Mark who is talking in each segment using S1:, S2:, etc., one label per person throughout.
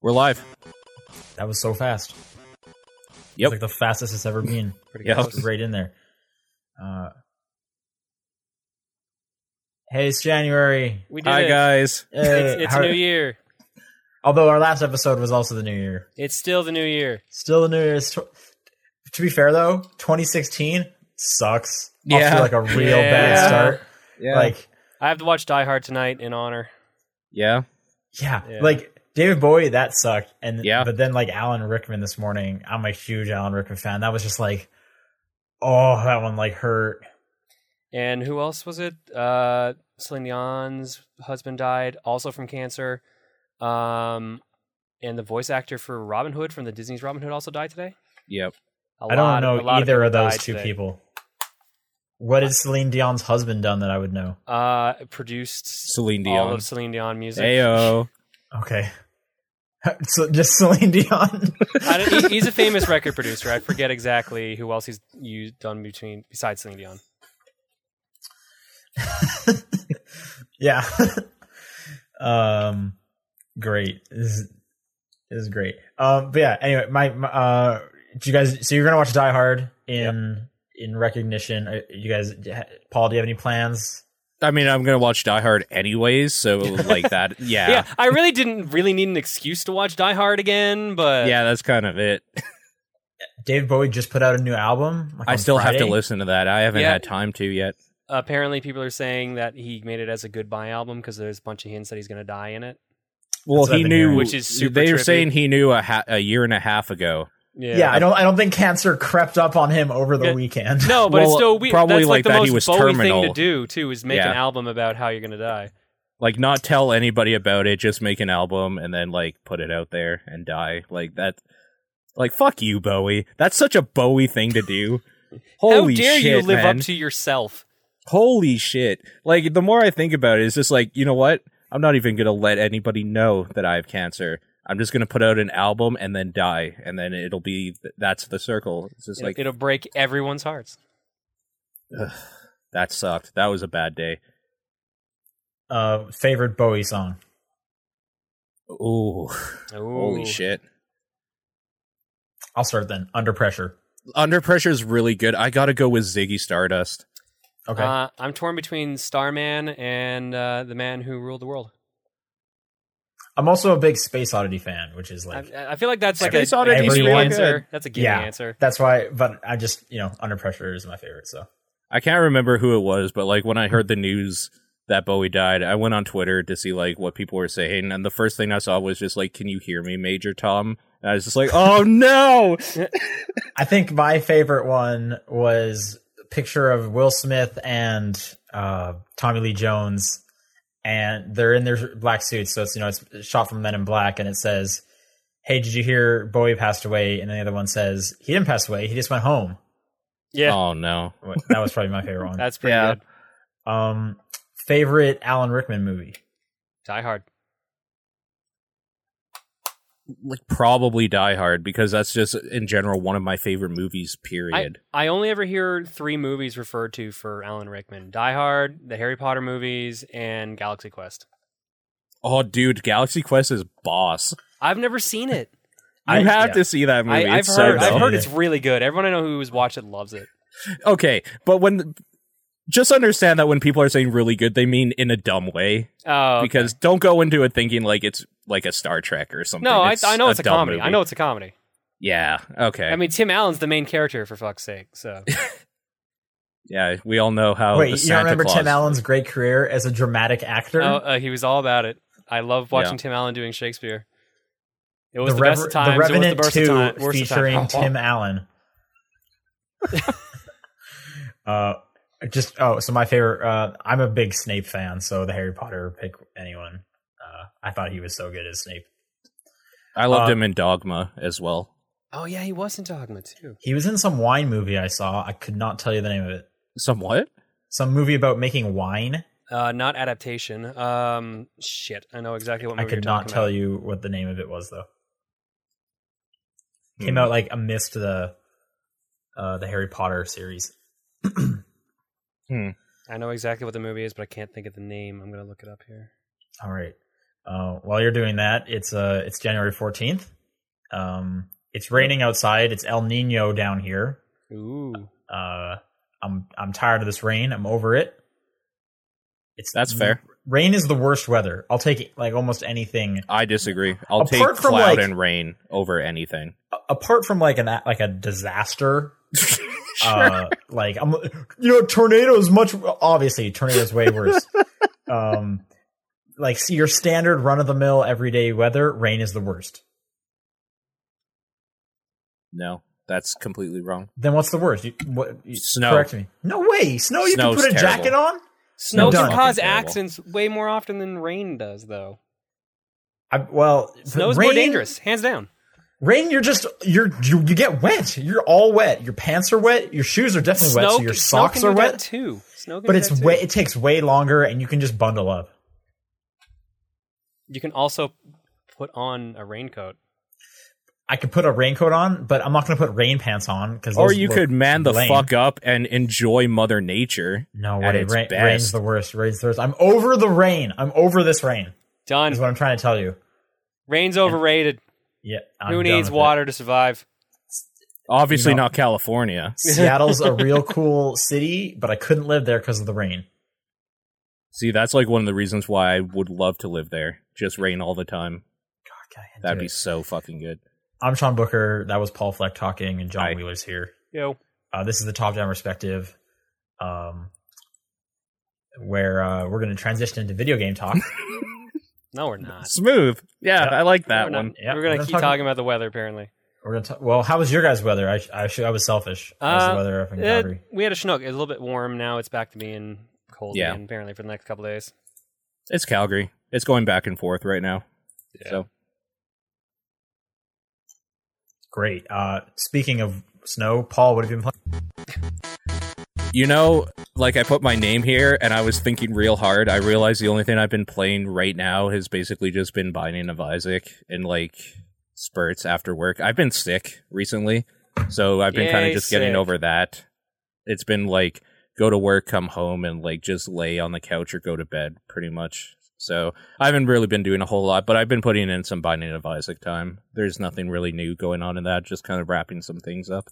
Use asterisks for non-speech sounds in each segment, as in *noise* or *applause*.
S1: We're live.
S2: That was so fast.
S1: Yep.
S2: It's like the fastest it's ever been. *laughs* Pretty
S1: Yeah.
S2: close. Right in there. Uh, hey, it's January.
S3: We did
S1: Hi
S3: it.
S1: guys.
S2: Hey,
S3: It's
S2: how-
S3: New Year.
S2: Although our last episode was also the New Year.
S3: It's still the New Year.
S2: Still the New Year. It's tw- to be fair, though, 2016 sucks. Off to,
S1: Yeah.
S2: like a real
S3: Yeah.
S2: bad start.
S1: Yeah.
S2: Like,
S3: I have to watch Die Hard tonight in honor.
S1: yeah.
S2: yeah,
S3: Yeah.
S2: Like, David Bowie, that sucked. And
S1: Yeah.
S2: But then, like, Alan Rickman this morning, I'm a huge Alan Rickman fan. That was just like, oh, that one, like, hurt.
S3: And who else was it? Uh, Celine Dion's husband died, also from cancer. Um, and the voice actor for Robin Hood from the Disney's Robin Hood also died today.
S1: Yep.
S3: I
S2: I don't know either of, those two people. What has Celine Dion's husband done that I would know?
S3: Uh, produced
S1: Celine
S3: all
S1: Dion.
S3: of Celine Dion music.
S1: Ayo.
S2: Okay. *laughs* So just Celine Dion. *laughs*
S3: *laughs* I don't- he- he's a famous record producer. I forget exactly who else he's used, done between besides Celine Dion.
S2: yeah. *laughs* um great. This is, this is great. Um but yeah, anyway, my, my uh do you guys so you're going to watch Die Hard in in recognition. Uh, You guys Paul, do you have any plans?
S1: I mean, I'm gonna watch Die Hard anyways, so like
S3: *laughs*
S1: that. Yeah.
S3: Yeah,
S1: yeah.
S3: I really didn't really need an excuse to watch Die Hard again, but
S1: that's kind of it.
S2: David Bowie just put out a new album. like,
S1: I
S2: on
S1: still have
S2: Friday.
S1: to listen to that. I haven't
S3: Yeah.
S1: had time to yet.
S3: apparently people are saying that he made it as a goodbye album because there's a bunch of hints that he's going to die in it.
S1: Well,
S2: That's what
S1: he
S2: I've been
S1: knew,
S2: hearing.
S3: Which is super
S1: They were
S3: trippy.
S1: saying he knew a ha- a year and a half ago.
S3: Yeah.
S2: Yeah, I don't I don't think cancer crept up on him over the
S3: Yeah.
S2: weekend. *laughs*
S3: No, but it's
S1: Well,
S3: still weird.
S1: probably
S3: That's
S1: like
S3: like, the
S1: that he was
S3: most Bowie
S1: terminal.
S3: thing to do too is make
S1: Yeah.
S3: an album about how you're going to die.
S1: Like, not tell anybody about it. Just make an album and then like put it out there and die. Like that. Like fuck you, Bowie. That's such a Bowie thing to do. Holy
S3: how dare
S1: shit,
S3: you live
S1: man.
S3: up to yourself?
S1: holy shit like the more i think about it it's just like you know what i'm not even gonna let anybody know that i have cancer i'm just gonna put out an album and then die and then it'll be that's the circle it's just
S3: It'll-
S1: like
S3: it'll break everyone's hearts.
S1: that sucked that was a bad day
S2: uh favorite Bowie song.
S1: ooh holy
S3: Ooh.
S1: shit
S2: I'll start then. Under pressure.
S1: under pressure is really good i gotta go with ziggy stardust
S2: Okay.
S3: Uh, I'm torn between Starman and uh, the man who ruled the world.
S2: I'm also a big Space Oddity fan, which is like
S3: I, I feel like that's like
S1: Space
S3: a,
S1: Oddity
S3: a
S2: is
S3: given
S2: really
S3: answer.
S1: good.
S3: That's a given
S2: Yeah.
S3: answer.
S2: that's why. But I just you know Under Pressure is my favorite. So
S1: i can't remember who it was but like when i heard the news that bowie died i went on twitter to see like what people were saying and the first thing i saw was just like can you hear me major tom and i was just like oh no
S2: I think my favorite one was a picture of Will Smith and uh, Tommy Lee Jones, and they're in their black suits. So it's you know it's shot from Men in Black, and it says, "Hey, did you hear Bowie passed away?" And then the other one says, "He didn't pass away. He just went home."
S3: Yeah,
S1: Oh no.
S2: That was probably my
S3: *laughs*
S2: favorite one.
S3: that's pretty
S1: Yeah.
S3: good.
S2: Um, favorite Alan Rickman movie.
S3: Die Hard.
S1: Like probably Die Hard because that's just in general one of my favorite movies period.
S3: I only ever hear three movies referred to for Alan Rickman: Die Hard, the Harry Potter movies, and Galaxy Quest.
S1: oh dude, Galaxy Quest is boss.
S3: I've never seen
S1: *laughs*
S3: it.
S1: You
S2: I-
S1: have
S2: yeah.
S1: to see that movie.
S3: I, I've
S1: it's so
S3: heard. I've
S1: dumb.
S3: heard it's really good. Everyone I know who's watched it loves it.
S1: Okay, but when just understand that when people are saying really good, they mean in a dumb way
S3: Oh, okay.
S1: because don't go into it thinking like it's like a Star Trek or something.
S3: no, I, I know it's a
S1: dumb
S3: comedy. I
S1: movie.
S3: know it's a comedy.
S1: Yeah. Okay.
S3: I mean, Tim Allen's the main character for fuck's sake.
S1: *laughs*
S3: So
S1: yeah, we all know how.
S2: Wait,
S1: Oh, the
S2: you
S1: Santa
S2: don't remember
S1: Claus-
S2: Tim Allen's great career as a dramatic actor?
S3: Oh, uh, he was all about it. I love watching
S1: Yeah.
S3: Tim Allen doing Shakespeare. It was the,
S2: Rever-
S3: best of times.
S2: The Revenant
S3: it was the
S2: Two,
S3: worst of time- worst of time.
S2: featuring
S3: *laughs*
S2: Tim Allen. *laughs* uh, just oh, so my favorite. Uh, I'm a big Snape fan, so the Harry Potter pick anyone. Uh, I thought he was so good as Snape.
S1: I loved
S2: Uh,
S1: him in Dogma as well.
S3: Oh yeah, he was in Dogma too.
S2: He was in some wine movie I saw. I could not tell you the name of it.
S1: Somewhat.
S2: Some movie about making wine.
S3: Uh, not adaptation. Um, shit, I know exactly what
S2: I
S3: movie
S2: could
S3: you're
S2: not
S3: talking
S2: tell
S3: about.
S2: you what the name of it was though. Came
S1: Hmm.
S2: out like amidst the uh, the Harry Potter series. *clears throat*
S3: I know exactly what the movie is, but I can't think of the name. I'm gonna look it up here.
S2: All right. Uh, while you're doing that, it's uh it's January 14th. Um, it's raining outside. It's El Nino down here.
S3: Ooh.
S2: Uh, I'm I'm tired of this rain. I'm over it. It's
S1: That's fair.
S2: Rain is the worst weather. I'll take like almost anything
S1: I disagree. I'll
S2: Apart
S1: take
S2: from,
S1: cloud
S2: like-
S1: and rain over
S2: *laughs*
S1: anything.
S2: A- apart from like an a- like a disaster.
S1: *laughs* sure.
S2: Uh, like I'm, you know, tornado is much obviously tornado is
S1: *laughs*
S2: way worse. um, like see your standard run of the mill everyday weather, rain is the worst.
S1: no, that's completely wrong.
S2: Then what's the worst? You, what, you,
S1: Snow.
S2: Correct me. No way. Snow. You
S1: Snow's
S2: can put a
S1: terrible.
S2: jacket on.
S3: Snow
S2: done.
S3: can cause
S1: Fucking terrible.
S3: accidents way more often than rain does, though.
S2: I, well,
S3: Snow is
S2: rain,
S3: more dangerous, hands down.
S2: Rain, you're just you're you, you get wet. You're all wet. Your pants are wet. Your shoes are definitely
S3: Snow,
S2: wet. So
S3: can-
S2: your
S3: snow
S2: socks
S3: can
S2: are
S3: do that
S2: wet.
S3: too. Snow can
S2: But
S3: do
S2: it's
S3: that too.
S2: way it takes way longer, and you can just bundle up.
S3: You can also put on a raincoat.
S2: I could put a raincoat on, but I'm not going to put rain pants on because.
S1: Or you could man the
S2: lame.
S1: fuck up and enjoy Mother Nature.
S2: No
S1: at
S2: way.
S1: its
S2: Rain,
S1: best.
S2: rain's the worst. Rain's the worst. I'm over the rain. I'm over this rain.
S3: Done.
S2: Is what I'm trying to tell you.
S3: Rain's overrated.
S2: Yeah. I'm
S3: Who
S2: done
S3: needs
S2: with it.
S3: water to survive?
S1: Obviously
S2: You know-
S1: not *laughs* California.
S2: Seattle's a real cool city, but I couldn't live there because of the rain.
S1: See, that's like one of the reasons why I would love to live there. Just rain all the time.
S2: God, God, I can't
S1: That'd
S2: do
S1: be
S2: it.
S1: so fucking good.
S2: I'm Sean Booker. That was Paul Fleck talking, and John
S1: Hi.
S2: Wheeler's here.
S3: Yo.
S2: Uh, this is the top down perspective, um, where uh, we're going to transition into video game talk.
S3: No, we're not.
S1: Smooth. Yeah,
S2: Yeah.
S1: I like that
S3: we're
S1: one.
S3: Not.
S2: Yeah,
S3: we're gonna
S2: we're
S3: keep
S2: talking-
S3: talking about the weather. Apparently,
S2: we're going to well, how was your guys' weather? I I, should, I was selfish. How was
S3: Uh,
S2: the weather up in
S3: Eh,
S2: Calgary?
S3: we had a schnook. It's a little bit warm now. It's back to being cold
S1: Yeah.
S3: again. Apparently, for the next couple of days.
S1: It's Calgary. It's going back and forth right now.
S3: Yeah.
S1: So
S2: Great. Uh, speaking of snow, Paul, what have you been playing?
S1: you know, like I put my name here and I was thinking real hard. I realized the only thing I've been playing right now has basically just been Binding of Isaac and like spurts after work. I've been sick recently, so I've been kind of
S3: Yay,
S1: just getting
S3: sick.
S1: over that. It's been like go to work, come home, and like just lay on the couch or go to bed pretty much. So I haven't really been doing a whole lot, but I've been putting in some Binding of Isaac time. There's nothing really new going on in that, just kind of wrapping some things up.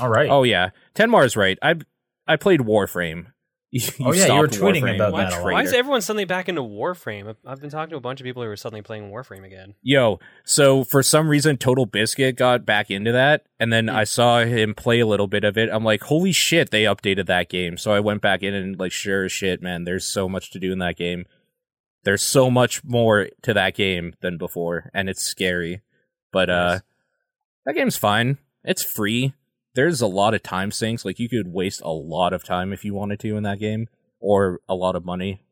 S2: All right.
S1: Oh yeah, Tenmar is right. I I played Warframe. *laughs* You
S2: Oh, yeah, you were
S1: stopped
S2: tweeting
S1: Warframe,
S2: about
S1: you
S2: that a lot.
S1: traitor.
S3: Why is everyone suddenly back into Warframe? I've, I've been talking to a bunch of people who are suddenly playing Warframe again.
S1: Yo, so for some reason, Total Biscuit got back into that, and then
S3: Hmm.
S1: I saw him play a little bit of it. I'm like, holy shit, they updated that game. So I went back in and like, sure as shit, man. There's so much to do in that game. There's so much more to that game than before, and it's scary. But uh,
S3: Nice.
S1: that game's fine. It's free. There's a lot of time sinks. Like you could waste a lot of time if you wanted to in that game, or a lot of money.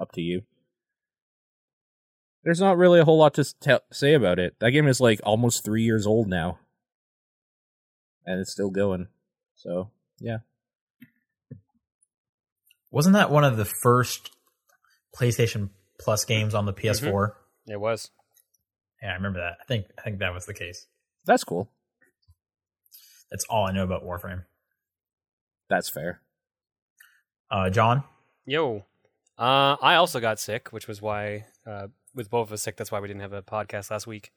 S1: Up to you. There's not really a whole lot to s- tell, say about it. That game is like almost three years old now, and it's still going. So
S2: Wasn't that one of the first PlayStation Plus games on the PS4?
S3: It was.
S2: Yeah, I remember that. I think I think that was the case.
S1: that's cool.
S2: That's all I know about Warframe.
S1: That's fair.
S2: Uh, John,
S3: Yo. Uh, I also got sick, which was why, uh, with both of us sick, that's why we didn't have a podcast last week.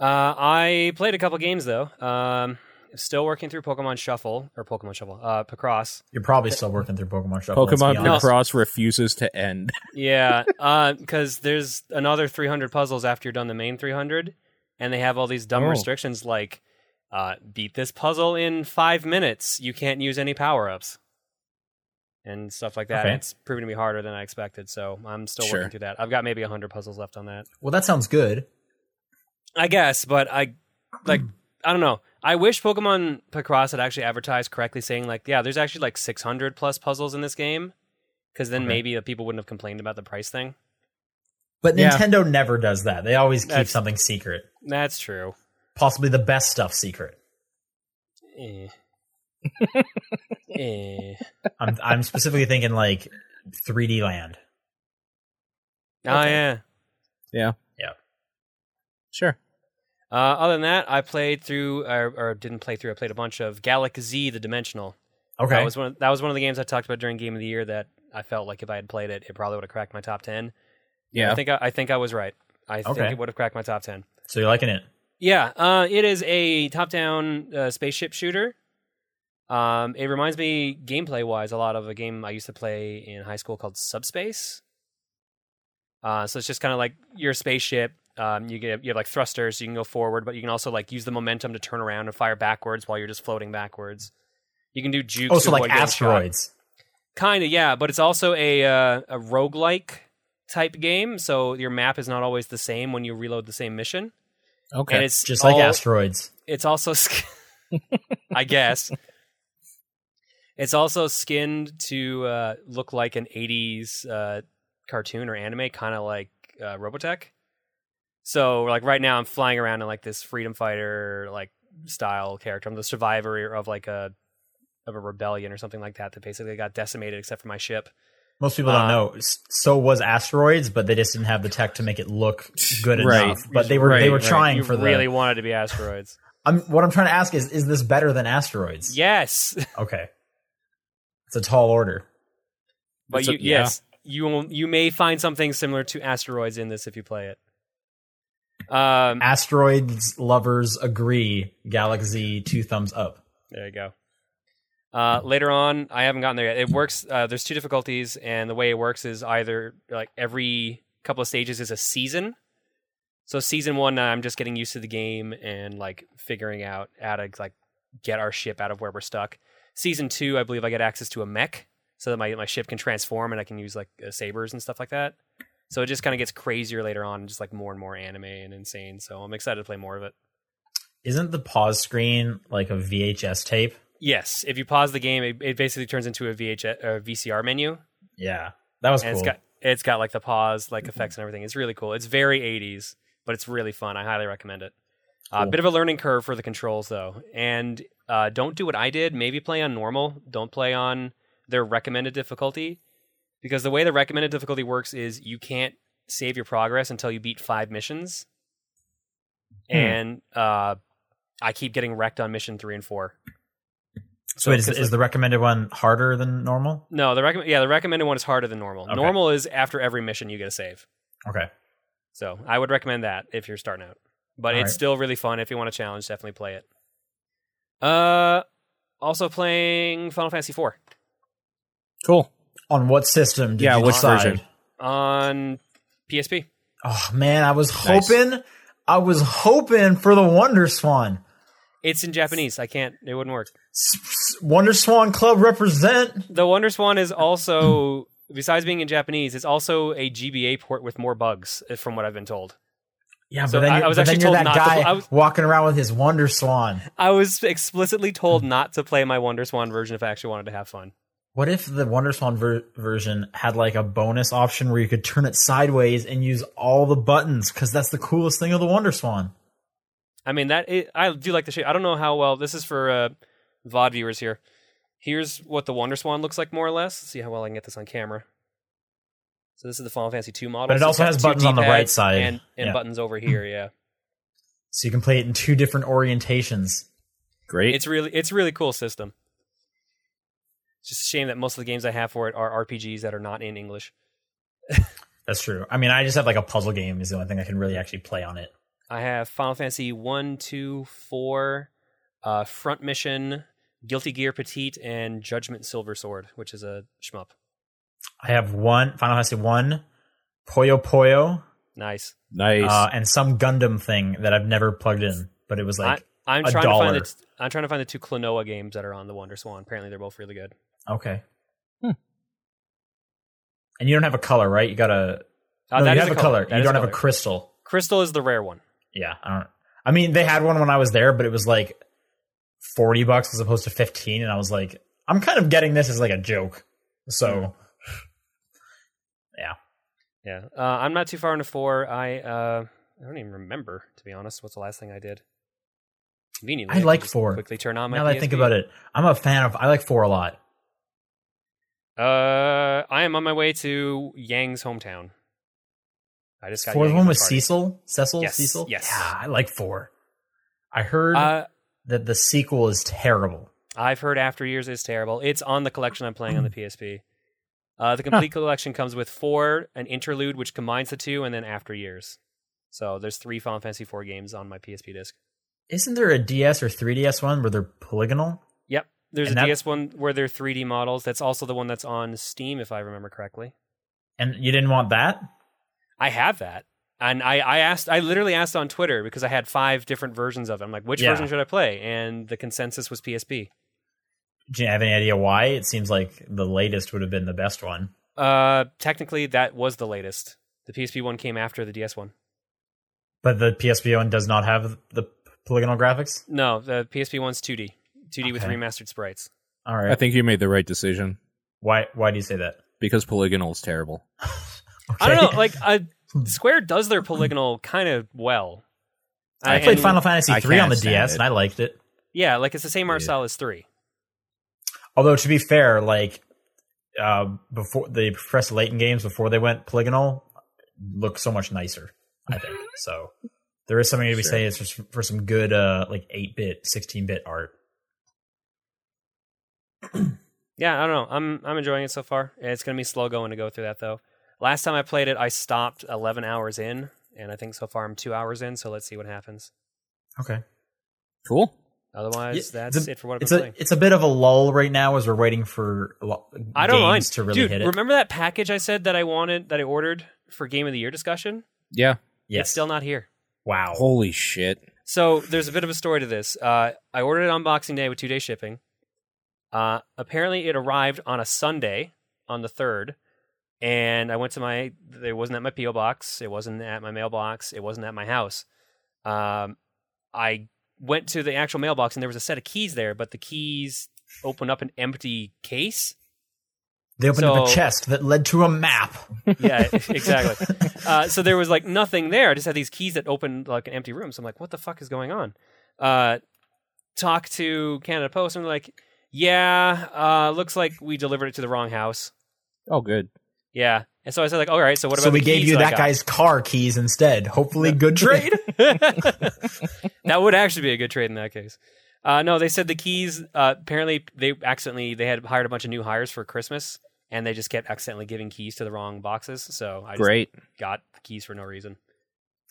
S3: Uh, I played a couple games though. Um, still working through Pokemon Shuffle or Pokemon Shuffle, uh, Pacross.
S2: you're probably still working through Pokemon Shuffle. let's be
S1: Pokemon
S2: honest.
S1: Cross refuses to end.
S3: yeah, because there's another 300 puzzles after you're done the main 300, and they have all these dumb
S1: Oh.
S3: restrictions like uh, beat this puzzle in five minutes. You can't use any power ups and stuff like that.
S2: Okay.
S3: And It's proven to be harder than I expected, so I'm still
S1: Sure.
S3: working through that. I've got maybe 100 puzzles left on that,
S2: Well, that sounds good.
S3: I guess. But I like I don't know. I wish Pokemon Picross had actually advertised correctly, saying like, yeah, there's actually like 600 plus puzzles in this game, because then
S2: Okay.
S3: maybe the people wouldn't have complained about the price thing.
S2: But
S1: Yeah.
S2: Nintendo never does that. They always keep
S3: That's-
S2: something secret,
S3: That's true.
S2: possibly the best stuff secret.
S3: *laughs* Eh. eh. *laughs*
S2: I'm I'm specifically thinking like 3D Land.
S3: Oh
S1: Okay.
S3: yeah.
S1: *laughs* Sure.
S3: Uh, other than that, I played through or, or didn't play through. I played a bunch of Galaxy Z: The Dimensional.
S2: Okay,
S3: That was one. That was one of the games I talked about during Game of the Year that I felt like if I had played it, it probably would have cracked my top ten. I
S1: Yeah.
S3: think I, I think I was right. I
S2: Okay.
S3: think it would have cracked my top ten.
S2: So you're liking it?
S3: Yeah, uh, it is a top-down uh, spaceship shooter. Um, it reminds me gameplay-wise a lot of a game I used to play in high school called Subspace. Uh, so it's just kind of like your spaceship. Um, you get you have like thrusters, you can go forward, but you can also like use the momentum to turn around and fire backwards while you're just floating backwards. You can do jukes.
S2: Oh, so
S3: to
S2: like
S3: avoid getting shot.
S2: asteroids.
S3: Kind of, yeah, but it's also a uh, a roguelike type game, so your map is not always the same when you reload the same mission.
S1: Okay.
S3: And it's
S2: Just like
S3: all-
S2: asteroids.
S3: It's also, *laughs* sk- I guess, it's also skinned to uh, look like an '80s uh, cartoon or anime, kind of like uh, Robotech. So, like right now, I'm flying around in like this freedom fighter like style character. I'm the survivor of like a of a rebellion or something like that that basically got decimated except for my ship.
S2: Most people
S3: Uh,
S2: don't know. S- So was asteroids, but they just didn't have the tech to make it look good
S1: Right.
S2: enough. But they were
S1: Right,
S2: they were
S1: right.
S2: trying
S3: Um, you
S2: for the.
S3: really wanted to
S2: *laughs*
S3: be asteroids.
S2: I'm, what I'm trying to ask is, is this better than asteroids?
S3: yes,
S2: Okay. It's a tall order.
S3: but
S1: It's
S3: you
S1: a- yeah.
S3: yes you will- you may find something similar to asteroids in this if you play it. Um,
S2: Asteroids lovers agree. Galaxy two thumbs up.
S3: there you go. Uh, later on, I haven't gotten there yet. It works. Uh, there's two difficulties, and the way it works is either like every couple of stages is a season. So season one, I'm just getting used to the game and like figuring out how to like get our ship out of where we're stuck. Season two, I believe I get access to a mech, so that my my ship can transform and I can use like uh, sabers and stuff like that. So it just kind of gets crazier later on, just like more and more anime and insane. So I'm excited to play more of it.
S2: Isn't the pause screen like a VHS tape?
S3: Yes, if you pause the game, it, it basically turns into a VHS or VCR menu,
S2: Yeah, that was
S3: and
S2: cool. Mm-hmm.
S3: it's got it's got like the pause, like effects and everything. It's really cool. It's very 80s, but it's really fun. I highly recommend it. A
S2: Cool.
S3: bit of a learning curve for the controls though, and uh, don't do what I did. Maybe play on normal. Don't play on their recommended difficulty, because the way the recommended difficulty works is you can't save your progress until you beat five missions,
S2: Hmm.
S3: and uh, I keep getting wrecked on mission three and four.
S2: so wait, is,
S3: because
S2: is the recommended one harder than normal?
S3: No, the recommend yeah, the recommended one is harder than normal.
S2: Okay.
S3: Normal is after every mission you get a save.
S2: Okay.
S3: So I would recommend that if you're starting out. But
S2: All
S3: it's
S2: right.
S3: still really fun. If you want a challenge, definitely play it. Uh also playing Final Fantasy IV
S1: cool.
S2: On what system? Did
S1: Yeah,
S2: you
S1: which
S2: decide?
S1: version?
S3: on PSP.
S2: Oh man, I was
S1: Nice.
S2: hoping, I was hoping for the Wonder Swan.
S3: It's in Japanese. I can't it wouldn't work.
S2: S- s- Wonder Swan Club represent.
S3: The Wonder Swan is also *coughs* besides being in Japanese, it's also a GBA port with more bugs, eh, from what I've been told.
S2: Yeah,
S3: So
S2: but then,
S3: I-
S2: you-
S3: I was
S2: but then
S3: actually
S2: you're
S3: told
S2: that
S3: not to
S2: guy
S3: pl- I was-
S2: walking around with his Wonder Swan.
S3: I was explicitly told not to play my Wonder Swan version if I actually wanted to have fun.
S2: What if the Wonder Swan ver- version had like a bonus option where you could turn it sideways and use all the buttons? Because that's the coolest thing of the Wonder Swan.
S3: I mean that it, I do like the shape. I don't know how well this is for uh, VOD viewers here. Here's what the Wonder Swan looks like, more or less. Let's see how well I can get this on camera. So this is the Final Fantasy II model,
S2: But it
S3: So
S2: also
S3: it's got
S2: has
S3: two
S2: buttons on the
S3: D-pads
S2: right side.
S3: and, and
S2: Yeah. *clears throat*
S3: buttons over here. Yeah,
S2: So you can play it in two different orientations.
S1: Great.
S3: it's really it's a really cool system. It's just a shame that most of the games I have for it are RPGs that are not in English.
S2: That's true. I mean, I just have like a puzzle game is the only thing I can really actually play on it.
S3: I have Final Fantasy one, two, four, uh, Front Mission, Guilty Gear Petite, and Judgment Silver Sword, which is a shmup.
S2: I have one Final Fantasy one, Poyo Poyo,
S3: Nice.
S1: nice.
S2: uh, and some Gundam thing that I've never plugged in, but it was like
S3: I, I'm
S2: a
S3: trying to
S2: dollar.
S3: find the I'm trying to find the two Klonoa games that are on the Wonder Swan. Apparently, they're both really good.
S2: okay.
S1: Hmm.
S2: And you don't have a color, right? You got a
S3: Uh,
S2: no,
S3: that
S2: you
S3: is
S2: have a color.
S3: That
S2: You
S3: is
S2: don't have a
S3: color.
S2: crystal.
S3: crystal is the rare one.
S2: Yeah, I don't. I mean, they had one when I was there, but it was like forty bucks as opposed to fifteen, and I was like, I'm kind of getting this as like a joke.
S3: Hmm.
S2: So
S3: Yeah, uh, I'm not too far into four. I uh, I don't even remember to be honest. What's the last thing I did? Conveniently,
S2: I
S3: can
S2: like
S3: just
S2: four.
S3: Quickly turn on my.
S2: now that I think
S3: PSP.
S2: about it, I'm a fan of. I like four a lot.
S3: uh, I am on my way to Yang's hometown. I just got
S2: Four, the
S3: Yang
S2: one
S3: at
S2: with
S3: party.
S2: Cecil, Cecil,
S3: Yes,
S2: Cecil.
S3: yes.
S2: yeah, I like four. I heard
S3: Uh,
S2: that the sequel is terrible. Hmm.
S3: I've heard After Years is terrible. It's on the collection I'm playing on the PSP. Uh, the complete collection comes with four, an interlude which combines the two, and then after years. So there's three Final Fantasy IV games on my PSP disc.
S2: Isn't there a DS or 3DS one where they're polygonal?
S3: There's
S2: And
S3: a
S2: that-
S3: DS one where they're 3D models. That's also the one that's on Steam, if I remember correctly.
S2: And you didn't want that?
S3: I have that. And I, I asked, I literally asked on Twitter because I had five different versions of it. I'm like, which
S2: Yeah.
S3: version should I play? And the consensus was PSP.
S2: Do you have any idea why? It seems like the latest would have been the best one.
S3: Uh, technically, that was the latest. The PSP one came after the DS one.
S2: But the PSP one does not have the polygonal graphics?
S3: No, the PSP one's 2D, 2D with
S2: Okay.
S3: remastered sprites.
S2: All
S1: I
S2: right.
S1: think you made the right decision
S2: Why why do you say that?
S1: because polygonal is terrible.
S3: I don't
S2: Okay. Hmm.
S3: know. Like,
S2: *laughs*
S3: I, Square does their polygonal kind of well.
S2: I
S3: Uh,
S2: played
S3: and-
S2: Final Fantasy
S1: I
S2: 3 on
S1: can't
S2: the
S1: stand
S2: DS
S1: it.
S2: and I liked it.
S3: Yeah, like it's the same art
S1: Yeah.
S3: style as three.
S2: Although to be fair, like uh, before the Professor Layton games, before they went polygonal, look so much nicer. I
S3: *laughs*
S2: think so. There is something to be
S1: Sure.
S2: saying it's just for some good uh, like eight bit, sixteen bit art.
S3: Yeah, I don't know. I'm I'm enjoying it so far. It's gonna be slow going to go through that though. Last time I played it, I stopped 11 hours in, and I think so far I'm two hours in. So let's see what happens.
S2: Okay,
S1: Cool.
S3: Otherwise,
S2: Yeah,
S3: that's
S2: the-
S3: it for what I've been
S2: it's
S3: playing.
S2: a it's a bit of a lull right now as we're waiting for a lo-
S3: I don't
S2: games
S3: mind.
S2: to really
S3: Dude,
S2: hit it.
S3: remember that package I said that I wanted that I ordered for game of the year discussion?
S1: Yeah.
S2: yes,
S3: It's still not here.
S2: wow.
S1: Holy shit.
S3: So there's a bit of a story to this. Uh, I ordered it on Boxing Day with two day shipping. Uh, apparently, it arrived on a Sunday on the third, and I went to my. It wasn't at my PO box. It wasn't at my mailbox. It wasn't at my house. Um, I went to the actual mailbox, and there was a set of keys there, but the keys opened up an empty case.
S2: They opened up a
S3: so-
S2: chest that led to a map.
S3: Yeah, *laughs* exactly. uh, so there was like nothing there. I just had these keys that opened like an empty room. So I'm like, what the fuck is going on? Uh, talk to Canada Post and they're like, yeah, uh, looks like we delivered it to the wrong house.
S1: Oh, good.
S3: Yeah. And so I said like, all right, so what about
S2: so we
S3: the
S2: gave
S3: keys
S2: you
S3: I
S2: that
S3: got?" *laughs*
S2: guy's car keys instead. Hopefully, good trade.
S3: that would actually be a good trade in that case. Uh, no, they said the keys. Uh, apparently, they accidentally they had hired a bunch of new hires for Christmas, and they just kept accidentally giving keys to the wrong boxes. So I just
S1: Great.
S3: got the keys for no reason.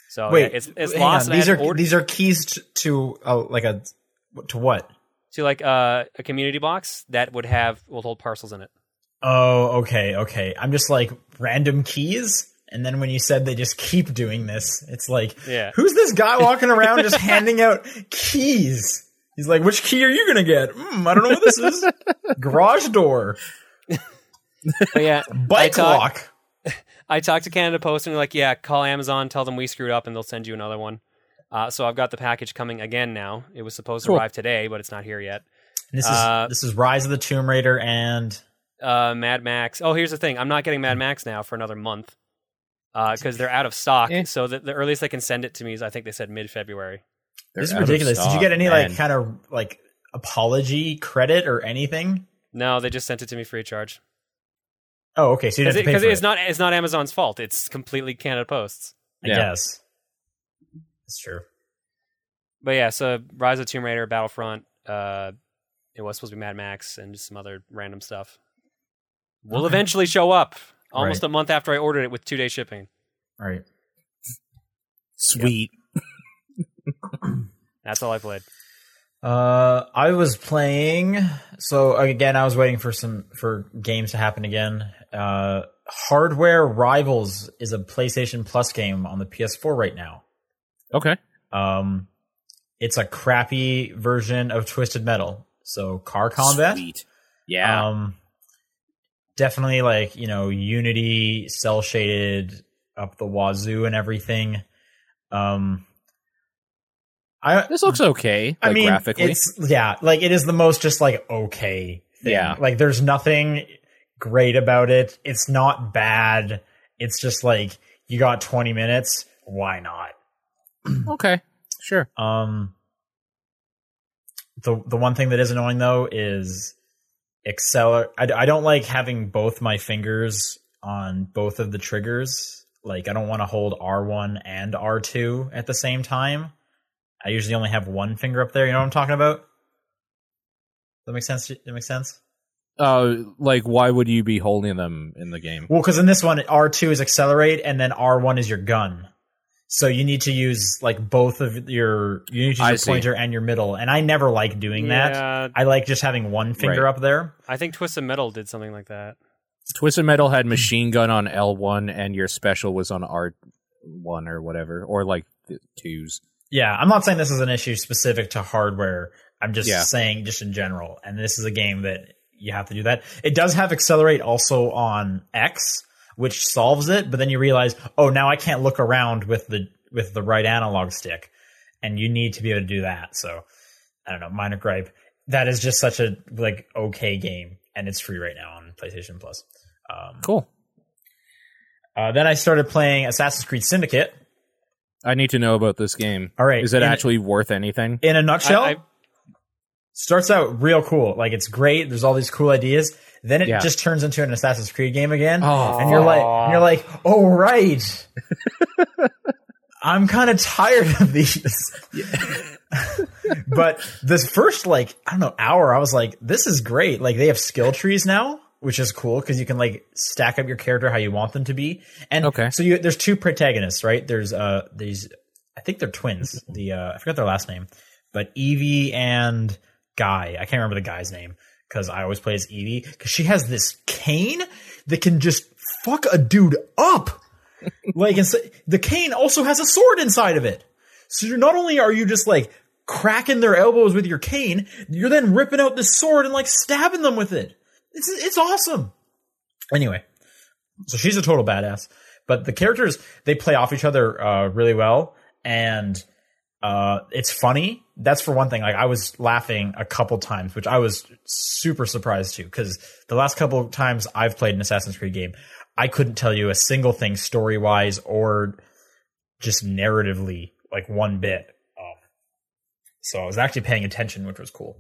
S3: So
S2: Wait,
S3: Oh, yeah, it's it's
S2: hang
S3: lost.
S2: on,
S3: and I
S2: These
S3: had
S2: are
S3: ordered
S2: these are keys t- to uh, like a to what?
S3: to like uh, a community box that would have will hold parcels in it.
S2: Oh, okay, okay. I'm just like random keys, and then when you said they just keep doing this, it's like,
S3: Yeah.
S2: who's this guy walking around just handing out keys? He's like, which key are you gonna get? Mm, I don't know what this *laughs* is. Garage door,
S3: *laughs* But *laughs* yeah,
S2: bike
S3: I talk-
S2: lock.
S3: I talked to Canada Post and they're like, yeah, call Amazon, tell them we screwed up, and they'll send you another one. Uh, so I've got the package coming again now. It was supposed
S1: Cool.
S3: to arrive today, but it's not here yet.
S2: And this is
S3: uh,
S2: this is Rise of the Tomb Raider, and
S3: Uh, Mad Max. Oh, here's the thing: I'm not getting Mad Max now for another month because they're out of stock.
S1: Eh.
S3: So the, the earliest they can send it to me is I think they said mid February.
S1: They're
S2: this is
S1: out of
S2: ridiculous. Did you
S1: stock,
S2: get any
S1: man.
S2: like kind of like apology credit or anything?
S3: No, they just sent it to me free of charge.
S2: Oh, okay. So you didn't have to pay
S3: because
S2: for
S3: it's
S2: it.
S3: not it's not Amazon's fault. It's completely Canada Post's.
S2: I
S1: Yeah.
S2: guess. That's true.
S3: But yeah, so Rise of Tomb Raider, Battlefront, uh, it was supposed to be Mad Max and just some other random stuff. Will
S2: Okay.
S3: eventually show up. Almost
S2: Right.
S3: a month after I ordered it with two day shipping.
S2: All right.
S1: Sweet.
S3: That's all I played.
S2: Uh, I was playing. So again, I was waiting for some for games to happen again. Uh, Hardware Rivals is a PlayStation Plus game on the PS4 right now.
S1: Okay.
S2: Um, it's a crappy version of Twisted Metal. So car combat.
S1: Sweet. Yeah.
S2: Um, definitely like you know Unity cell shaded up the wazoo and everything. Um, I
S1: this looks okay.
S2: I
S1: like,
S2: mean
S1: graphically.
S2: it's yeah like it is the most just like okay thing.
S1: Yeah.
S2: like there's nothing great about it. It's not bad. It's just like you got 20 minutes. Why not?
S1: Okay. Sure.
S2: Um, the the one thing that is annoying though is acceler. I, d- I don't like having both my fingers on both of the triggers. Like I don't want to hold R one and R two at the same time. I usually only have one finger up there. You know what I'm talking about? That makes sense. to- That makes sense.
S1: Uh, like, why would you be holding them in the game?
S2: Well, because in this one, R two is accelerate, and then R one is your gun. So you need to use like both of your you need to use
S1: I
S2: your
S1: see.
S2: pointer and your middle. And I never like doing that.
S3: Yeah,
S2: I like just having one finger
S1: Right.
S2: up there.
S3: I think Twisted Metal did something like that.
S1: Twisted Metal had machine gun on L one, and your special was on R one or whatever, or like the twos.
S2: Yeah, I'm not saying this is an issue specific to hardware. I'm just
S1: Yeah.
S2: saying just in general. And this is a game that you have to do that. It does have accelerate also on X, which solves it, but then you realize, oh, now I can't look around with the with the right analog stick. And you need to be able to do that. So I don't know, minor gripe. That is just such a like okay game and it's free right now on PlayStation Plus. Um,
S1: Cool.
S2: uh, then I started playing Assassin's Creed Syndicate.
S1: I need to know about this game.
S2: All right.
S1: Is it
S2: in-
S1: actually worth anything?
S2: in a nutshell?
S3: I, I,
S2: starts out real cool. Like it's great. There's all these cool ideas. Then it
S1: Yeah.
S2: just turns into an Assassin's Creed game again.
S1: Oh,
S2: and you're like,
S3: Aw.
S2: and you're like, oh
S3: *laughs*
S2: right. I'm kind of tired of these. but this first like I don't know hour, I was like, this is great. Like they have skill trees now, which is cool because you can like stack up your character how you want them to be. And
S1: Okay.
S2: so you there's two protagonists, right? There's uh these I think they're twins. The uh I forgot their last name, but Evie and Guy. I can't remember the guy's name because I always play as Evie because she has this cane that can just fuck a dude up. *laughs* like it's, the cane also has a sword inside of it. So you're not only are you just like cracking their elbows with your cane, you're then ripping out this sword and like stabbing them with it. It's it's awesome. Anyway, so she's a total badass. But the characters they play off each other uh, really well, and uh, it's funny. That's for one thing. Like I was laughing a couple times, which I was super surprised to, because the last couple of times I've played an Assassin's Creed game, I couldn't tell you a single thing story wise or just narratively, like one bit. Um, so I was actually paying attention, which was cool.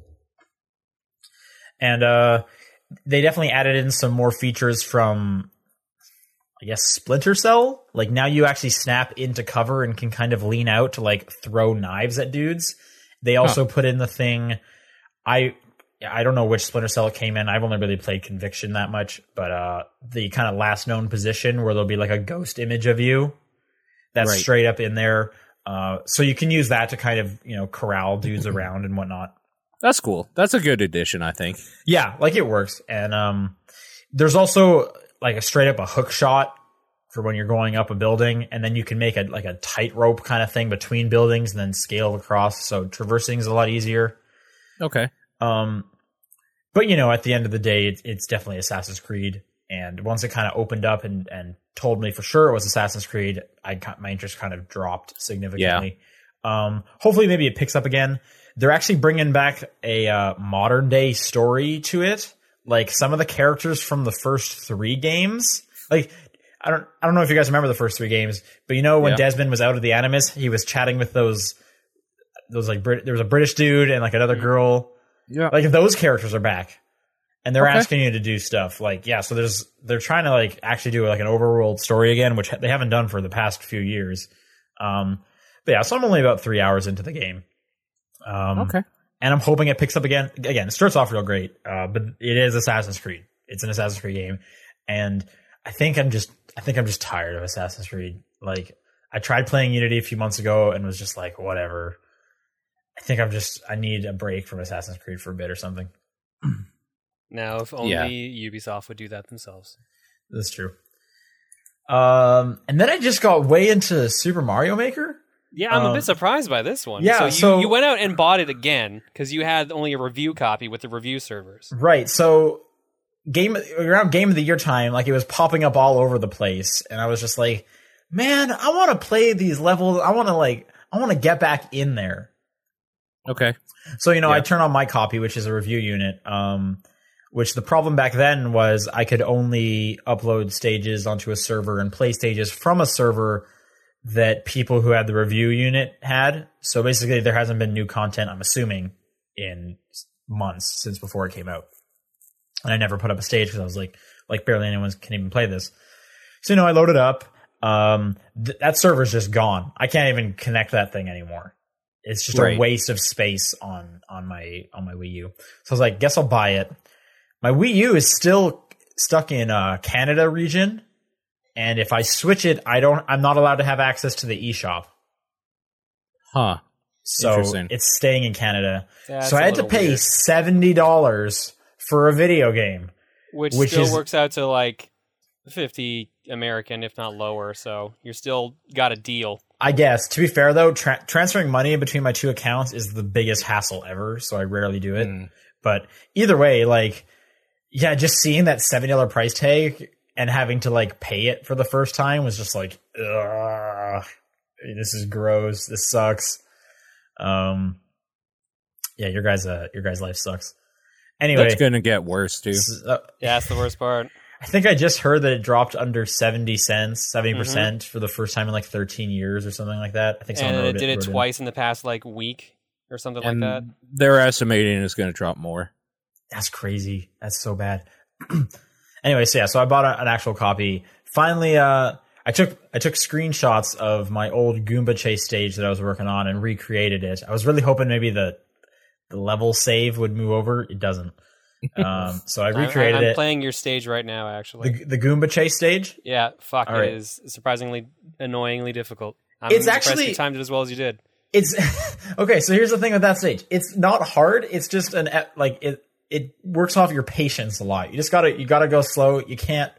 S2: And uh, they definitely added in some more features from I guess Splinter Cell. Like now you actually snap into cover and can kind of lean out to like throw knives at dudes. They also put in the thing I I don't know which Splinter Cell it came in. I've only really played Conviction that much, but uh the kind of last known position where there'll be like a ghost image of you that's
S1: Right.
S2: straight up in there. Uh so you can use that to kind of, you know, corral dudes around and whatnot.
S1: That's cool. That's a good addition, I think.
S2: Yeah, like it works. And um, there's also like a straight up a hook shot for when you're going up a building, and then you can make a like a tightrope kind of thing between buildings and then scale across. So traversing is a lot easier.
S1: Okay.
S2: Um, but you know, at the end of the day, it's, it's definitely Assassin's Creed. And once it kind of opened up and, and told me for sure it was Assassin's Creed, I ki- my interest kind of dropped significantly. Um, hopefully, maybe it picks up again. They're actually bringing back a uh, modern day story to it. Like some of the characters from the first three games, like I don't I don't know if you guys remember the first three games, but you know when
S1: Yeah.
S2: Desmond was out of the Animus, he was chatting with those those like Brit- there was a British dude and like another girl
S1: Yeah.
S2: like if those characters are back and they're
S1: Okay.
S2: asking you to do stuff like yeah so there's they're trying to like actually do like an overworld story again which they haven't done for the past few years um but yeah so i'm only about three hours into the game um
S1: okay.
S2: and i'm hoping it picks up again again it starts off real great uh but it is assassin's creed it's an assassin's creed game and i think i'm just i think i'm just tired of assassin's creed like i tried playing unity a few months ago and was just like whatever i think i'm just i need a break from assassin's creed for a bit or something
S3: now, if only
S1: Yeah.
S3: Ubisoft would do that themselves.
S2: That's true. Um, and then I just got way into Super Mario Maker.
S3: Yeah, I'm a
S2: Um,
S3: bit surprised by this one.
S2: yeah,
S3: so you,
S2: so-
S3: you went out and bought it again because you had only a review copy with the review servers.
S2: Right. So game around game of the year time, like it was popping up all over the place, and I was just like, man, I want to play these levels. I want to like, I want to get back in there.
S1: Okay.
S2: So you know, I
S1: Yeah.
S2: turn on my copy, which is a review unit. Um, which the problem back then was I could only upload stages onto a server and play stages from a server that people who had the review unit had. So basically, there hasn't been new content. I'm assuming in s- months since before it came out, and I never put up a stage because I was like, like barely anyone can even play this. So you know, I loaded up. Um, th- that server's just gone. I can't even connect that thing anymore. It's just
S1: Right.
S2: a waste of space on on my on my Wii U. So I was like, guess I'll buy it. My Wii U is still stuck in uh, Canada region, and if I switch it, I don't. I'm not allowed to have access to the eShop,
S1: Huh.
S2: so
S1: Interesting.
S2: it's staying in Canada.
S3: Yeah, it's
S2: so
S3: a
S2: I had to
S3: little
S2: pay
S3: weird.
S2: seventy dollars for a video game.
S3: which,
S2: which
S3: still
S2: is-
S3: works out to like 50 American, if not lower. So you're still got
S2: *laughs*
S3: a deal.
S2: I guess. To be fair though, tra- transferring money between my two accounts is the biggest hassle ever, so I rarely do
S3: Hmm.
S2: it.
S1: Mm.
S2: But either way, like, yeah, just seeing that seventy dollar price tag and having to like pay it for the first time was just like, ugh, this is gross. This sucks. Um, yeah, your guys, uh, your guys' life sucks. Anyway,
S1: That's gonna get worse too.
S2: s- uh,
S3: Yeah, that's the worst part.
S2: I think I just heard that it dropped under seventy cents, seventy
S3: Mm-hmm.
S2: percent for the first time in like thirteen years or something like that. I think someone
S3: and
S2: wrote
S3: it did it
S2: wrote
S3: twice in the past like week or something
S1: And
S3: like that.
S1: They're estimating it's gonna drop more.
S2: That's crazy. That's so bad. *clears throat* anyway, so yeah, so I bought a, an actual copy. Finally, uh, I took I took screenshots of my old Goomba chase stage that I was working on and recreated it. I was really hoping maybe the the level save would move over. It
S3: *laughs*
S2: doesn't. Um, so I
S3: I'm-
S2: recreated
S3: I'm,
S2: it.
S3: playing your stage right now, actually.
S2: the, the Goomba chase stage.
S3: yeah, fuck,
S2: All
S3: it
S2: right.
S3: is surprisingly annoyingly difficult. I'm
S2: It's
S3: impressed
S2: actually-
S3: you timed it as well as you did.
S2: It's *laughs* okay. So here's the thing with that stage. It's not hard. It's just an e- like it. It works off your patience a lot. You just gotta you gotta go slow. You can't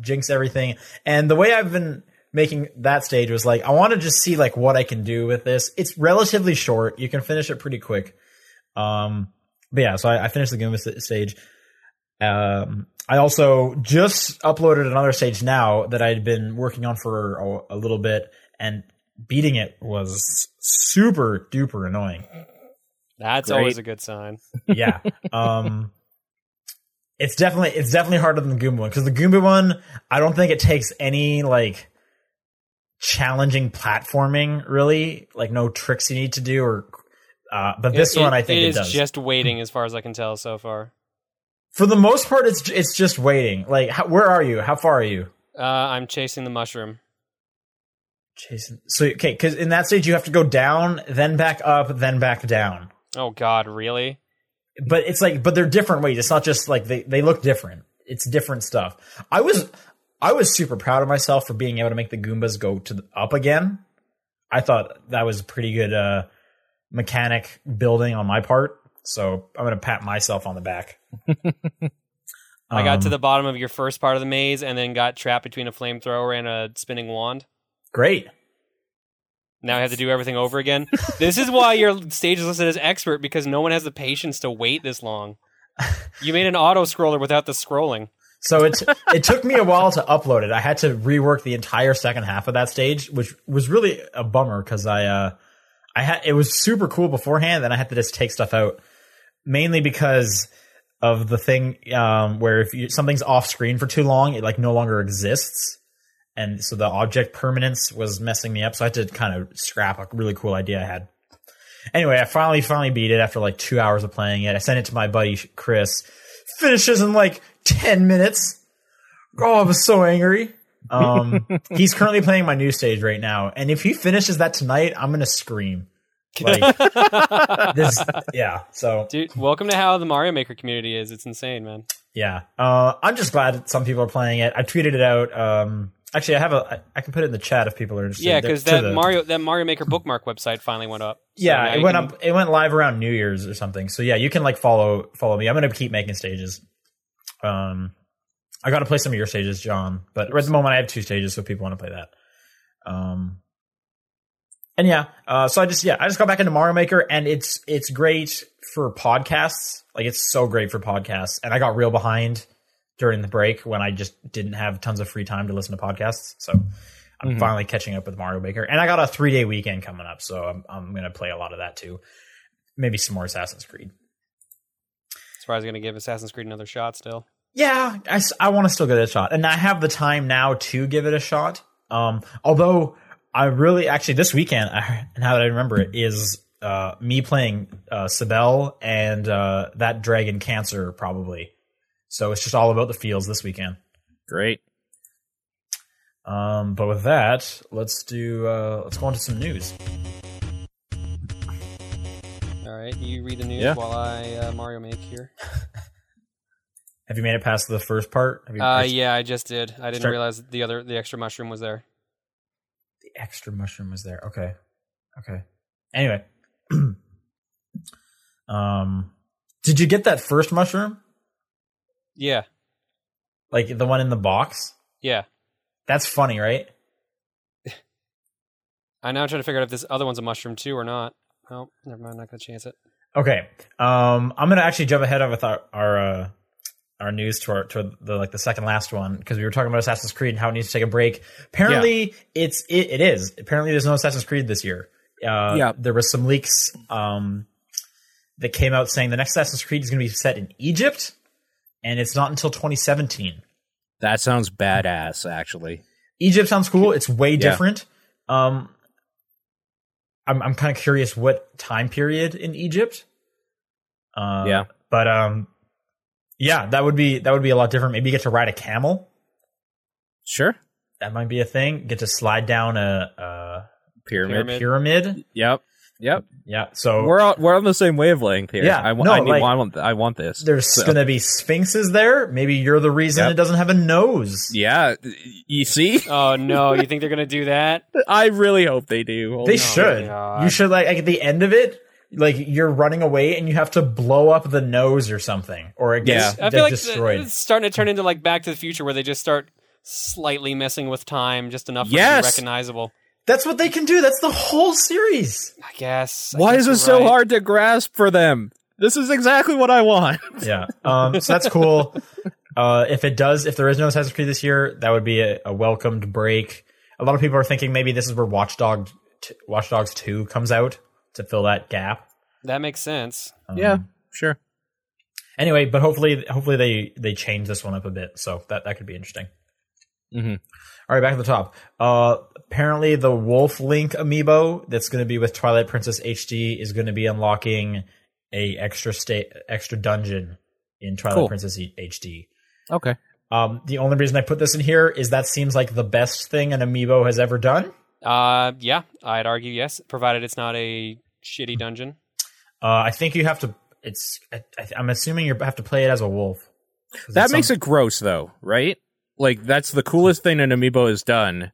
S2: jinx everything. And the way I've been making that stage was like I want to just see like what I can do with this. It's relatively short. You can finish it pretty quick. Um, but yeah, so I, I finished the Goomba st- stage. Um, I also just uploaded another stage now that I'd been working on for a, a little bit, and beating it was super duper annoying.
S3: That's
S1: Great.
S3: always a good sign.
S2: Yeah. um, it's definitely it's definitely harder than the Goomba one because the Goomba one I don't think it takes any like challenging platforming really like no tricks you need to do or uh, but this
S3: It-
S2: one I
S3: it
S2: think it,
S3: is
S2: does.
S3: just waiting, as far as I can tell so far.
S2: for the most part, it's it's just waiting. Like, how, where are you? How far are you?
S3: Uh, I'm chasing the mushroom.
S2: Jason. So okay, because in that stage you have to go down, then back up, then back down.
S3: Oh God, really?
S2: But it's like, but they're different ways. It's not just like they they look different. It's different stuff. I was I was super proud of myself for being able to make the Goombas go to the, up again. I thought that was a pretty good uh, mechanic building on my part. So I'm gonna pat myself on the back.
S3: *laughs* I got to
S2: Um,
S3: the bottom of your first part of the maze and then got trapped between a flamethrower and a spinning wand.
S2: great.
S3: Now I have to do everything
S2: *laughs*
S3: over again. this is why your stage is listed as expert because no one has the patience to wait this long. You made an auto scroller without the scrolling.
S2: So it *laughs* it took me a while to upload it. I had to rework the entire second half of that stage, which was really a bummer because I uh I had it was super cool beforehand, then I had to just take stuff out mainly because of the thing um, where if you, something's off screen for too long, it like no longer exists, and so the object permanence was messing me up. So I had to kind of scrap a really cool idea I had. Anyway, I finally finally beat it after like two hours of playing it. I sent it to my buddy Chris. Finishes in like ten minutes. Oh, I was so angry. Um, he's currently playing my new stage right now, and if he finishes that tonight, I'm gonna scream. Like this, yeah. So
S3: Dude, welcome to how the Mario Maker community is. It's insane, man.
S2: Yeah. Uh, I'm just glad that some people are playing it. I tweeted it out. Um, actually, I have a. I, I can put it in the chat if people are interested.
S3: Yeah,
S2: To-
S3: because
S2: to
S3: that
S2: the-
S3: Mario that Mario Maker bookmark website finally went up. So now
S2: Yeah, it
S3: you
S2: went
S3: can-
S2: up. It went live around New Year's or something. So yeah, you can like follow follow me. I'm gonna keep making stages. Um, I got to play some of your stages, John. But at the moment, I have two stages, so if people want to play that. Um, and yeah, uh, so I just yeah, I just got back into Mario Maker, and it's it's great for podcasts. Like it's so great for podcasts. And I got real behind during the break when I just didn't have tons of free time to listen to podcasts. So I'm
S1: Mhm.
S2: finally catching up with Mario Maker, and I got a three day weekend coming up, so I'm I'm gonna play a lot of that too. Maybe some more Assassin's Creed.
S3: Surprise, gonna give Assassin's Creed another shot still.
S2: yeah, I, want to still give it a shot, and I have the time now to give it a shot. Um, although I really actually this weekend, I, *laughs* now that I remember it, is uh, me playing uh, Sibel and uh, that dragon Cancer probably. So it's just all about the fields this weekend.
S1: Great.
S2: Um, but with that, let's do uh, let's go on to some news.
S3: All right, you read the news
S1: Yeah.
S3: while I uh, Mario make here.
S2: Have you made it past the first part? Have you
S3: Uh,
S2: it's-
S3: yeah, I just did. I didn't
S2: Start-
S3: realize the other the extra mushroom was there.
S2: The extra mushroom was there. Okay. Okay. Anyway. *clears throat* um did you get that first mushroom?
S3: Yeah,
S2: Like the one in the box?
S3: yeah.
S2: That's funny, right?
S3: I now trying to figure out if this other one's a mushroom too or not. Oh, never mind. Not gonna chance it.
S2: Okay. Um, I'm gonna actually jump ahead with our our, uh, our news to our to the like the second last one because we were talking about Assassin's Creed and how it needs to take a break. Apparently, it's it, it is. Apparently, there's no Assassin's Creed this year. Uh,
S1: Yeah.
S2: There was some leaks um, that came out saying the next Assassin's Creed is gonna be set in Egypt, and it's not until 2017.
S1: That sounds badass, actually.
S2: Egypt sounds cool. It's way
S1: Yeah.
S2: different. Um, I'm I'm kind of curious what time period in Egypt. Uh,
S1: Yeah.
S2: but um, yeah, that would be that would be a lot different. Maybe you get to ride a camel.
S1: Sure.
S2: That might be a thing. Get to slide down a, a
S1: Pyramid.
S3: Pyramid.
S2: pyramid.
S1: Yep. Yep.
S2: Yeah, so
S1: We're on, we're on the same wavelength here.
S2: Yeah,
S1: I, wa-
S2: no,
S1: I, need,
S2: like,
S1: I want I want this.
S2: there's
S1: So-
S2: gonna be sphinxes there. Maybe you're the reason
S1: Yep.
S2: it doesn't have a nose.
S1: Yeah, you
S2: *laughs*
S1: see,
S3: Oh no, you think they're gonna
S1: *laughs*
S3: do that?
S1: I really hope they do. Holy
S2: They
S1: sh-
S2: should.
S3: Oh God.
S2: You should like at the end of it, like you're running away and you have to blow up the nose or something, or it
S1: Yeah.
S2: gets de-
S3: I feel like the-
S2: destroyed.
S3: it's starting to turn into like Back to the Future, where they just start slightly messing with time just enough
S1: Yes.
S3: to be recognizable.
S2: That's what they can do. That's the whole series.
S3: I guess. I
S1: Why
S3: guess
S1: is
S3: you're
S1: this so
S3: right.
S1: hard to grasp for them? This is exactly what I want. *laughs*
S2: Yeah. Um, so that's cool. Uh, if it does, if there is no Assassin's Creed this year, that would be a, a welcomed break. A lot of people are thinking maybe this is where Watchdog, t- Watch Dogs Two comes out to fill that gap.
S3: That makes sense.
S2: Um,
S1: Yeah, sure.
S2: Anyway, but hopefully, hopefully they they change this one up a bit, so that that could be interesting.
S1: Mhm.
S2: All right, back to the top. Uh, apparently, the Wolf Link amiibo that's going to be with Twilight Princess HD is going to be unlocking a extra state, extra dungeon in Twilight
S1: Cool.
S2: Princess E- HD.
S1: Okay.
S2: Um, the only reason I put this in here is that seems like the best thing an amiibo has ever done.
S3: Uh, yeah, I'd argue yes, provided it's not a shitty dungeon.
S2: Uh, I think you have to. It's. I, I- I'm assuming you have to play it as a wolf. 'Cause
S1: That
S2: it's
S1: makes
S2: some-
S1: it gross, though, right? Like that's the coolest thing an amiibo has done,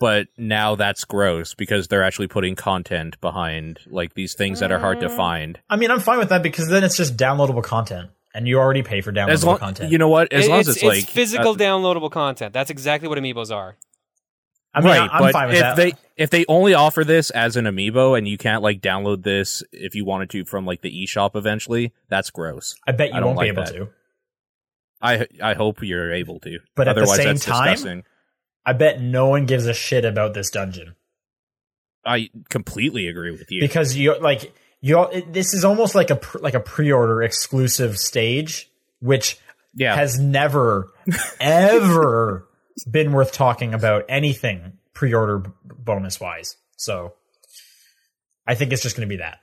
S1: but now that's gross because they're actually putting content behind like these things that are hard to find.
S2: I mean, I'm fine with that because then it's just downloadable content, and you already pay for downloadable
S1: As long,
S2: content.
S1: you know what? As
S3: It-
S1: long as it's, like
S3: physical
S1: uh,
S3: downloadable content. That's exactly what amiibos are.
S2: I mean,
S1: right,
S2: I- I'm
S1: but
S2: fine with
S1: if
S2: that.
S1: they if they only offer this as an amiibo and you can't like download this if you wanted to from like the eShop eventually, that's gross.
S2: I bet you
S1: I don't
S2: won't
S1: like
S2: be able
S1: that.
S2: to.
S1: I I hope you're able to.
S2: But at the
S1: Otherwise,
S2: same
S1: that's
S2: time-
S1: disgusting.
S2: I bet no one gives a shit about this dungeon
S1: I completely agree with you.
S2: because you like you. all- It, this is almost like a pr- like a pre-order exclusive stage, which
S1: yeah,
S2: has never ever been worth talking about anything pre-order bonus wise. So, I think it's just going to be that.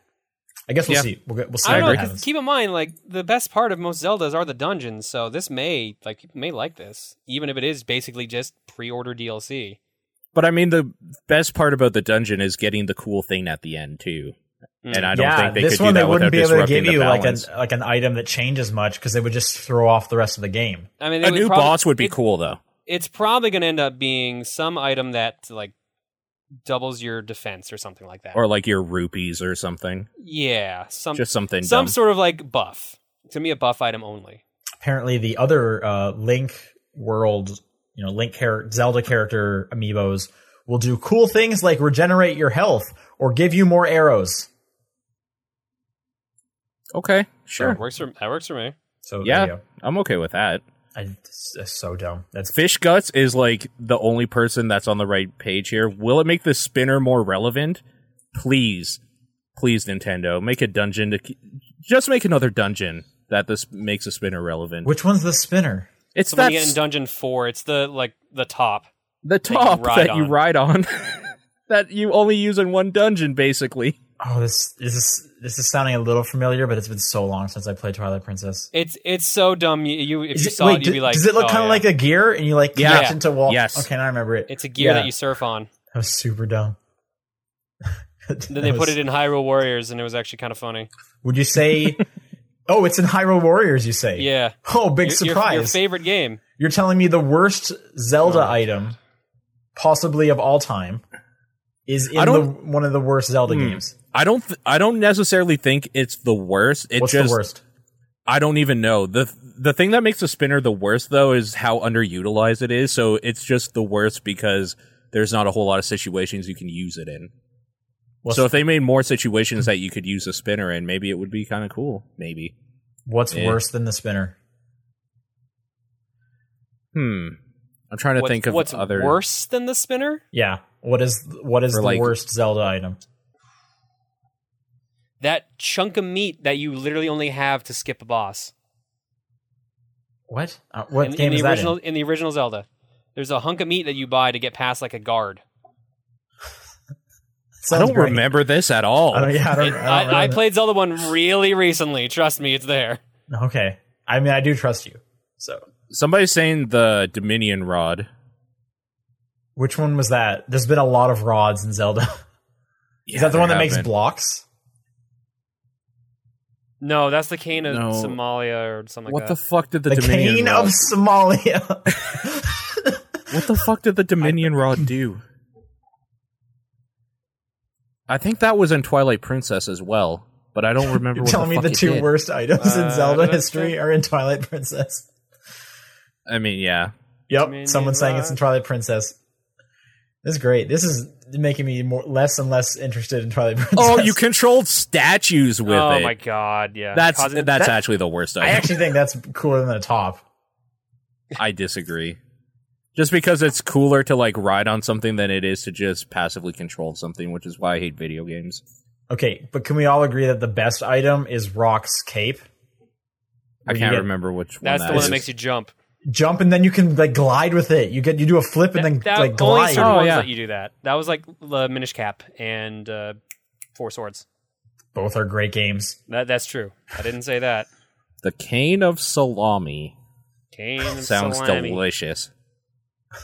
S2: I guess we'll
S1: Yeah.
S2: see. We'll, get- we'll see. what
S3: I don't know. 'cause
S2: happens.
S3: Keep in mind, like the best part of most Zeldas are the dungeons, so this may like people may like this, even if it is basically just pre-order DLC.
S1: but I mean, the best part about the dungeon is getting the cool thing at the end too.
S3: Mm.
S1: And I don't
S2: yeah,
S1: think they
S2: this
S1: could
S2: one
S1: do that
S2: they
S1: without
S2: wouldn't be able to
S1: disrupting
S2: give
S1: the
S2: you like an
S1: balance.
S2: like an item that changes much because they would just throw off the rest of the game.
S3: I mean, they
S1: a
S3: would
S1: new
S3: prob-
S1: boss would be
S3: it-
S1: cool though.
S3: It's probably going to end up being some item that like doubles your defense or something like that.
S1: Or like your rupees or something.
S3: yeah, some
S1: Just something
S3: some
S1: dumb.
S3: sort of like buff. It's gonna be a buff item only.
S2: Apparently, the other uh, Link world, you know, Link char- Zelda character amiibos will do cool things like regenerate your health or give you more arrows.
S1: okay,
S3: That
S1: sure.
S3: works for that works for me.
S2: So there
S1: Yeah.
S2: you go.
S1: I'm okay with that.
S2: I, this is so dumb. That's
S1: Fish Guts is like the only person that's on the right page here. Will it make the spinner more relevant? Please, please, Nintendo, make a dungeon to ke- just make another dungeon that this makes the spinner relevant.
S2: which one's the spinner?
S1: it's
S3: So
S1: that
S3: when you get in dungeon four, it's the like the top.
S1: the
S3: you
S1: top
S3: ride
S1: that you
S3: on.
S1: ride on *laughs* that you only use in one dungeon, basically.
S2: Oh, this this is this is sounding a little familiar, but it's been so long since I played Twilight Princess.
S3: It's it's so dumb. You, you if
S2: Is
S3: you
S2: it-
S3: saw
S2: wait,
S3: it,
S2: d-
S3: you'd be like,
S2: does it look
S3: oh,
S2: kind of
S3: yeah.
S2: like a gear and you like
S1: Yeah.
S2: connect into wall?
S1: Yes.
S2: Okay, now I remember it.
S3: It's a gear
S2: Yeah.
S3: that you surf on.
S2: That was super dumb. *laughs*
S3: Then they put it in Hyrule Warriors, and it was actually kind of funny. *laughs*
S2: Would you say Oh, it's in Hyrule Warriors, you say?
S3: Yeah.
S2: *laughs* Oh, big
S3: Your- your-
S2: surprise.
S3: Your,
S2: Your,
S3: favorite game.
S2: are telling me the worst Zelda item, possibly of all time, is in
S1: I
S2: the,
S1: don't-
S2: one of the worst Zelda
S1: Hmm.
S2: games.
S1: I don't. Th- I don't necessarily think it's the worst. It
S2: What's
S1: just.
S2: the worst?
S1: I don't even know the the thing that makes the spinner the worst though is how underutilized it is. So it's just the worst because there's not a whole lot of situations you can use it in.
S2: What's,
S1: so if they made more situations that you could use a spinner in, maybe it would be kind of cool. Maybe.
S2: what's
S1: Yeah.
S2: worse than the spinner?
S1: Hmm. I'm trying to
S3: What's-
S1: think of
S3: what's
S1: other
S3: worse than the spinner?
S2: Yeah. What is what is
S1: Or
S2: the
S1: like-
S2: worst Zelda item?
S3: That chunk of meat that you literally only have to skip a boss.
S2: What? Uh, what
S3: in, in
S2: game
S3: the
S2: is
S3: original
S2: that?
S3: in? the original Zelda. There's a hunk of meat that you buy to get past like a guard.
S1: I
S2: In? Sounds
S1: don't
S2: great.
S1: remember this at all.
S2: I don't, Uh, yeah, I don't, I
S3: It-
S2: don't
S3: I, I
S2: remember.
S3: played Zelda one really recently. Trust me, it's there.
S2: Okay. I mean, I do trust you. So,
S1: Somebody's saying the Dominion Rod.
S2: which one was that? There's been a lot of rods in Zelda. *laughs* is that the one that makes blocks?
S3: No, that's the cane of
S1: No.
S3: Somalia or something
S1: what
S3: like
S1: the
S3: that.
S1: fuck did the,
S2: the
S1: Dominion
S2: cane
S1: Rod?
S2: of Somalia. *laughs*
S1: What the fuck did the Dominion Rod do? I think that was in Twilight Princess as well, but I don't remember.
S2: You're
S1: what
S2: telling
S1: the
S2: me
S1: fuck
S2: the
S1: it
S2: two
S1: did.
S2: worst items in
S3: Uh,
S2: Zelda
S3: that's
S2: history
S3: true.
S2: are in Twilight Princess.
S1: I mean, yeah.
S2: Yep,
S3: Dominion
S2: someone's saying it's in
S3: Rock.
S2: Twilight Princess. This is great. This is making me more less and less interested in Twilight Princess.
S1: Oh, you controlled statues with
S3: oh
S1: it.
S3: my god, yeah.
S1: That's
S3: Cause-
S1: that's
S2: that-
S1: actually the worst.
S2: I
S1: Item.
S2: actually think that's cooler than the top.
S1: I disagree. Just because it's cooler to like ride on something than it is to just passively control something, which is why I hate video games.
S2: Okay, but can we all agree that the best item is Rock's cape?
S1: I
S2: You
S1: can't
S2: get-
S1: remember which one.
S3: that's the one
S1: is.
S3: that makes you jump.
S2: Jump and then you can like glide with it. You get you do a flip and then
S3: that, that
S2: like
S3: only
S2: glide.
S3: certain
S1: Oh,
S3: ones
S1: yeah.
S3: let you do that. That was like the Minish Cap and uh, Four Swords.
S2: Both are great games.
S3: That that's true. I didn't say that.
S1: the cane of salami.
S3: Cane and
S1: Sounds
S3: salami.
S1: delicious. *laughs*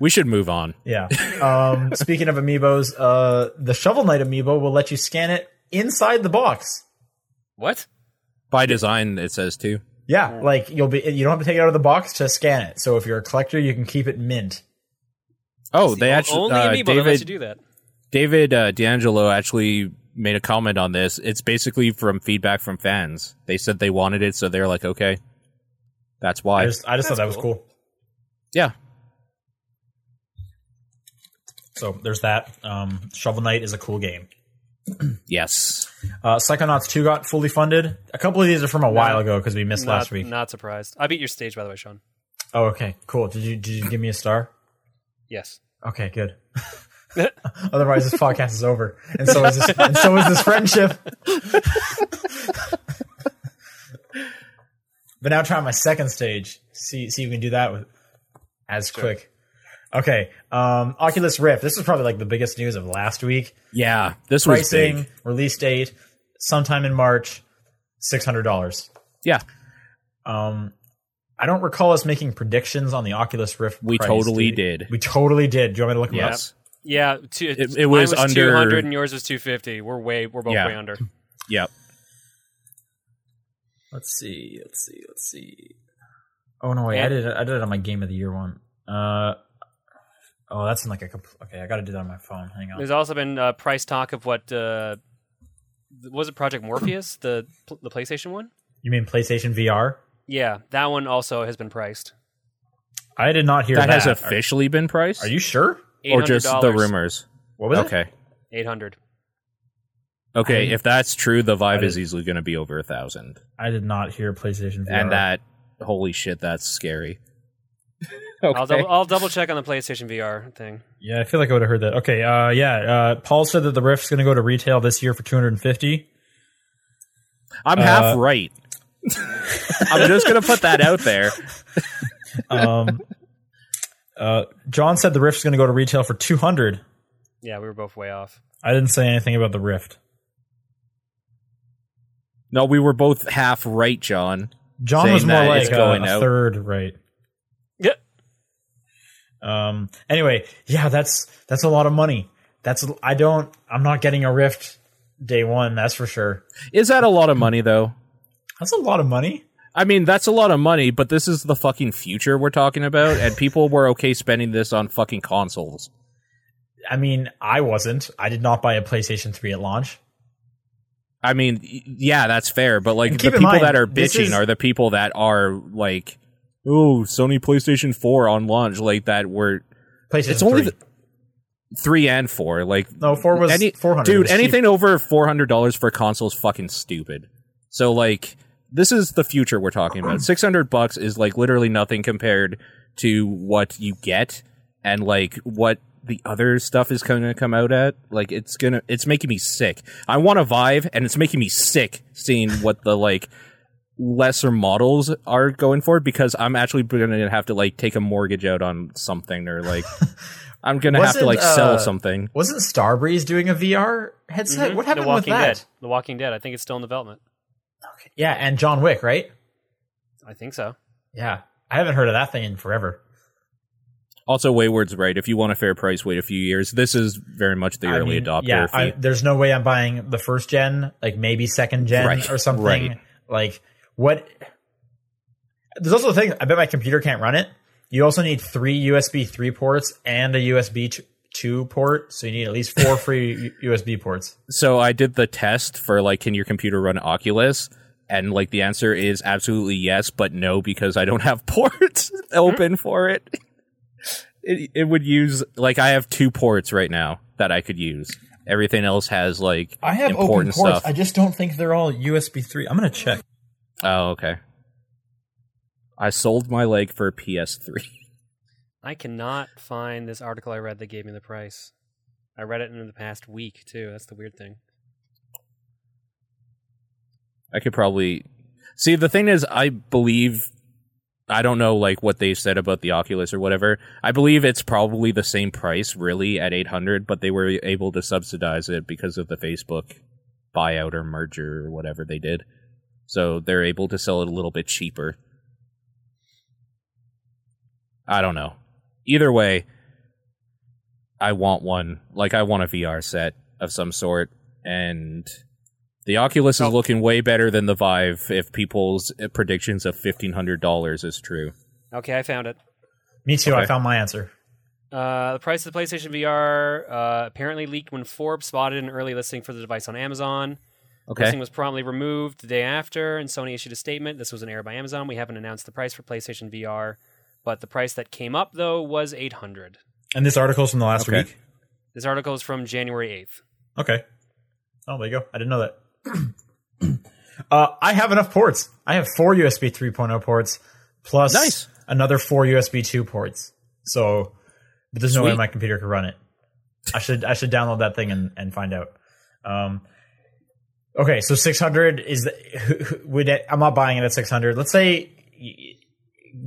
S1: We should move on.
S2: Yeah. Um, *laughs* speaking of amiibos, uh, the Shovel Knight amiibo will let you scan it inside the box.
S3: What?
S1: By design, it says too.
S2: Yeah, like you'll be you don't have to take it out of the box to scan it. So if you're a collector, you can keep it mint.
S1: Oh, they actually
S3: only
S1: uh,
S3: Amiibo that lets you
S1: David
S3: do that.
S1: David uh, D'Angelo actually made a comment on this. It's basically from feedback from fans. They said they wanted it, so they're like, okay, that's
S2: I
S1: why.
S2: just I just thought that was
S3: That's
S2: cool.
S1: yeah,
S2: So there's that. Um, Shovel Knight is a cool game.
S1: yes.
S2: Uh, Psychonauts 2 got fully funded. A couple of these are from a while ago because we missed
S3: Not,
S2: last week.
S3: not surprised. I beat your stage by the way, Sean.
S2: Oh, okay, cool. Did you did you give me a star?
S3: Yes.
S2: Okay, good. *laughs* Otherwise, this podcast is over, and so is this, and so is this friendship. *laughs* but now try my second stage. See, see if you can do that with as quick. Okay, um, Oculus Rift. This is probably like the biggest news of last week.
S1: Yeah, this was
S2: Pricing,
S1: big.
S2: release date, sometime in March, six hundred dollars.
S1: Yeah,
S2: Um, I don't recall us making predictions on the Oculus Rift.
S1: We
S2: price,
S1: totally
S2: did. we?
S1: did.
S2: We totally did. Do you want me to look them up?
S1: yes,
S3: Yeah, two,
S1: It- it
S3: mine
S1: was
S3: was,
S1: under-
S3: 200 and yours was 250. We're way we're both
S1: Yeah.
S3: way under.
S1: yep.
S2: Let's see. Let's see. Let's see. Oh no! Wait, I
S3: And-
S2: did. It, I did it on my game of the year one. Uh, oh, that's in like a. compl- Okay, I got to do that on my phone. Hang on.
S3: There's also been uh, price talk of what uh, th- was it Project Morpheus, the pl- the PlayStation one?
S2: You mean PlayStation VR?
S3: Yeah, that one also has been priced.
S2: I did not hear
S1: That
S2: that.
S1: has
S2: Are-
S1: officially been priced,
S2: Are, you sure?
S1: or just the
S3: $800.
S1: rumors?
S2: What was it?
S1: Okay,
S3: Eight hundred.
S1: okay.
S2: I-
S1: if that's true, the Vive
S2: I
S1: is easily going to be over a thousand,
S2: I did not hear PlayStation VR.
S1: and uh, that holy shit, that's
S2: *laughs*
S1: scary.
S3: I'll double, I'll double check on the PlayStation VR thing.
S2: Yeah, I feel like I would have heard that. Okay. Uh, yeah. Uh, Paul said that the Rift's going to go to retail this year for two hundred and fifty.
S1: I'm
S2: Uh,
S1: half
S2: *laughs*
S1: right. I'm just gonna put that out there. *laughs*
S2: Um, uh, John said the Rift's going to go to retail for two hundred.
S3: Yeah, we were both way off.
S2: I didn't say anything about the Rift.
S1: No, we were both half right, John.
S2: John
S1: saying
S2: was more
S1: that
S2: like
S1: it's
S2: a,
S1: going
S2: a
S1: out.
S2: third right.
S3: Yeah.
S2: Um. Anyway, yeah, that's that's a lot of money. That's I don't. I'm not getting a Rift day one. That's for sure.
S1: Is that a lot of money though?
S2: That's a lot of money.
S1: I mean, that's a lot of money, but this is the fucking future we're talking about, and people were okay spending this on fucking consoles.
S2: I mean, I wasn't. I did not buy a PlayStation 3 at launch.
S1: I mean, y- yeah, that's fair, but like
S2: And
S1: the
S2: keep in
S1: people
S2: mind,
S1: that are
S2: this
S1: bitching
S2: is-
S1: are the people that are like, "Oh, Sony PlayStation 4 on launch," like that were
S2: PlayStation
S1: It's only
S2: 3.
S1: the- 3 and 4, like
S2: no, 4 was
S1: any-
S2: 400. It
S1: dude,
S2: was cheap.
S1: anything over $400 for a console is fucking stupid. So like this is the future we're talking
S2: *clears throat*
S1: about. 600 bucks is like literally nothing compared to what you get and like what the other stuff is going to come out at. Like it's going to it's making me sick. I want a Vive and it's making me sick
S2: *laughs*
S1: seeing what the like lesser models are going for because I'm actually going to have to like take a mortgage out on something or
S2: *laughs*
S1: like I'm going to have to
S2: Wasn't,
S1: like
S2: uh,
S1: sell something.
S2: Wasn't Starbreeze doing a VR headset?
S3: Mhm.
S2: What happened
S3: the Walking
S2: with that?
S3: Dead. The Walking Dead. I think it's still in development.
S2: Yeah, and John Wick, right?
S3: I think so.
S2: Yeah. I haven't heard of that thing in forever.
S1: Also, Wayward's right. If you want a fair price, wait a few years. This is very much the
S2: I
S1: early
S2: mean,
S1: adopter.
S2: Yeah,
S1: fee.
S2: I, there's no way I'm buying the first gen, like maybe second gen
S1: Right,
S2: or something.
S1: right.
S2: Like what? There's also the thing. I bet my computer can't run it. You also need three USB three ports and a USB t- two port, so you need at least
S1: *laughs*
S2: four free U- USB ports.
S1: so I did the test for like, can your computer run Oculus? And like the answer is absolutely yes, but no because I don't have *laughs* ports
S2: Mm-hmm.
S1: open for it. it. It would use like I have two ports right now that I could use. Everything else has like important stuff.
S2: just don't think they're all USB three. I'm gonna check.
S1: oh, okay. I sold my leg for a PS3.
S3: I cannot find this article I read that gave me the price. I read it in the past week too. That's the weird thing.
S1: I could probably see. The thing is, I believe I don't know like what they said about the Oculus or whatever. I believe it's probably the same price, really, at eight hundred, but they were able to subsidize it because of the Facebook buyout or merger or whatever they did. So they're able to sell it a little bit cheaper. I don't know. Either way, I want one. Like I want a VR set of some sort, and the Oculus
S3: Oh.
S1: is looking way better than the Vive. If people's predictions of fifteen hundred dollars is true,
S3: Okay, I found it.
S2: Me too. I
S1: Okay.
S2: found my answer.
S3: Uh, the price of the PlayStation VR uh, apparently leaked when Forbes spotted an early listing for the device on Amazon.
S1: okay,
S3: Listing was promptly removed the day after, and Sony issued a statement. This was an error by Amazon. We haven't announced the price for PlayStation VR, but the price that came up though was eight hundred.
S2: And this article's from the last
S1: Okay.
S2: week.
S3: This article is from January eighth.
S2: Okay. Oh, there you go. I didn't know that. *clears throat* uh, I have enough ports. I have four USB 3.0 ports plus
S1: Nice.
S2: another four USB 2 ports. So, but there's no way
S1: Sweet.
S2: my computer could run it. I should I should download that thing and, and find out. Um, okay, so 600 is the, would it, I'm not buying it at 600. Let's say y-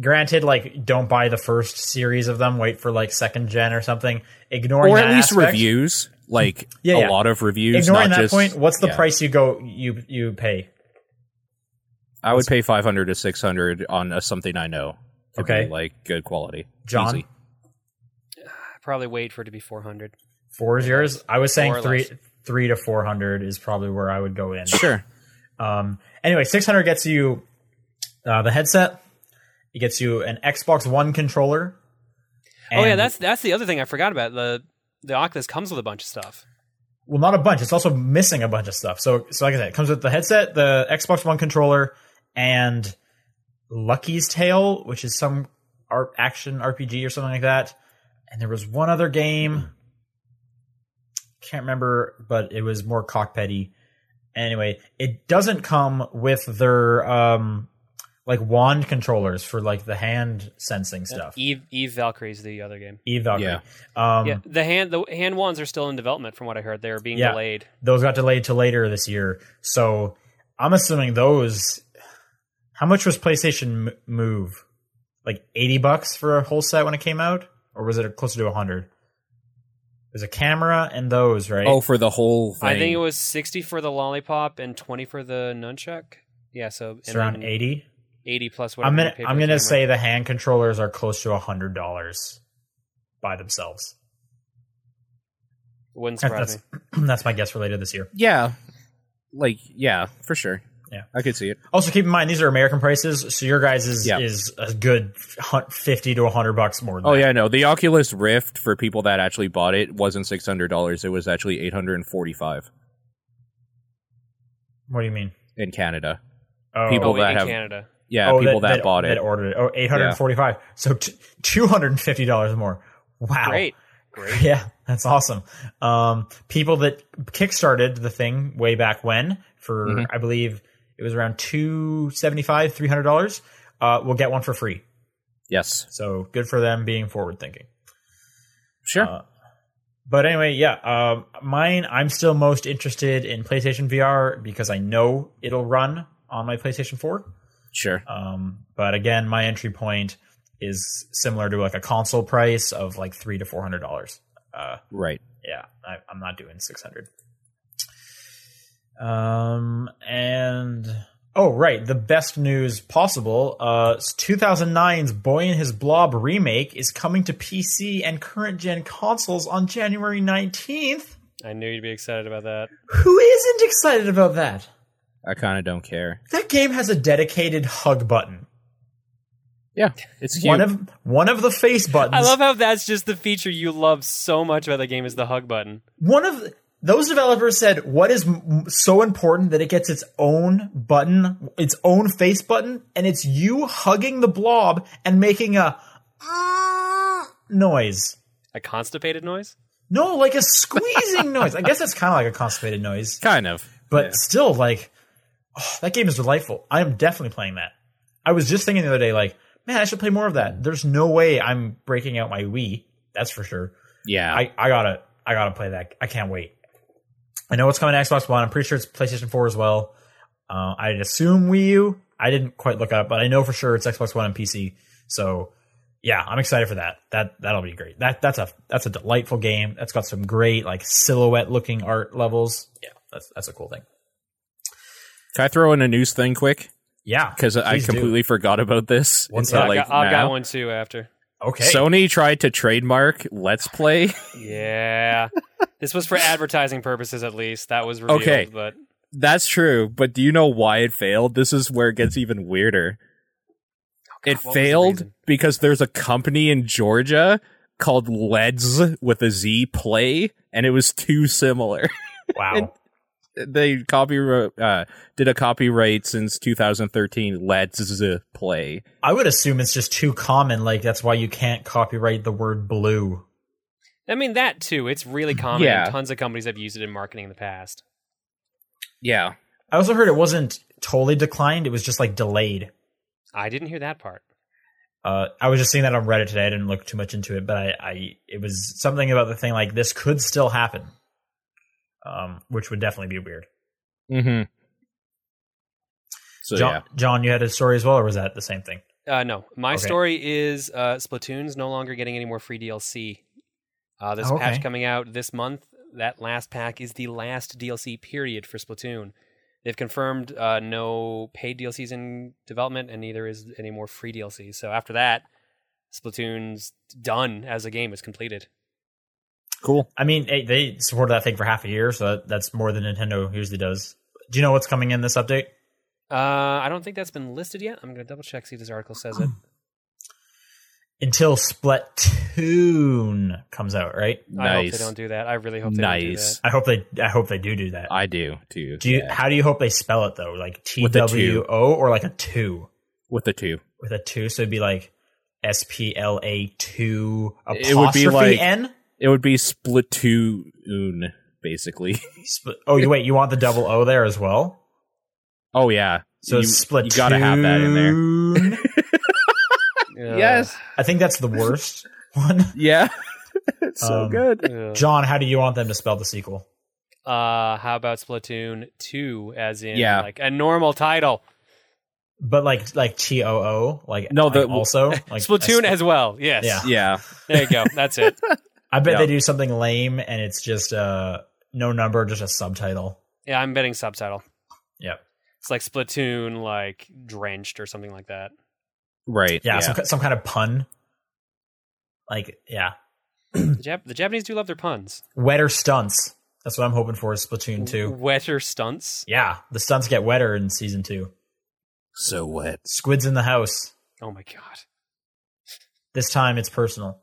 S2: granted like don't buy the first series of them, wait for like second gen or something. Ignoring
S1: or
S2: that
S1: at least
S2: aspect-
S1: reviews, like
S2: *laughs* Yeah,
S1: a
S2: yeah.
S1: lot of reviews.
S2: ignoring
S1: not
S2: that
S1: just,
S2: point, what's the
S1: yeah.
S2: price you go you you pay?
S1: I would pay five hundred to six hundred on uh something I know. to be,
S2: Okay.
S1: like good quality.
S2: John?
S1: Easy.
S3: I probably wait for it to be four hundred.
S2: Four is yours. I was saying
S3: Four or
S2: three
S3: less.
S2: three to four hundred is probably where I would go
S1: *laughs*
S2: in.
S1: sure.
S2: Um, anyway, six hundred gets you uh, the headset. It gets you an Xbox One controller.
S3: Oh yeah,
S2: and-
S3: that's that's the other thing I forgot about. the The Oculus comes with a bunch of stuff.
S2: well, not a bunch. It's also missing a bunch of stuff. So, so like I said, it comes with the headset, the Xbox One controller, and Lucky's Tale, which is some art action RPG or something like that. And there was one other game, can't remember, but it was more cockpety. Anyway, it doesn't come with their um, like wand controllers for like the hand sensing stuff.
S3: Eve Eve Valkyrie's the other game.
S2: Eve Valkyrie.
S1: Yeah.
S2: Um,
S3: e- yeah, the hand the hand ones are still in development from what I heard. They're being
S2: Yeah.
S3: delayed.
S2: those got delayed to later this year. So I'm assuming those. How much was PlayStation M- Move? Like 80 bucks for a whole set when it came out, or was it closer to 100? There's a camera and those, right?
S1: Oh, for the whole thing.
S3: I think it was sixty for the lollipop and twenty for the nunchuck. Yeah, so and
S2: it's around
S3: then
S2: 80.
S3: 80 plus whatever.
S2: I'm
S3: you
S2: gonna
S3: pay for
S2: I'm
S3: the
S2: gonna
S3: camera.
S2: say the hand controllers are close to hundred dollars by themselves.
S3: wouldn't surprise
S2: *laughs* That's
S3: me.
S2: *clears throat* that's my guess related this year.
S1: Yeah, like yeah, for sure.
S2: Yeah.
S1: I could see it.
S2: Also, keep in mind these are American prices, so your guys is
S1: Yeah.
S2: is a good hun- fifty to hundred bucks more. Than
S1: Oh
S2: that.
S1: yeah, no. The Oculus Rift for people that actually bought it wasn't six hundred dollars. It was actually eight hundred and forty-five
S2: What do you mean?
S1: in Canada.
S2: Oh,
S1: People
S3: oh, wait,
S1: that
S3: in
S1: have-
S3: Canada.
S1: Yeah,
S2: oh,
S1: people that, bought it.
S2: that ordered it. Oh, eight hundred forty-five. So t- two hundred and fifty dollars more. Wow.
S3: Great,
S2: *laughs*
S3: great.
S2: Yeah, that's awesome. Um, people that kickstarted the thing way back when for
S1: Mhm.
S2: I believe it was around two seventy-five, three hundred dollars, uh, will get one for free.
S1: yes,
S2: So good for them being forward thinking.
S1: sure.
S2: Uh, but anyway, yeah, um, mine. I'm still most interested in PlayStation VR because I know it'll run on my PlayStation 4.
S1: sure.
S2: Um, but again, my entry point is similar to like a console price of like three to four hundred dollars. Uh,
S1: Right.
S2: yeah, I, I'm not doing six hundred. Um, and oh right, the best news possible. Uh, 2009's Boy and His Blob remake is coming to PC and current gen consoles on January 19th.
S3: I knew you'd be excited
S2: *laughs*
S3: about that.
S2: Who isn't excited about that?
S1: I kind of don't care.
S2: That game has a dedicated hug button.
S1: Yeah, it's cute.
S2: One of one of the face buttons.
S3: I love how that's just the feature you love so much about the game is the hug button.
S2: one of those developers said what is m- so important that it gets its own button its own face button and it's you hugging the blob and making a "Ah" noise
S3: A constipated noise.
S2: no like a squeezing noise i guess that's kind of like a constipated noise
S1: kind of.
S2: but still like oh, that game is delightful i am definitely playing that i was just thinking the other day like man i should play more of that there's no way i'm breaking out my wii that's for sure
S1: Yeah.
S2: I, I gotta I gotta play that. I can't wait. I know it's coming to Xbox One. I'm pretty sure it's PlayStation 4 as well. Uh, I'd assume Wii U. I didn't quite look up, but I know for sure it's Xbox One and PC. So yeah, I'm excited for that. That that'll be great. That that's a that's a delightful game. That's got some great like silhouette looking art levels. Yeah, that's that's a cool thing.
S1: Can I throw in a news thing quick?
S2: Yeah.
S1: Because I
S2: Please do.
S1: completely forgot about this.
S2: What's
S1: until,
S2: up?
S3: I've,
S1: like,
S3: got, I've got
S1: now.
S3: one too after.
S2: Okay.
S1: Sony tried to trademark Let's Play. *laughs*
S3: Yeah, this was for advertising purposes at least. That was revealed,
S1: Okay.
S3: but
S1: That's true, but do you know why it failed? This is where it gets even weirder.
S3: God,
S1: it
S3: what was the
S1: failed
S3: reason?
S1: because there's a company in Georgia called Leds with a Z Play, and it was too similar.
S2: wow.
S1: they copy uh, did a copyright since 2013. Leds Play.
S2: I would assume it's just too common. Like that's why you can't copyright the word blue.
S3: I mean that too. It's really common.
S1: Yeah.
S3: and Tons of companies have used it in marketing in the past.
S1: Yeah,
S2: I also heard it wasn't totally declined. It was just like delayed.
S3: I didn't hear that part.
S2: Uh, I was just seeing that on Reddit today. I didn't look too much into it, but I, I it was something about the thing like this could still happen, um, which would definitely be weird.
S1: Mm-hmm. So
S2: John,
S1: yeah,
S2: John, you had a story as well, or was that the same thing?
S3: Uh, no, my
S2: Okay.
S3: story is uh, Splatoon's no longer getting any more free DLC. Uh, this
S2: Oh, okay.
S3: patch coming out this month. That last pack is the last DLC period for Splatoon. They've confirmed uh, no paid DLCs in development, and neither is any more free DLCs. So after that, Splatoon's done as a game. It's completed.
S1: cool.
S2: I mean, hey, they supported that thing for half a year, so that, that's more than Nintendo usually does. Do you know what's coming in this update?
S3: Uh, I don't think that's been listed yet. I'm gonna double check see if this article says it.
S2: Until Splatoon comes out, right?
S3: I hope they
S1: Nice.
S3: don't do that. I really hope they don't do
S1: Nice.
S2: *laughs*
S3: that.
S2: I hope they. I hope they do do that.
S1: I do too.
S2: do you?
S1: yeah.
S2: How do you hope they spell it though? Like T
S1: With a two.
S2: W O or like a two?
S1: with the two.
S2: with a two, so it'd be like S P L A two apostrophe
S1: It would be like-
S2: N.
S1: It would be Splatoon, basically. *laughs*
S2: Split, oh, you wait, you want the double O there as well?
S1: oh yeah.
S2: So
S1: you,
S2: split.
S1: You gotta have that in there.
S2: there.
S3: Ugh.
S2: I think that's the worst *laughs* one.
S1: Yeah. *laughs* it's
S2: Um,
S1: good.
S3: Ugh.
S2: John, how do you want them to spell the sequel?
S3: uh how about splatoon 2 as in
S1: Yeah.
S3: like a normal title
S2: But like like T O O, like
S1: No,
S2: like
S1: the-
S2: also like
S3: splatoon
S2: S-
S3: as well yes
S2: Yeah.
S1: Yeah.
S3: there
S2: *laughs*
S3: you go that's it
S2: I bet
S1: yeah.
S2: they do something lame and it's just uh no number, just a subtitle.
S3: yeah i'm betting subtitle
S2: Yep.
S3: it's like splatoon like drenched or something
S2: *clears throat*
S3: like that
S1: Right.
S2: Yeah, Some, ki- some kind of pun. Like yeah,
S3: the, Jap- the japanese do love their puns
S2: wetter stunts. That's what I'm hoping for is Splatoon 2.
S3: Wetter stunts.
S2: Yeah, the stunts get wetter in season 2.
S1: So wet.
S2: Squids in the house.
S3: Oh my *laughs*
S2: This time it's personal.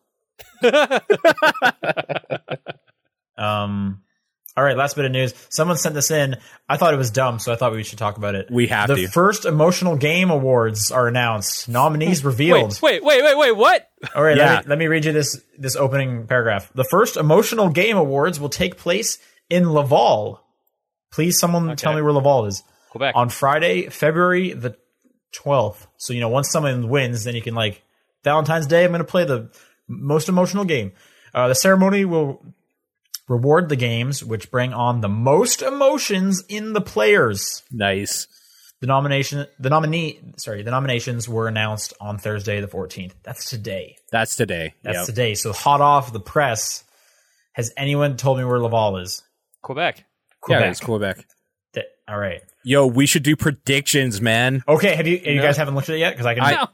S3: god.
S2: Um all right, last bit of news. Someone sent this in. I thought it was dumb, so I thought we should talk about it.
S1: We have
S2: the
S1: to.
S2: first emotional game awards are
S1: *laughs*
S2: announced. Nominees revealed.
S3: wait, wait, wait, wait, wait. What?
S2: All right,
S1: Yeah.
S2: let, me, let me read you this this opening paragraph. The first emotional game awards will take place in Laval. Please, someone tell
S3: Okay.
S2: me where Laval is
S3: Quebec.
S2: on Friday, February the twelfth. So you know, once someone wins, then you can like Valentine's Day. I'm going to play the most emotional game. Uh, the ceremony will reward the games which bring on the most emotions in the players.
S1: Nice.
S2: The nomination, the nominee, sorry, the nominations were announced on Thursday the 14th. That's today.
S1: That's today.
S2: That's
S1: Yep.
S2: today. So hot off the press. Has anyone told me where Laval is?
S3: Quebec.
S1: Yeah,
S2: Quebec.
S1: it's Quebec.
S2: Th- All right.
S1: Yo, we should do predictions, man.
S2: Okay. Have you? You
S3: No.
S2: guys haven't looked at it yet because I can.
S1: I-
S3: No.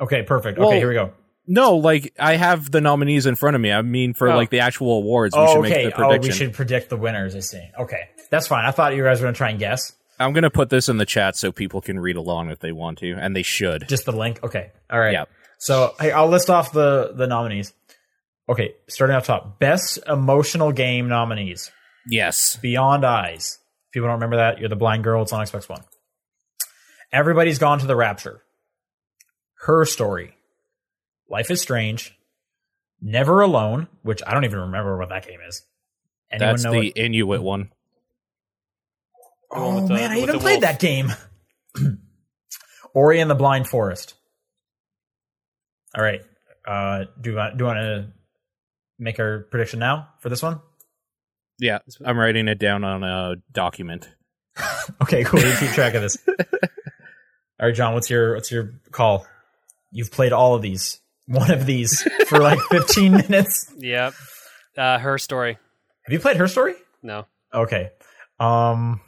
S2: okay. Perfect.
S1: Well,
S2: okay. Here we go.
S1: No, like I have the nominees in front of me. I mean, for
S3: Oh.
S1: like the actual awards, we
S2: Oh,
S1: should
S2: okay.
S1: make the
S2: Oh,
S1: prediction.
S2: we should predict the winners. I see. Okay, that's fine. I thought you guys were gonna try and guess.
S1: I'm gonna put this in the chat so people can read along if they want to, and they should.
S2: Just the link. Okay. All right.
S1: Yep.
S2: So hey, I'll list off the the nominees. Okay, starting off top, best emotional game nominees:
S1: Yes.
S2: Beyond Eyes. If people don't remember that, you're the blind girl. It's on Xbox One. Everybody's gone to the Rapture. Her story. Life is strange. Never alone, which I don't even remember what that game is. Anyone
S1: That's
S2: know
S1: the
S2: it?
S1: Inuit one.
S3: The one
S2: Oh
S3: with the-
S2: man, I
S3: with
S2: even
S3: the
S2: played
S3: wolf.
S2: that game. *clears throat* Ori and the Blind Forest. All right. Uh, do you want, do you want to make our prediction now for this one? *laughs*
S1: Yeah. I'm writing it down on a document.
S2: Okay, cool. You keep track of this. All right, John. What's your what's your call? You've played all of these. One of these for like 15 *laughs* minutes.
S3: Yep. Uh, her story.
S2: Have you played her story?
S3: No.
S2: Okay. Um,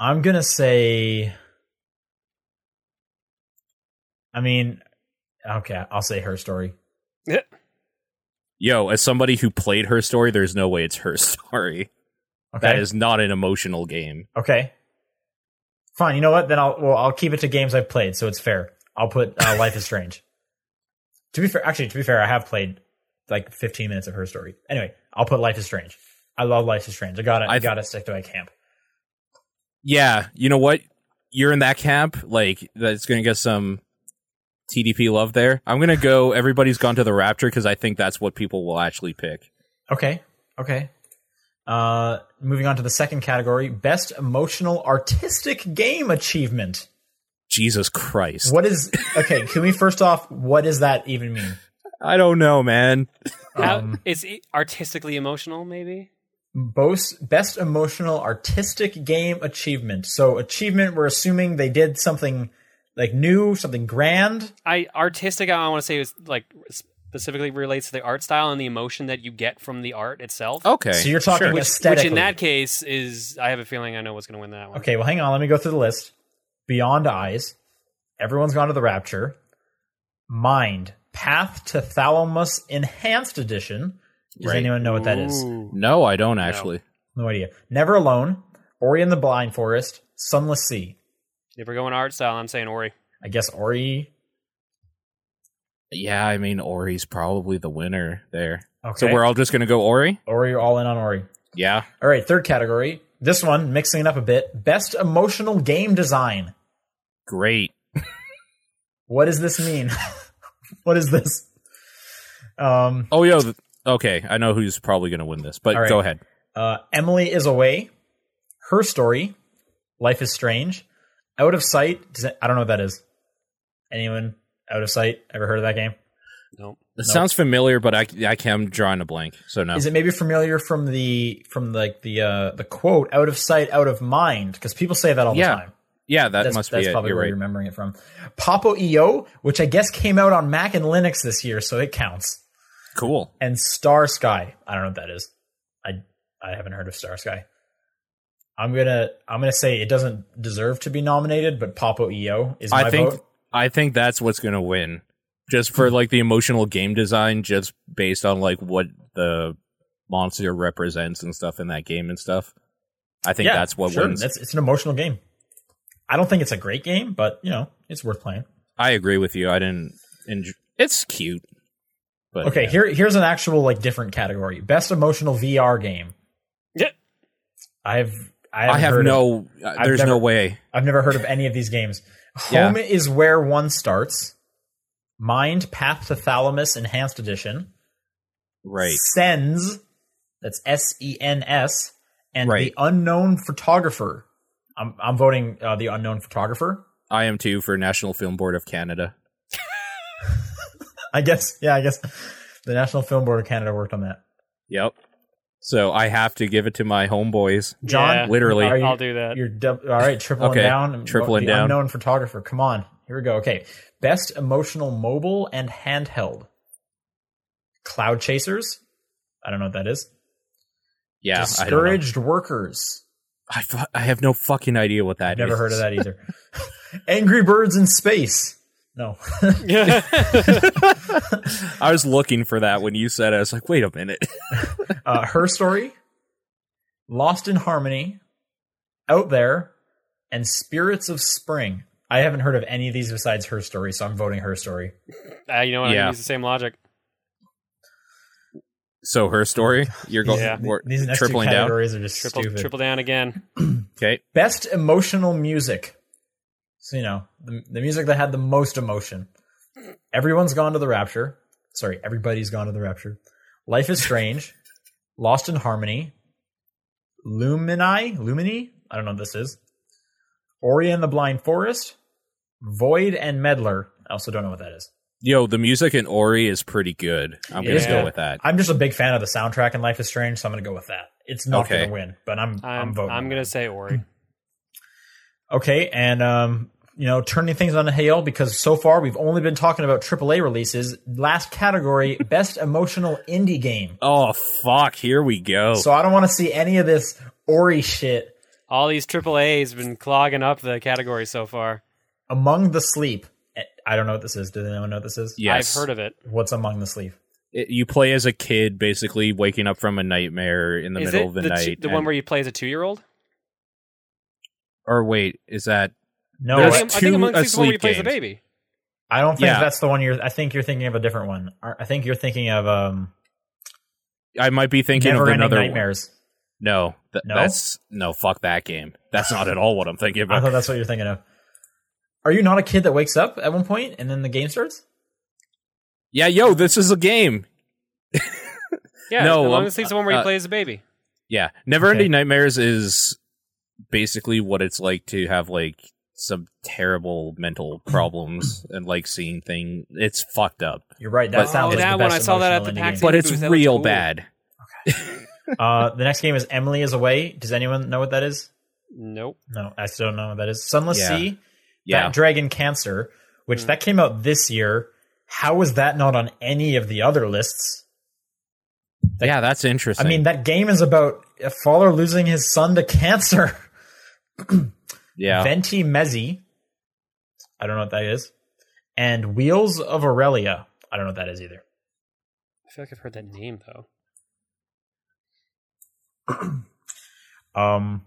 S2: I'm gonna say. I mean, okay, I'll say her story.
S1: Yo, as somebody who played her story, there's no way it's her *laughs* story.
S2: Okay.
S1: That is not an emotional game.
S2: okay. Fine. You know what? Then I'll well I'll keep it to games I've played, so it's fair. I'll put
S1: *laughs*
S2: uh, Life is Strange. To be fair, actually, to be fair, I have played like 15 minutes of her story. Anyway, I'll put Life is Strange. I love Life is Strange. I got to I
S1: I've-
S2: got to stick to my camp.
S1: Yeah, you know what? You're in that camp. Like that's gonna get some TDP love there. I'm gonna go. Everybody's gone to the Rapture because I think that's what people will actually pick.
S2: Okay. Okay. Uh, moving on to the second category, best emotional artistic game achievement.
S1: Jesus Christ.
S2: What is okay? Can we first off, what does that even mean?
S1: I don't know, man.
S3: How,
S2: Um,
S3: it's e- artistically emotional, maybe.
S2: Both best emotional artistic game achievement. So achievement, we're assuming they did something like new, something grand.
S3: I artistic. I want to say is like specifically relates to the art style and the emotion that you get from the art itself.
S1: Okay.
S2: So you're talking
S1: sure.
S2: about
S3: which,
S2: aesthetically.
S3: which in that case is I have a feeling I know what's going to win that one.
S2: Okay, well, hang on. Let me go through the list. Beyond Eyes, Everyone's Gone to the Rapture, Mind, Path to Thalamus Enhanced Edition. Does
S1: Right.
S2: anyone know what that is?
S3: Ooh.
S1: No, I don't actually.
S2: No idea. Never Alone, Ori and the Blind Forest, Sunless Sea.
S3: If we're going art style, I'm saying Ori.
S2: I guess Ori.
S1: Yeah, I mean Ori's probably the winner there.
S2: Okay.
S1: So we're all just gonna go Ori.
S2: Ori, you're all in on Ori.
S1: Yeah.
S2: All right, third category. This one, mixing it up a bit. Best emotional game design.
S1: Great.
S2: What does this mean? *laughs* what is this? Um,
S1: Oh yo. th- okay, I know who's probably gonna win this, but
S2: All right.
S1: go ahead.
S2: uh, Emily is away. Her story, life is strange. Out of sight. Does it, I don't know what that is. Anyone out of sight? Ever heard of that game?
S1: It sounds familiar, but I I can I'm drawing a blank. So no.
S2: Is it maybe familiar from the from like the uh, the quote "out of sight, out of mind"? Because people say that all
S1: Yeah,
S2: the time.
S1: yeah, that
S2: That's,
S1: must
S2: that's
S1: be it.
S2: probably
S1: You're
S2: where
S1: right.
S2: you're remembering it from. Popo EO, which I guess came out on Mac and Linux this year, so it counts.
S1: Cool.
S2: And Star Sky. I don't know what that is. I I haven't heard of Star Sky. I'm gonna I'm gonna say it doesn't deserve to be nominated, but Popo EO is my
S1: I think
S2: vote.
S1: I think that's what's gonna win. Just for like the emotional game design, just based on like what the monster represents and stuff in that game and stuff. I think
S2: Yeah,
S1: that's what
S2: sure.
S1: wins.
S2: That's, it's an emotional game. I don't think it's a great game, but you know, it's worth playing.
S1: I agree with you. I didn't. Enjoy- it's cute. But
S2: Okay,
S1: yeah.
S2: here here's an actual like different category. Best emotional VR game.
S3: Yeah.
S2: I've I, haven't
S1: I have
S2: heard of-
S1: no. uh,
S2: I've
S1: there's
S2: never-
S1: no way.
S2: I've never heard of any of these games.
S1: *laughs* Yeah.
S2: Home is where one starts. Mind Path to Thalamus Enhanced Edition.
S1: Right.
S2: Sens. That's S E N S. And
S1: Right.
S2: the unknown photographer. I'm I'm voting uh, the unknown photographer. *laughs*
S1: I am too for National Film Board of Canada.
S2: I guess. Yeah, I guess the National Film Board of Canada worked on that.
S1: Yep. So I have to give it to my
S2: *laughs*
S1: homeboys.
S2: John,
S3: Yeah.
S1: Literally.
S2: Are you-
S3: I'll do that.
S2: You're dub- all right. Tripling
S1: Okay,
S2: down.
S1: tripling
S2: the
S1: down.
S2: Unknown photographer. Come on. Here we go. Okay. Best emotional mobile and handheld. Cloud chasers. I don't know what that is.
S1: Yeah. I, don't know.
S2: Discouraged workers.
S1: I, fu- I have no fucking idea what that
S2: Never
S1: is.
S2: heard of
S1: *laughs*
S2: that either. *laughs* Angry Birds in space. No.
S1: *laughs* I was looking for that when you said it. I was like, wait a minute. *laughs*
S2: Uh, Her story. Lost in harmony. Out there, and spirits of spring. I haven't heard of any of these besides her story, so I'm voting her story.
S3: *laughs* Uh, you know what? I'm
S1: Yeah.
S3: gonna use the same logic.
S1: so her story, you're going
S3: Yeah.
S1: we're
S2: These next
S1: tripling
S2: two
S1: down.
S2: categories are just
S3: Triple
S2: stupid.
S3: triple down again.
S1: Okay.
S2: Best emotional music. So you know the, the music that had the most emotion. Everyone's gone to the rapture. Sorry, everybody's gone to the rapture. Life is strange. *laughs* Lost in harmony. Lumini, Lumini. I don't know what this is. Ori and the Blind Forest. Void and Meddler. I also don't know what that is.
S1: Yo, the music in Ori is pretty good. I'm
S3: It
S1: gonna
S3: is
S1: go
S3: good.
S1: with that.
S2: I'm just a big fan of the soundtrack in Life is Strange, so I'm gonna go with that. It's not
S1: Okay.
S2: gonna win, but I'm I'm,
S3: I'm I'm,
S2: voting.
S3: gonna say Ori.
S2: Okay, and um, you know, turning things on to Hale because so far we've only been talking about AAA releases. Last category, *laughs* best emotional indie game.
S1: Oh fuck, here we
S3: Oh.
S1: go.
S2: So I don't want to see any of this Ori shit.
S3: All these triple A's been clogging up the category so far.
S2: Among the Sleep. Eh, I don't know what this is. Does anyone know what this is?
S1: yes.
S3: I've heard of it.
S2: What's Among the Sleep?
S1: It- you play as a kid basically waking up from a nightmare in the
S3: Is
S1: middle
S3: it
S1: of the,
S3: the, two-
S1: night.
S3: the
S1: and-
S3: one where you play as a two year old?
S1: or wait, is that
S2: No,
S1: There's-
S2: I-
S3: I think
S1: two
S3: Among Thieves is the one where you
S1: asleep
S3: play as a
S1: games.
S3: baby.
S2: I don't think
S1: yeah.
S2: that's the one you're. I think you're thinking of a different one. Or I think you're thinking of um,
S1: I might be thinking
S2: Never
S1: of
S2: Ending
S1: another
S2: Nightmares.
S1: No, th-
S2: No?
S1: that's no fuck that game. That's not at all what I'm thinking
S2: I
S1: about.
S2: thought that's what you're thinking of. Are you not a kid that wakes up at one point and then the game starts?
S1: yeah, yo, this is a game.
S3: Yeah,
S1: No,
S3: Among
S1: um,
S3: the Sleep is the one where you
S1: uh,
S3: play as a baby.
S1: Yeah, Never
S2: Okay.
S1: Ending Nightmares is basically what it's like to have like some terrible
S2: *clears throat*
S1: mental problems and like seeing thing. It's fucked up,
S2: You're right. That
S1: But-
S2: sounds
S1: Oh,
S2: like
S3: that
S2: the
S3: one,
S2: best
S3: I saw that at
S2: emotional
S3: the
S2: indie
S3: PAX
S2: game.
S1: but it's
S3: Booth, that looks
S1: real
S3: cool.
S1: bad.
S2: Uh, the next game is Emily is Away. Does anyone know what that is?
S3: Nope.
S2: No, I still don't know what that is. Sunless
S1: Yeah.
S2: Sea,
S1: Yeah,
S2: That Dragon Cancer, which that came out this year. How was that not on any of the other lists?
S1: yeah, that's interesting.
S2: I mean, that game is about a father losing his son to cancer.
S1: *laughs* yeah,
S2: Venti Mezzi. I don't know what that is. And Wheels of Aurelia. I don't know what that is either.
S3: I feel like I've heard that name though.
S2: Um,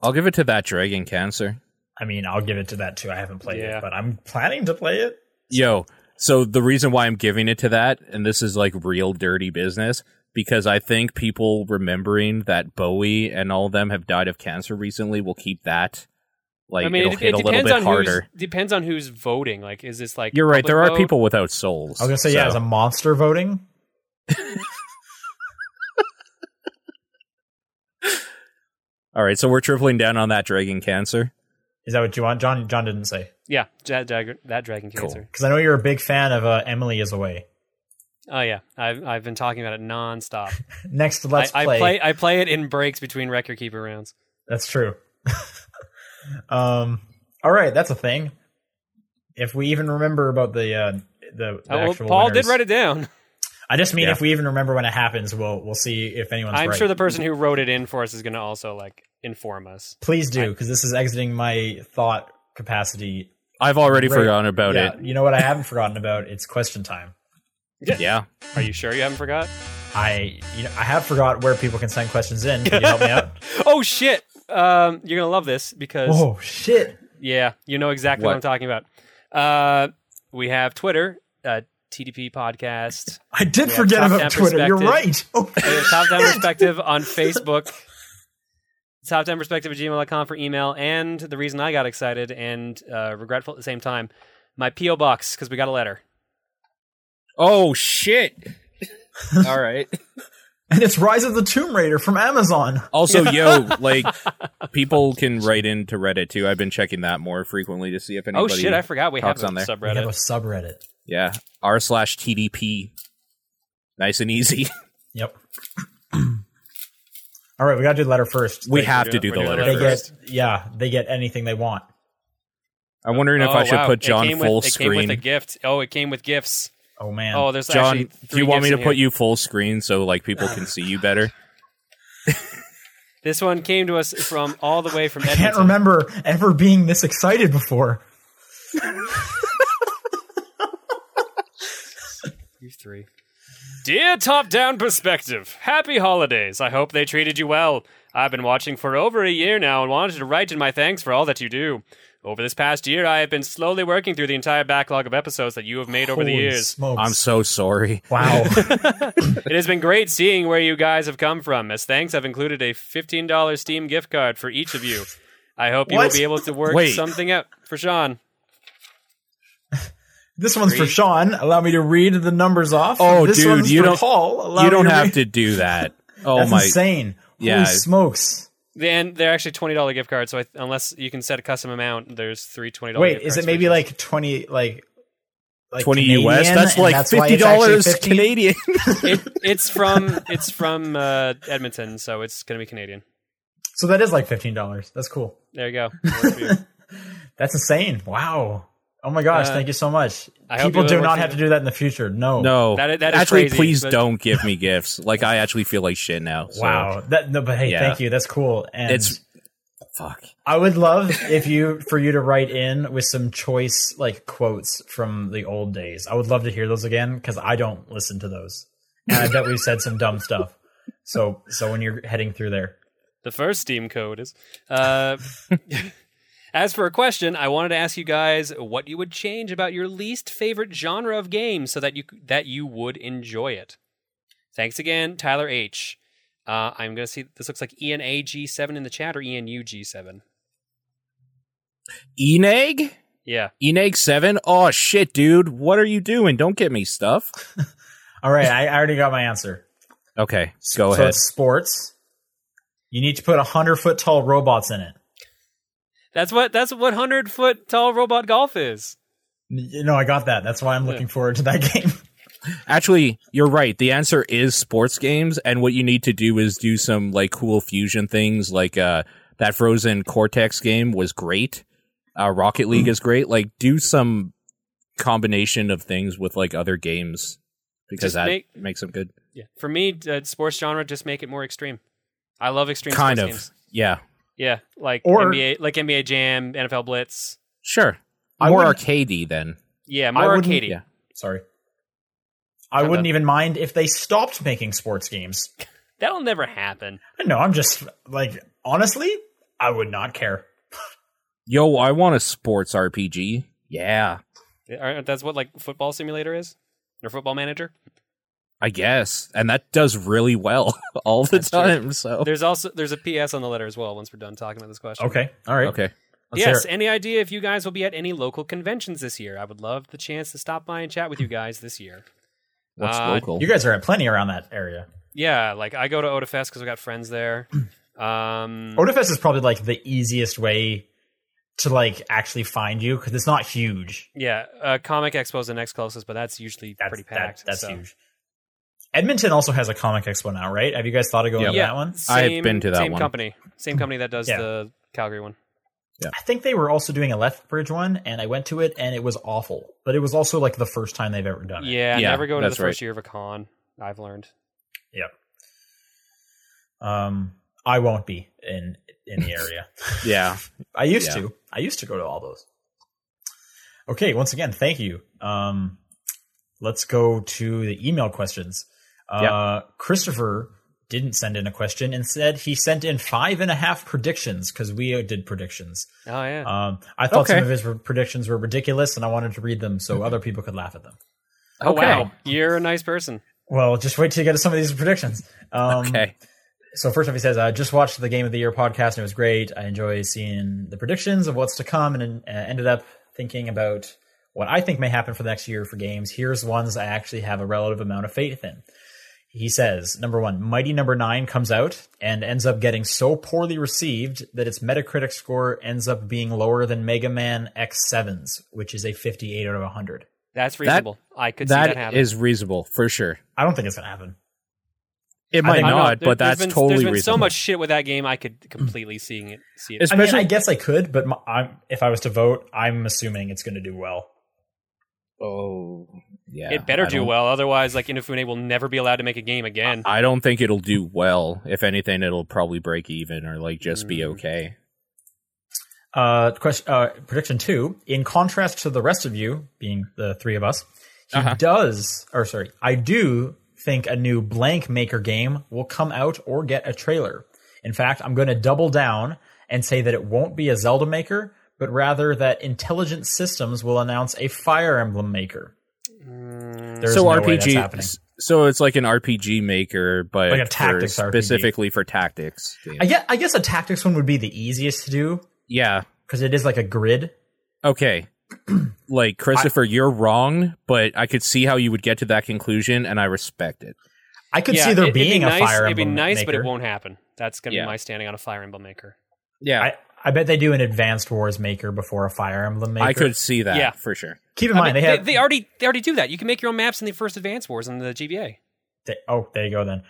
S1: I'll give it to that Dragon Cancer.
S2: I mean, I'll give it to that too. I haven't played
S3: Yeah.
S2: it, but I'm planning to play it.
S1: Yo, so the reason why I'm giving it to that, and this is like real dirty business, because I think people remembering that Bowie and all of them have died of cancer recently will keep that like
S3: I mean,
S1: it'll
S3: it,
S1: hit
S3: it
S1: a little
S3: depends
S1: bit
S3: on
S1: harder.
S3: who's depends on who's voting. Like, is this like
S1: You're right.
S3: public
S1: There are
S3: vote?
S1: people without souls.
S2: I was gonna say, yeah,
S1: so-
S2: is a monster voting?
S1: all right, so we're tripling down on that dragon cancer.
S2: Is that what you want? John John didn't say.
S3: Yeah, that, drag- that dragon
S1: Cool.
S3: cancer.
S2: Because I know you're a big fan of uh, Emily is Away.
S3: Oh yeah, I've I've been talking about
S1: *laughs*
S3: it nonstop.
S2: Next, let's
S3: I,
S2: play.
S3: I play I play it in breaks between record keeper rounds.
S2: That's true. *laughs* um, all right, that's a thing. If we even remember about the uh, the, the
S3: Oh, well,
S2: actual
S3: Paul
S2: winners.
S3: did write it down.
S2: I just mean
S1: Yeah.
S2: if we even remember when it happens, we'll we'll see if anyone's
S3: I'm
S2: right.
S3: sure the person who wrote it in for us is going to also like inform us.
S2: Please do, because this is exiting my thought capacity.
S1: I've already
S2: Right.
S1: forgotten about
S2: Yeah, You know what? I haven't forgotten about. It's question time.
S1: it. Yeah. *gasps*
S3: Are you sure you haven't forgot?
S2: I you know, I have forgot where people can send questions in. Can you help me
S3: *laughs*
S2: out?
S3: Oh shit! Um, you're gonna love this because
S2: oh shit!
S3: yeah, you know exactly what,
S1: What?
S3: I'm talking about. Uh, we have Twitter, uh, TDP Podcast.
S4: I did
S3: Yeah,
S4: forget
S3: top
S4: about
S3: down
S4: Twitter. You're right.
S3: perspective.
S4: Oh,
S3: We have Top Down
S1: *laughs*
S3: Perspective on Facebook. Top Down Perspective at gmail.com for email. And the reason I got excited and uh, regretful at the same time, my P.O. box, because we got a letter.
S1: Oh shit!
S3: *laughs*
S1: All right.
S4: and it's Rise of the Tomb Raider from Amazon.
S3: *laughs*
S1: Also, yo, like people can write into Reddit too. I've been checking that more frequently to see if
S3: Oh
S1: anybody.
S3: shit, I forgot we have
S1: talks
S3: a
S1: on there.
S2: We have a
S3: subreddit.
S2: subreddit.
S1: yeah, r slash TDP. Nice and easy. *laughs*
S4: *clears throat*
S2: Yep. All right, we gotta do the letter first.
S1: We
S3: Wait,
S1: have
S3: we're
S1: to do
S3: doing-
S1: the
S3: we're doing
S1: letter
S2: They
S3: letter
S1: first.
S2: get
S3: first.
S2: yeah, they get anything they want.
S1: I'm wondering if I
S3: Oh,
S1: should
S3: wow.
S1: put
S3: It
S1: John
S3: came with-
S1: full
S3: It came
S1: screen.
S3: with a gift. Oh, it came with gifts.
S2: Oh man.
S3: *laughs* Oh, there's
S1: John,
S3: actually
S1: do you
S3: three
S1: want me
S3: gifts
S1: to
S3: in
S1: put
S3: here.
S1: you full screen so like people can see you better?
S3: This one came to us from all the way
S1: *laughs*
S3: from
S4: I can't
S3: Edmonton.
S4: remember ever being this excited before.
S3: You three. Dear Top Down Perspective, happy holidays. I hope they treated you well. I've been watching for over a year now and wanted to write in my thanks for all that you do. Over this past year, I have been slowly working through the entire backlog of episodes that you have made over the
S4: Holy
S3: years.
S4: smokes.
S1: I'm so
S2: *laughs*
S1: sorry.
S4: wow.
S3: It has been great seeing where you guys have come from. As thanks, I've included a $15 Steam gift card for each of you. I hope you
S4: What?
S3: will be able to work
S1: Wait.
S3: something out for Sean.
S4: *laughs* this one's for
S3: Three.
S4: Sean. Allow me to read the numbers off.
S1: Oh,
S4: this
S1: dude,
S4: one's
S1: you
S4: for
S1: don't-
S4: Paul. Allow
S1: you don't
S4: me to
S1: have
S4: read-
S1: to do
S2: *laughs*
S1: that. Oh
S4: That's
S1: my!
S4: insane.
S1: Yeah.
S4: Holy smokes.
S3: And they're actually $20 gift cards, so I, unless you can set a custom amount, there's three $20
S2: Wait,
S3: gift
S2: is
S3: cards
S2: it
S3: for
S2: maybe
S3: each.
S2: like twenty like like
S1: Twenty
S2: Canadian,
S1: US. That's
S2: and
S1: like
S2: why
S1: fifty
S2: it's actually
S1: dollars
S2: 15? *laughs*
S1: Canadian.
S3: it, it's from it's from uh, Edmonton, so it's gonna be Canadian.
S2: So that is like fifteen dollars. That's cool.
S3: There you go. Works for you.
S2: That's insane. Wow. Oh my gosh,
S3: Uh,
S2: thank you so much.
S3: I hope
S2: People
S3: you
S2: do
S3: work
S2: not
S3: for
S2: have to
S3: you.
S2: do that in the future. No.
S1: No,
S3: That i- that is
S1: actually,
S3: crazy,
S1: please
S3: but-
S1: don't give me gifts. Like I actually feel like shit now. so-
S2: Wow. That no, but hey,
S1: Yeah.
S2: thank you. That's cool. And
S1: it's fuck.
S2: I would love if you for you to write in with some choice like quotes from the old days. I would love to hear those again because I don't listen to those. And I bet we've said some dumb stuff. So so when you're heading through there.
S3: The first Steam code is. Uh, *laughs* as for a question, I wanted to ask you guys what you would change about your least favorite genre of games so that you that you would enjoy it. Thanks again, Tyler H. Uh, I'm gonna see. This looks like ENAG7 in the chat or ENUG7.
S1: Enag,
S3: Yeah,
S1: Enag seven. Oh shit, dude, what are you doing? Don't get me stuff.
S2: All right, I, I already got my answer.
S1: Okay, go
S2: so
S1: ahead.
S2: it's sports. You need to put a hundred foot tall robots in it.
S3: that's what that's what hundred foot tall robot golf is.
S2: You know, I got that. That's why I'm looking forward to that *laughs* game.
S1: Actually, you're right. The answer is sports games, and what you need to do is do some like cool fusion things, like uh, that Frozen Cortex game was great. Uh, Rocket
S4: Mm-hmm.
S1: League is great. Like, do some combination of things with like other games because
S3: Just
S1: that
S3: make-
S1: makes them good.
S3: Yeah, for me, uh, sports genre just make it more extreme. I love extreme
S1: kind of,
S3: sports games.
S1: yeah,
S3: Yeah, like
S4: Or-
S3: NBA, like NBA Jam, NFL Blitz.
S1: sure.
S4: I
S1: More
S4: wouldn't-
S1: arcadey then.
S3: Yeah,
S4: I
S3: more
S4: wouldn't-
S3: arcadey.
S1: yeah.
S2: Sorry. I
S3: Kinda.
S2: wouldn't even mind if they stopped making sports games. *laughs*
S3: That'll never happen.
S2: No, I'm just like honestly, I would not care.
S1: Yo, I want a sports RPG. Yeah,
S3: Aren't- That's what like football simulator is, or football manager.
S1: I guess, and that does really well *laughs* all the
S3: That's true.
S1: time. So
S3: There's also there's a PS on the letter as well. Once we're done talking about this question.
S2: Okay. All right.
S1: Oh. okay.
S2: Let's hear
S3: Yes.
S2: it.
S3: Any idea if you guys will be at any local conventions this year? I would love the chance to stop by and chat with you guys this year.
S1: What's
S3: Uh,
S1: local?
S2: You guys are at plenty around that area.
S3: Yeah, like I go to OdaFest because I got friends there. Um,
S2: Odafest is probably like the easiest way to like actually find you because it's not huge.
S3: yeah, uh, Comic Expo is the next closest, but that's usually
S2: That's
S3: pretty
S2: that-
S3: packed.
S2: that's
S3: so.
S2: huge. Edmonton also has a comic expo now, right? Have you guys thought of going
S1: Yep.
S2: to that one?
S1: I've
S3: same-
S1: been to that
S3: same
S1: one.
S3: company, same company that does
S2: Yeah.
S3: the Calgary one.
S2: I think they were also doing a Lethbridge one, and I went to it, and it was awful. But it was also like the first time they've ever done it.
S3: Yeah,
S1: Yeah,
S3: never go to the
S1: that's
S3: first
S1: right.
S3: year of a con. I've learned.
S2: Um, I won't be in
S1: *laughs*
S2: in the area.
S1: Yeah.
S2: I used
S1: Yeah.
S2: to. I used to go to all those. Okay, once again, thank you. Um, let's go to the email questions. Uh, Christopher didn't send in a question. Instead, he sent in five and a half predictions because we uh, did predictions.
S3: Oh yeah.
S2: Um, I thought some
S1: Okay.
S2: of his re- predictions were ridiculous, and I wanted to read them
S1: *laughs*
S2: so other people could laugh at them.
S3: *laughs* oh
S1: okay.
S3: wow. You're a nice person.
S2: Well, just wait till you get to some of these predictions. Um,
S1: Okay.
S2: So first off, he says, "I just watched the Game of the Year podcast and it was great. I enjoy seeing the predictions of what's to come, and uh, ended up thinking about what I think may happen for the next year for games. Here's ones I actually have a relative amount of faith in." He says, "Number one, Mighty Number Nine comes out and ends up getting so poorly received that its Metacritic score ends up being lower than Mega Man X 7's, which is a 58 out of 100.
S3: That's reasonable. I could see that
S1: That
S3: happen.
S1: is reasonable for sure.
S2: I don't think it's gonna happen.
S1: It
S2: I
S1: might
S2: think-
S3: I don't know.
S1: not,
S3: There-
S1: but
S3: there's
S1: that's
S3: been, There's
S1: totally
S3: been so
S1: reasonable.
S3: much shit with that game. I could completely seeing it. See it.
S1: It's-
S2: I mean,
S1: Especially-
S2: I guess I could, but my, I'm, if I was to vote, I'm assuming it's going to do well.
S1: Oh, yeah.
S3: it better
S1: I
S3: do
S1: don't-
S3: well. Otherwise, like Inafune will never be allowed to make a game again.
S1: I don't think it'll do well. If anything, it'll probably break even or like just be
S3: Mm.
S1: okay.
S2: Uh, question, uh, prediction two. In contrast to the rest of you, being the three of us, he
S1: Uh-huh.
S2: does, or sorry, I do think a new blank maker game will come out or get a trailer. In fact, I'm going to double down and say that it won't be a Zelda maker, but rather that Intelligent Systems will announce a Fire Emblem maker. There's
S1: Mm. so
S2: no way that's
S1: RPG.
S2: happening.
S1: so it's like an RPG maker, but
S2: Like a
S1: for-
S2: tactics RPG.
S1: specifically for tactics. games.
S2: I guess, I guess a tactics one would be the easiest to do
S1: yeah.
S2: because it is like a grid.
S1: Okay. *clears throat* like Christopher, you're wrong, but I could see how you would get to that conclusion, and I respect it.
S2: I could
S3: yeah,
S2: see there
S3: it,
S2: being
S3: it'd be nice,
S2: a Fire
S3: It'd be
S2: Emblem
S3: nice, but it
S2: maker.
S3: won't happen. That's gonna
S1: Yeah.
S3: be my standing on a Fire Emblem maker.
S1: Yeah,
S2: I, I bet they do an Advanced Wars maker before a Fire Emblem maker.
S1: I could see that
S3: Yeah.
S1: for sure.
S2: keep in
S3: I
S2: mind
S3: mean,
S2: they have.
S3: they, already they already do that. You can make your own maps in the first Advance Wars in the GBA.
S2: they- oh, there you go. Then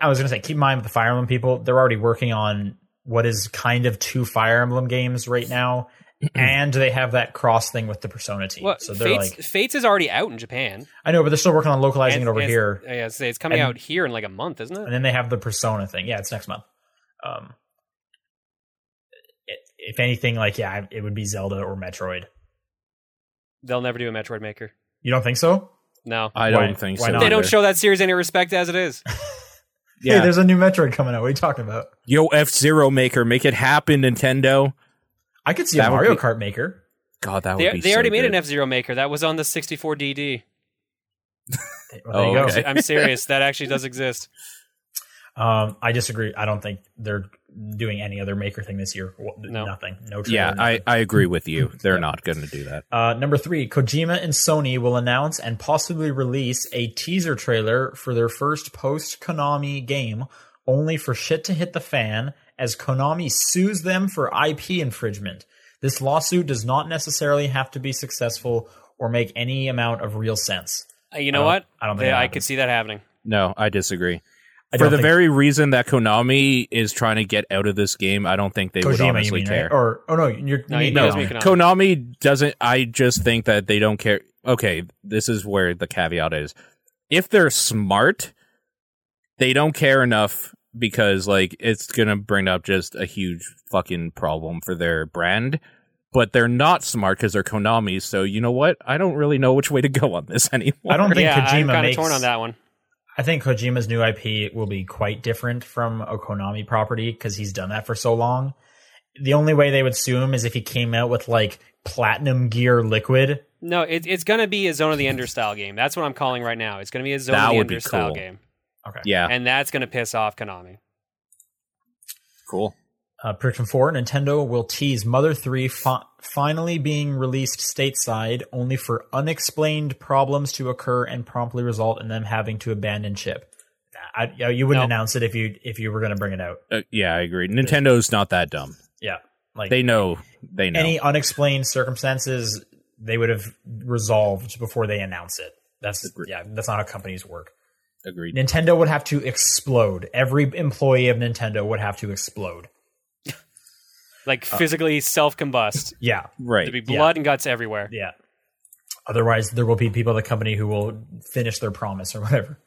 S2: I was gonna say, keep in mind with the Fire Emblem people, they're already working on what is kind of two Fire Emblem games right now, and they have that cross thing with the Persona team.
S3: Well,
S2: so they're
S3: Fates,
S2: like,
S3: Fates is already out in Japan.
S2: I know, but they're still working on localizing
S3: And-
S2: it over
S3: and-
S2: here,
S3: Yeah, it's, it's coming
S2: And-
S3: out here in like a month, isn't it?
S2: and then they have the Persona thing. Yeah, it's next month. Um, i- if anything, like yeah, it would be Zelda or Metroid.
S3: They'll never do a Metroid maker.
S2: You don't think so?
S3: No,
S1: I
S2: Why-
S1: don't think
S2: why
S1: so.
S2: not?
S3: they don't
S1: either.
S3: show that series any respect as it is.
S2: Hey,
S1: Yeah.
S2: there's a new Metroid coming out. What are you talking about?
S1: Yo, F Zero Maker, make it happen, Nintendo.
S2: I could see a
S1: That would
S2: Mario
S1: be-
S2: Kart maker.
S1: God, that would
S3: They,
S1: be.
S3: they
S1: so
S3: already made an
S1: good.
S3: F Zero maker that was on the 64 DD.
S2: Well, there you
S1: Oh,
S2: go.
S1: okay.
S3: I'm
S2: *laughs*
S3: serious. That actually does exist.
S2: Um, I disagree. I don't think they're doing any other maker thing this year. Wha-
S3: No.
S2: Nothing. No. Trailer,
S1: Yeah, I,
S2: nothing.
S1: I agree with
S3: *laughs*
S1: you. They're not going to do that.
S2: Uh, number three, Kojima and Sony will announce and possibly release a teaser trailer for their first post Konami game, only for shit to hit the fan as Konami sues them for IP infringement. This lawsuit does not necessarily have to be successful or make any amount of real sense.
S3: Uh, You
S2: I
S3: know
S2: don't-
S3: what?
S2: I don't think
S3: They-
S2: that
S3: I
S2: happens.
S3: could see that happening.
S1: No, I disagree.
S2: I
S1: For
S2: don't
S1: the
S2: think-
S1: very reason that Konami is trying to get out of this game, I don't think they would
S2: Kojima, you
S1: honestly
S2: mean,
S1: care.
S2: right? Or oh no, you're,
S3: No,
S2: you
S3: you
S2: mean
S3: know
S1: No,
S3: it's
S2: Konami.
S3: Konami.
S1: Konami doesn't. I just think that they don't care. Okay, this is where the caveat is. If they're smart, they don't care enough because, like, it's going to bring up just a huge fucking problem for their brand. But they're not smart because they're Konami. So, you know what? I don't really know which way to go on this *laughs* anymore.
S2: I don't think
S3: yeah, I'm
S2: Kojima
S3: kind of
S2: makes.
S3: torn on that one.
S2: I think Kojima's new IP will be quite different from a Konami property because he's done that for so long. The only way they would sue him is if he came out with like platinum gear liquid.
S3: No, it, it's going to be a Zone of the Ender style game. That's what I'm calling right now. It's going to be a Zone
S1: That
S3: of the
S1: would be
S3: Ender style
S1: cool.
S3: game,
S1: Yeah,
S3: and that's going to piss off Konami.
S1: cool.
S2: Uh, prediction four: Nintendo will tease Mother Three fi- finally being released stateside, only for unexplained problems to occur and promptly result in them having to abandon ship. I, you, know, you wouldn't
S3: No.
S2: announce it if you if you were going to bring it out.
S1: Uh, yeah, I agree. Nintendo's not that dumb.
S2: Yeah, like
S1: They know. They know.
S2: any unexplained circumstances they would have resolved before they announce it. That's
S1: Agreed.
S2: yeah, that's not how companies work.
S1: Agreed.
S2: Nintendo would have to explode. Every employee of Nintendo would have to explode.
S3: Like physically
S2: *laughs*
S3: self combust.
S2: Uh, Yeah,
S1: right.
S3: There'd be blood and guts everywhere.
S2: yeah. Otherwise, there will be people at the company who will finish their promise or whatever.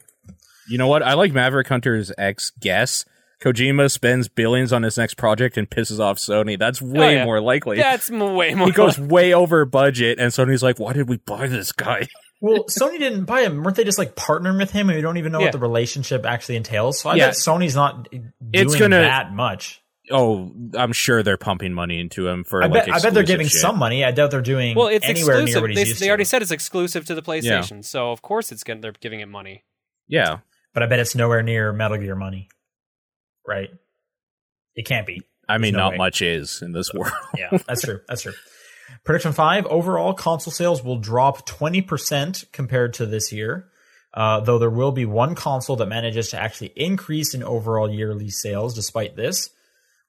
S1: You know what? I like Maverick Hunter's ex guess. Kojima spends billions on his next project and pisses off Sony. That's way
S3: Oh, yeah.
S1: more likely.
S3: That's m- way more.
S1: He goes way over budget, and Sony's like, "Why did we buy this guy?" *laughs*
S2: Well, Sony didn't buy him. Weren't they just like partnering with him and we don't even know
S3: Yeah.
S2: what the relationship actually entails? So I
S1: Yeah.
S2: bet Sony's not doing
S1: It's gonna-
S2: that much.
S1: Oh, I'm sure they're pumping money into him for.
S2: I
S1: like,
S2: bet, I bet they're
S1: exclusive
S2: giving
S1: shit.
S2: some money. I doubt they're doing
S3: *laughs* Well, it's
S2: anywhere near
S3: exclusive.
S2: what he's
S3: They,
S2: used
S3: they
S2: to.
S3: already said it's exclusive to the PlayStation, so of course it's gonna, they're giving it
S2: *laughs*
S3: money.
S1: Yeah,
S2: but I bet it's nowhere near Metal Gear money, right? It can't be.
S1: I mean,
S2: no
S1: not
S2: way.
S1: much is in this *laughs* world.
S2: Yeah, that's true. That's true. Prediction five: Overall console sales will drop twenty percent compared to this year, uh, though there will be one console that manages to actually increase in overall yearly sales despite this.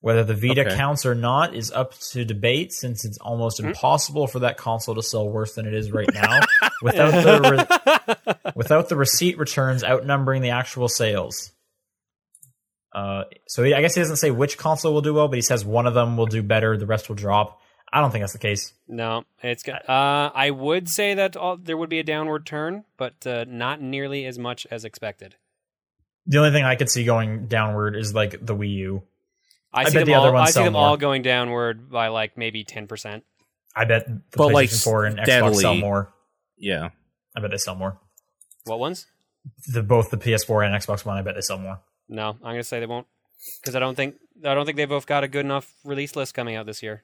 S2: Whether the Vita
S1: Okay.
S2: counts or not is up to debate, since it's almost impossible for that console to sell worse than it is right now without the re- without the receipt returns outnumbering the actual sales. Uh, so he, I guess he doesn't say which console will do well, but he says one of them will do better, the rest will drop. I don't think that's the case.
S3: *laughs* no, it's got. Uh, I would say that all, there would be a downward turn, but uh, not nearly as much as expected.
S2: The only thing I could see going downward is like the Wii U.
S3: I,
S2: I
S3: see
S2: bet
S3: them
S2: the
S3: all.
S2: other ones
S3: I see
S2: sell
S3: them
S2: more.
S3: all going downward by like maybe ten percent.
S2: I bet the
S1: But,
S2: PlayStation
S1: like,
S2: 4 and Xbox sell
S1: steadily.
S2: more.
S1: yeah,
S2: I bet they sell more.
S3: What ones?
S2: The, both the PS4 and Xbox One, I bet they sell more.
S3: No, I'm gonna say they won't because I don't think I don't think they both got a good enough release list coming out this year.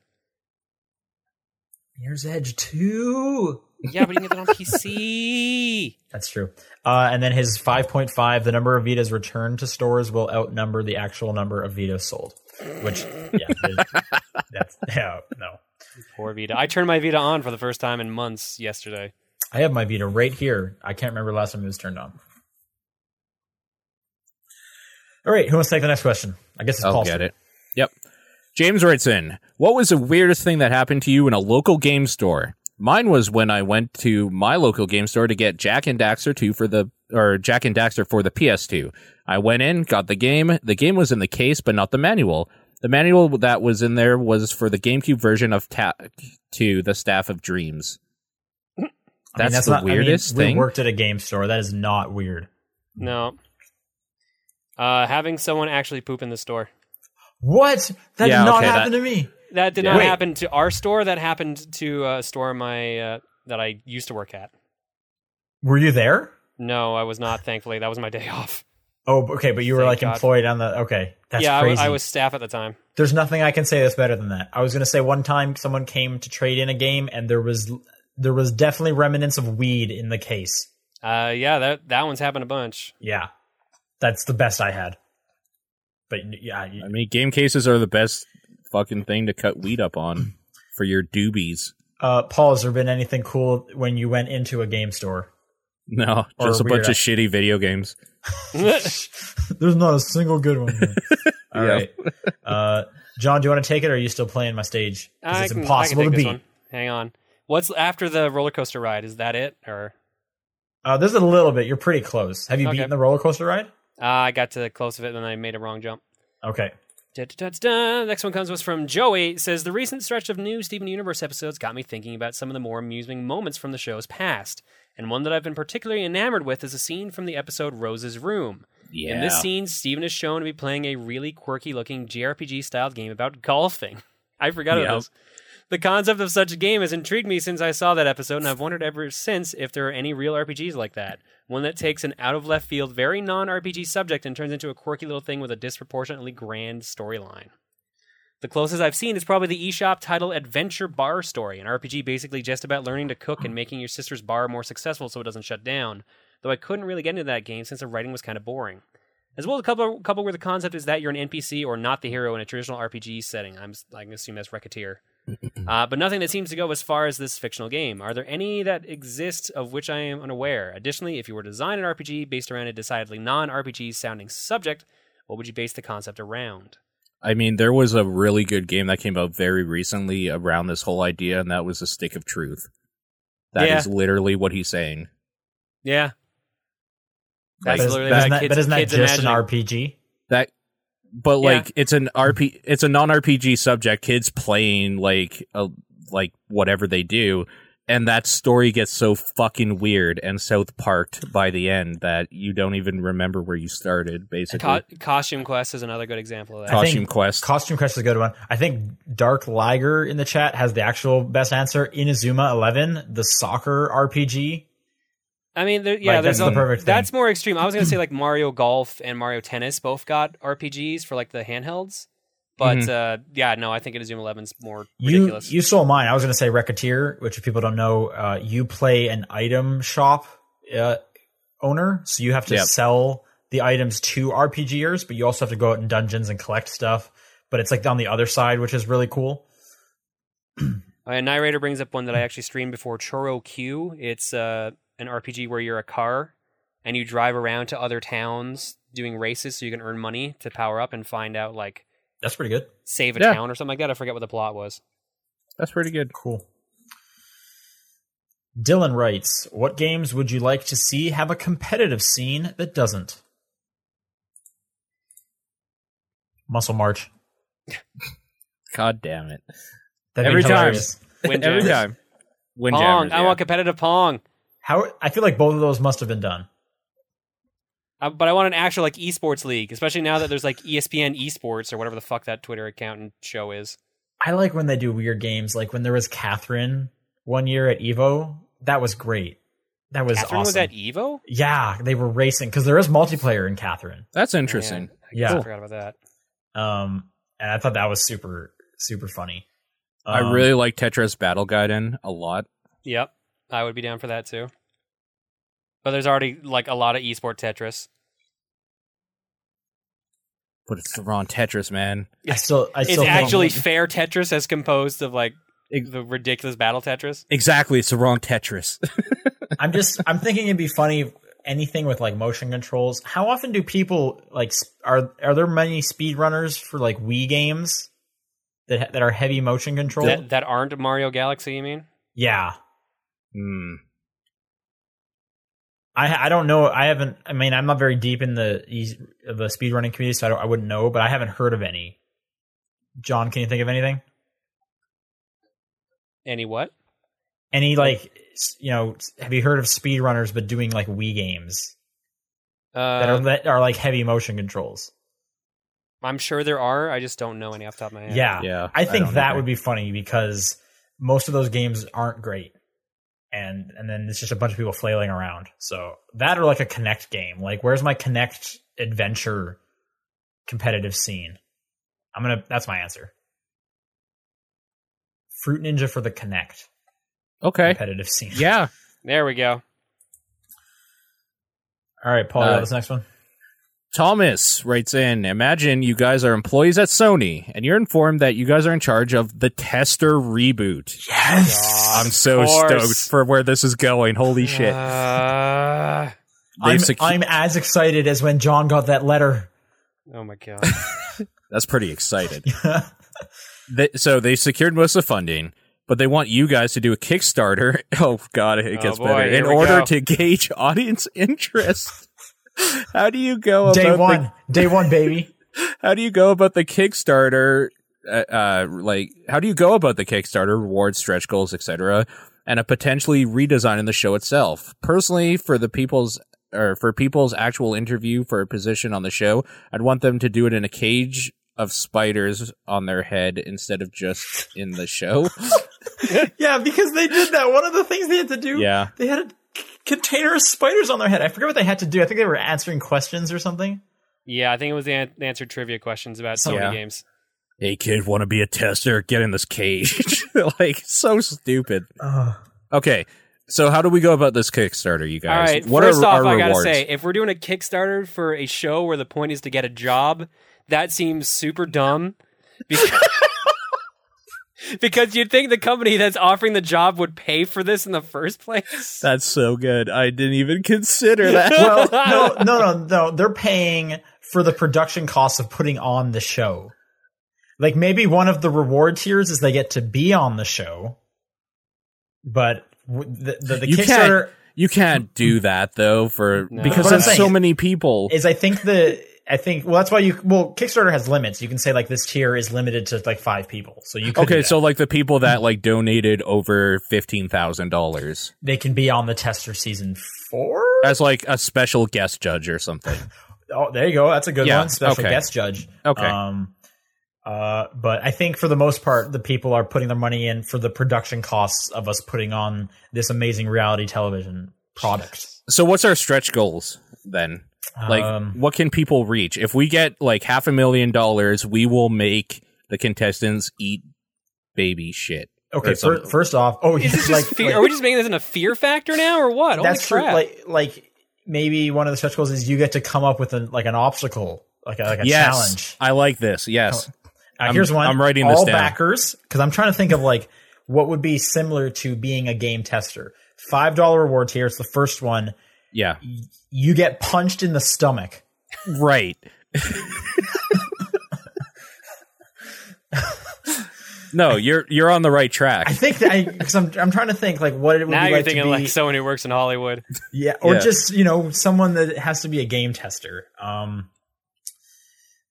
S2: Mirror's Edge 2.
S3: Yeah, but you can get that on PC.
S2: That's true. Uh, and then his 5.5, the number of Vitas returned to stores will outnumber the actual number of Vitas sold. Which, yeah,
S1: *laughs*
S2: it- that's, yeah, no.
S3: *laughs* Poor Vita. I turned my Vita on for the first time in months yesterday.
S2: I have my Vita right here. I can't remember the last time it was turned on. All right, who wants to take the next question? I guess it's
S1: I'll
S2: Paul.
S1: get it. Yep. James writes in, "What was the weirdest thing that happened to you in a local game store?" Mine was when I went to my local game store to get Jack and Daxter 2 for the or Jack and Daxter for the PS2. I went in, got the game. The game was in the case but not the manual. The manual that was in there was for the GameCube version of Ta- to the Staff of Dreams.
S2: I mean,
S1: That's the
S2: not- I mean,
S1: weirdest thing.
S2: We worked at a game store. That is not weird.
S3: No. Uh, having someone actually poop in the store.
S2: What? That
S1: Yeah,
S2: did not
S1: okay,
S2: happen to me.
S3: That did
S1: Yeah.
S3: not
S1: Wait.
S3: happen to our store. That happened to a store my uh, that I used to work at.
S2: Were you there?
S3: No, I was not. Thankfully, that was my *laughs* day off.
S2: Oh, okay, but you were
S3: Thank
S2: like
S3: God.
S2: employed on the. Okay, that's
S3: yeah, I
S2: crazy.
S3: was, I was staff at the time.
S2: There's nothing I can say that's better than that. I was gonna say one time someone came to trade in a game and there was there was definitely remnants of weed in the case.
S3: Uh, yeah, that that one's happened a bunch. *laughs*
S2: Yeah, that's the best I had. But yeah, you-
S1: I mean, game cases are the best fucking thing to cut weed up on for your doobies.
S2: uh, Paul, has there been anything cool when you went into a game store?
S1: No,
S2: Or
S1: just a
S2: weird
S1: bunch of shitty video games.
S2: *laughs* There's not a single good one. Here. *laughs* All
S1: Yeah.
S2: right, uh, John, do you want to take it, or are you still playing my stage? 'Cause
S3: I
S2: it's
S3: can- I can
S2: impossible to
S3: take this
S2: beat.
S3: one. Hang on. What's after the roller coaster ride? Is that it? Or
S2: Uh, there's a little bit. You're pretty close. Have you
S3: Okay.
S2: beaten the roller coaster ride?
S3: uh, I got to the close of it and I made a wrong jump.
S2: Okay.
S3: Da-da-da-da-da. Next one comes was from Joey. It says the recent stretch of new Steven Universe episodes got me thinking about some of the more amusing moments from the show's past, and one that I've been particularly enamored with is a scene from the episode Rose's Room.
S1: Yeah.
S3: In this scene, Steven is shown to be playing a really quirky looking JRPG styled game about golfing. *laughs* I forgot
S1: Yep.
S3: about this. The concept of such a game has intrigued me since I saw that episode, and I've wondered ever since if there are any real RPGs like that. One that takes an out of left field, very non RPG subject and turns into a quirky little thing with a disproportionately grand storyline. The closest I've seen is probably the eShop title Adventure Bar Story, an RPG basically just about learning to cook and making your sister's bar more successful so it doesn't shut down, though I couldn't really get into that game since the writing was kind of boring as well as a couple couple where the concept is that you're an NPC or not the hero in a traditional RPG setting. I'm I can assume that's Racketeer, uh, but nothing that seems to go as far as this fictional game. Are there any that exist of which I am unaware? Additionally, if you were to design an RPG based around a decidedly non RPG sounding subject, what would you base the concept around?
S1: I mean, there was a really good game that came out very recently around this whole idea, and that was the Stick of Truth. That is
S3: Yeah.
S1: literally what he's saying.
S3: Yeah,
S1: Like,
S2: but, is,
S3: literally
S2: but
S3: like
S2: isn't that-
S3: kids-
S2: but isn't that
S3: kids
S2: just
S3: imagining-
S2: an RPG?
S1: that, but
S3: Yeah.
S1: like it's an RP, it's a non RPG subject. Kids playing like a like whatever they do, and that story gets so fucking weird and South Parked by the end that you don't even remember where you started. Basically,
S3: Co- Costume Quest is another good example of that.
S2: Co-
S1: Costume
S2: think
S1: Quest.
S2: Costume Quest is a good one. I think Dark Liger in the chat has the actual best answer. Inazuma Eleven, the soccer RPG.
S3: I mean, there, yeah,
S2: Like,
S3: there's
S2: that's the
S3: a-
S2: perfect thing.
S3: that's more extreme. I was gonna say like Mario Golf and Mario Tennis both got RPGs for like the handhelds, but uh, yeah, no, I think Inazuma Eleven's more
S2: Mm-hmm. You
S3: ridiculous.
S2: you stole mine. I was going to say Racketeer, which if people don't know, uh, you play an item shop uh, owner, so you have to
S1: Yep.
S2: sell the items to RPGers, but you also have to go out in dungeons and collect stuff. But it's like on the other side, which is really cool.
S3: Uh, Narrator brings up one that I actually streamed before, Choro Q. It's uh, an RPG where you're a car and you drive around to other towns doing races so you can earn money to power up and find out like
S2: That's pretty good.
S3: save a
S1: Yeah.
S3: town or something like that. I forget what the
S2: *laughs*
S3: plot was.
S1: That's pretty good.
S2: Cool. Dylan writes, "What games would you like to see have a competitive scene that doesn't?" Muscle March.
S1: God damn it.
S2: That'd be
S1: Every time.
S2: hilarious.
S3: Windjammers.
S1: Every time.
S3: Pong.
S1: Windjammers.
S3: I
S1: yeah.
S3: want competitive Pong.
S2: How I feel like both of those must have been done.
S3: Uh, but I want an actual like esports league, especially now that there's like E ESPN esports or whatever the fuck that Twitter account and show is.
S2: I like when they do weird games, like when there was Catherine one year at Evo. That was great. That was
S3: Catherine
S2: awesome.
S3: was at E- Evo.
S2: yeah, they were racing because there is multiplayer in Catherine.
S1: That's interesting.
S3: Man, I
S2: Yeah.
S3: kinda forgot about that.
S2: Um, and I thought that was super super funny.
S1: I
S2: Um,
S1: really like Tetris Battle Gaiden a lot.
S3: Yep, I would be down for that too. But there's already like a lot of esport Tetris.
S1: But it's the wrong Tetris, man.
S2: I still I
S3: It's
S2: still think-
S3: actually fair Tetris as composed of like
S1: Ex-
S3: the ridiculous battle Tetris.
S1: Exactly, it's the wrong Tetris.
S2: I'm just I'm thinking it'd be funny anything with like motion controls. How often do people like s- are are there many speedrunners for like Wii games that ha- that are heavy motion control?
S3: That, that aren't Mario Galaxy, you mean?
S2: yeah.
S1: Hmm.
S2: I I don't know. I haven't. I mean, I'm not very deep in the eas- the speedrunning community, so I, don't, I wouldn't know. But I haven't heard of any. John, can you think of anything?
S3: Any what?
S2: Any like s- you know? s- Have you heard of speedrunners but doing like Wii games that are
S3: Uh,
S2: that are like heavy motion controls?
S3: I'm sure there are. I just don't know any off the top of my head.
S2: Yeah,
S1: Yeah,
S2: Ah, I
S1: I
S2: think
S1: don't
S2: that
S1: either.
S2: would be funny because most of those games aren't great, and and then it's just a bunch of people flailing around. So that or like a Connect game. Like, where's my Connect adventure competitive scene? I'm gonna. That's my answer. Fruit Ninja for the Connect
S1: Okay.
S2: competitive scene.
S1: Yeah.
S3: There we go.
S2: *laughs* All right, Paul.
S1: Uh,
S2: what's next one?
S1: Thomas writes in Imagine you guys are employees at Sony and you're informed that you guys are in charge of the tester reboot.
S2: Yes.
S1: I'm so
S3: course.
S1: stoked for where this is going. Holy shit.
S3: Uh,
S2: I'm,
S1: They've secu-
S2: I'm as excited as when John got that letter.
S3: oh my god.
S1: That's pretty
S2: *laughs*
S1: excited. They- so they secured most of the funding, but they want you guys to do a Kickstarter. *laughs* Oh god, it
S3: Oh,
S1: gets
S3: boy,
S1: better.
S3: here
S1: In
S3: we
S1: order
S3: go.
S1: to gauge *laughs* audience interest. How do you go
S2: day
S1: about the-
S2: one, day one, baby.
S1: how do you go about the Kickstarter? Uh, uh, like, how do you go about the Kickstarter rewards, stretch goals, etc., and a potentially redesign in the show itself? Personally, for the people's or for people's actual interview for a position on the show, I'd want them to do it in a cage of spiders on their head instead of just in the
S3: *laughs*
S1: show.
S2: *laughs* Yeah, because they did that. One of the things they had to do,
S1: yeah,
S2: they had a c- container of spiders on their head. I forget what they had to do. I think they were answering questions or something.
S3: Yeah, I think it was the an- the answer trivia questions about Sony
S1: Yeah.
S3: games.
S1: hey kid, want to be a tester? Get in this cage. *laughs* like, so stupid.
S2: Ugh.
S1: Okay. So how do we go about this Kickstarter, you guys?
S3: All right.
S1: What
S3: first
S1: are our
S3: off, I gotta
S1: rewards?
S3: say, if we're doing a Kickstarter for a show where the point is to get a job, that seems super dumb. Because, *laughs* because you'd think the company that's offering the job would pay for this in the first place.
S1: That's so good. I didn't even consider that.
S2: well, no, no, no, no. They're paying for the production costs of putting on the show. Like maybe one of the reward tiers is they get to be on the show, but w- the the, the
S1: You can't-
S2: Kickstarter
S1: *laughs* you can't do that though for
S3: No.
S1: because
S2: But I'm
S1: there's so
S2: saying-
S1: many people.
S2: is I think the I think well that's why you well Kickstarter has limits. You can say like this tier is limited to like five people, so you could do
S1: Okay,
S2: that.
S1: so like the people that like donated over fifteen thousand dollars
S2: they can be on the tester season four.
S1: as like a special guest judge or something.
S2: Oh, there you go. That's a good
S1: Yeah,
S2: one. Special
S1: okay.
S2: guest judge.
S1: Okay.
S2: Um, uh, but I think for the most part, the people are putting their money in for the production costs of us putting on this amazing reality television product.
S1: So what's our stretch goals then? Like
S2: Um,
S1: what can people reach? If we get like half a million dollars, we will make the contestants eat baby shit.
S2: okay,
S1: or
S2: fir-
S1: something.
S2: first off, oh,
S3: *laughs*
S2: *laughs*
S3: Is this
S2: like,
S3: just fear?
S2: like-
S3: Are we just making this in a fear factor now, or what? Holy
S2: that's true.
S3: crap!
S2: Like, like maybe one of the stretch goals is you get to come up with an like an obstacle, like a, like a
S1: yes.
S2: challenge.
S1: I like this. Yes.
S2: Uh,
S1: I'm-
S2: here's one.
S1: I'm writing
S2: all
S1: this down.
S2: backers because I'm trying to think of like what would be similar to being a game tester. Five dollar reward tier. It's the first one.
S1: Yeah.
S2: You get punched in the stomach.
S1: Right. no, you're you're on the right
S2: I
S1: track.
S2: think that I because I'm I'm trying to think like what it would
S3: now
S2: be
S3: you're
S2: like
S3: thinking
S2: to be,
S3: like someone who works in Hollywood.
S2: yeah, or
S1: Yeah.
S2: just you know someone that has to be a game tester. Um,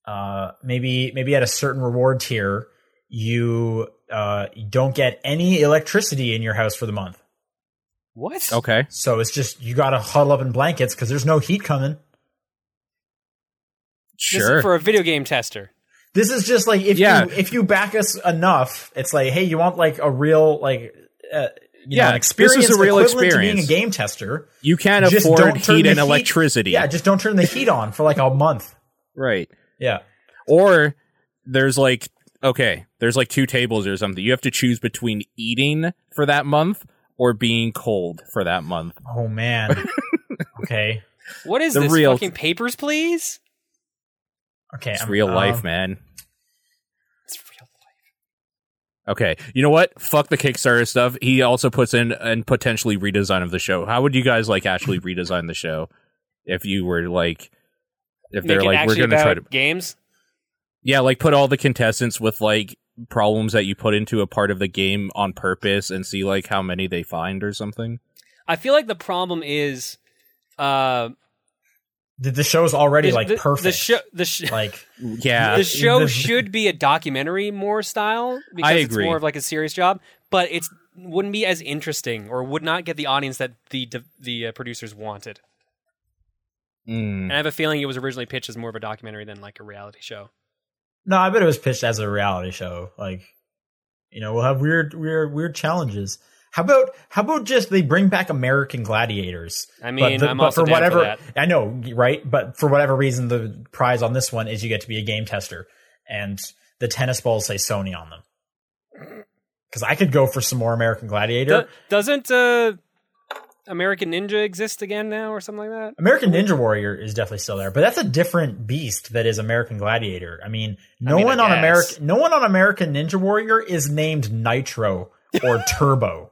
S2: uh, maybe maybe at a certain reward tier, you uh don't get any electricity in your house for the month.
S3: What?
S1: Okay.
S2: So it's just you got to huddle up in blankets because there's no heat coming.
S3: This is
S1: Sure.
S3: for a video game tester.
S2: This is just like if
S1: Yeah.
S2: you if you back us enough, it's like hey, you want like a real like uh, you
S1: Yeah,
S2: know, an
S1: this
S2: experience
S1: is a real
S2: equivalent
S1: experience.
S2: to being a game tester.
S1: you can't
S2: Just
S1: afford
S2: don't turn
S1: heat
S2: the
S1: and electricity.
S2: Yeah, just don't turn the heat on for like a month.
S1: Right.
S2: Yeah.
S1: Or there's like okay, there's like two tables or something. You have to choose between eating for that month or being cold for that month.
S2: Oh man.
S1: *laughs*
S2: okay.
S3: What is
S1: The
S3: this?
S1: real-
S3: Fucking papers, please.
S2: Okay.
S1: It's
S2: I'm-
S1: real
S2: um,
S1: life, man.
S3: It's real life.
S1: Okay. You know what? Fuck the Kickstarter stuff. He also puts in and potentially redesign of the show. How would you guys like
S3: *laughs*
S1: actually redesign the show if you were like if they're
S3: Make it
S1: like we're
S3: actually
S1: going to
S3: about
S1: try to
S3: games.
S1: Yeah, like put all the contestants with like problems that you put into a part of the game on purpose and see like how many they find or something.
S3: I feel like the problem is, uh,
S2: The, the show's already
S3: the-
S2: like
S3: the,
S2: perfect.
S3: The show, the, sh-
S2: like
S1: Yeah.
S2: *laughs*
S3: *laughs* the show
S2: the-
S3: should be a documentary more style because
S1: I
S3: it's
S1: agree.
S3: more of like a serious job, but it's wouldn't be as interesting or would not get the audience that the the uh, producers wanted.
S1: Mm.
S3: And I have a feeling it was originally pitched as more of a documentary than like a reality show.
S2: no, I bet it was pitched as a reality show. Like you know, we'll have weird weird weird challenges. How about how about just they bring back American gladiators?
S3: I mean,
S2: the-
S3: I'm also down
S2: whatever
S3: for that.
S2: I know, right? But for whatever reason, the prize on this one is you get to be a game tester, and the tennis balls say Sony on them. Because I could go for some more American Gladiator.
S3: Do- doesn't uh, American Ninja exist again now or something like that?
S2: American Ninja Warrior is definitely still there, but that's a different beast that is American Gladiator. I mean, no
S3: mean, I
S2: one on
S3: guess.
S2: American no one on American Ninja Warrior is named Nitro
S3: *laughs*
S2: or Turbo,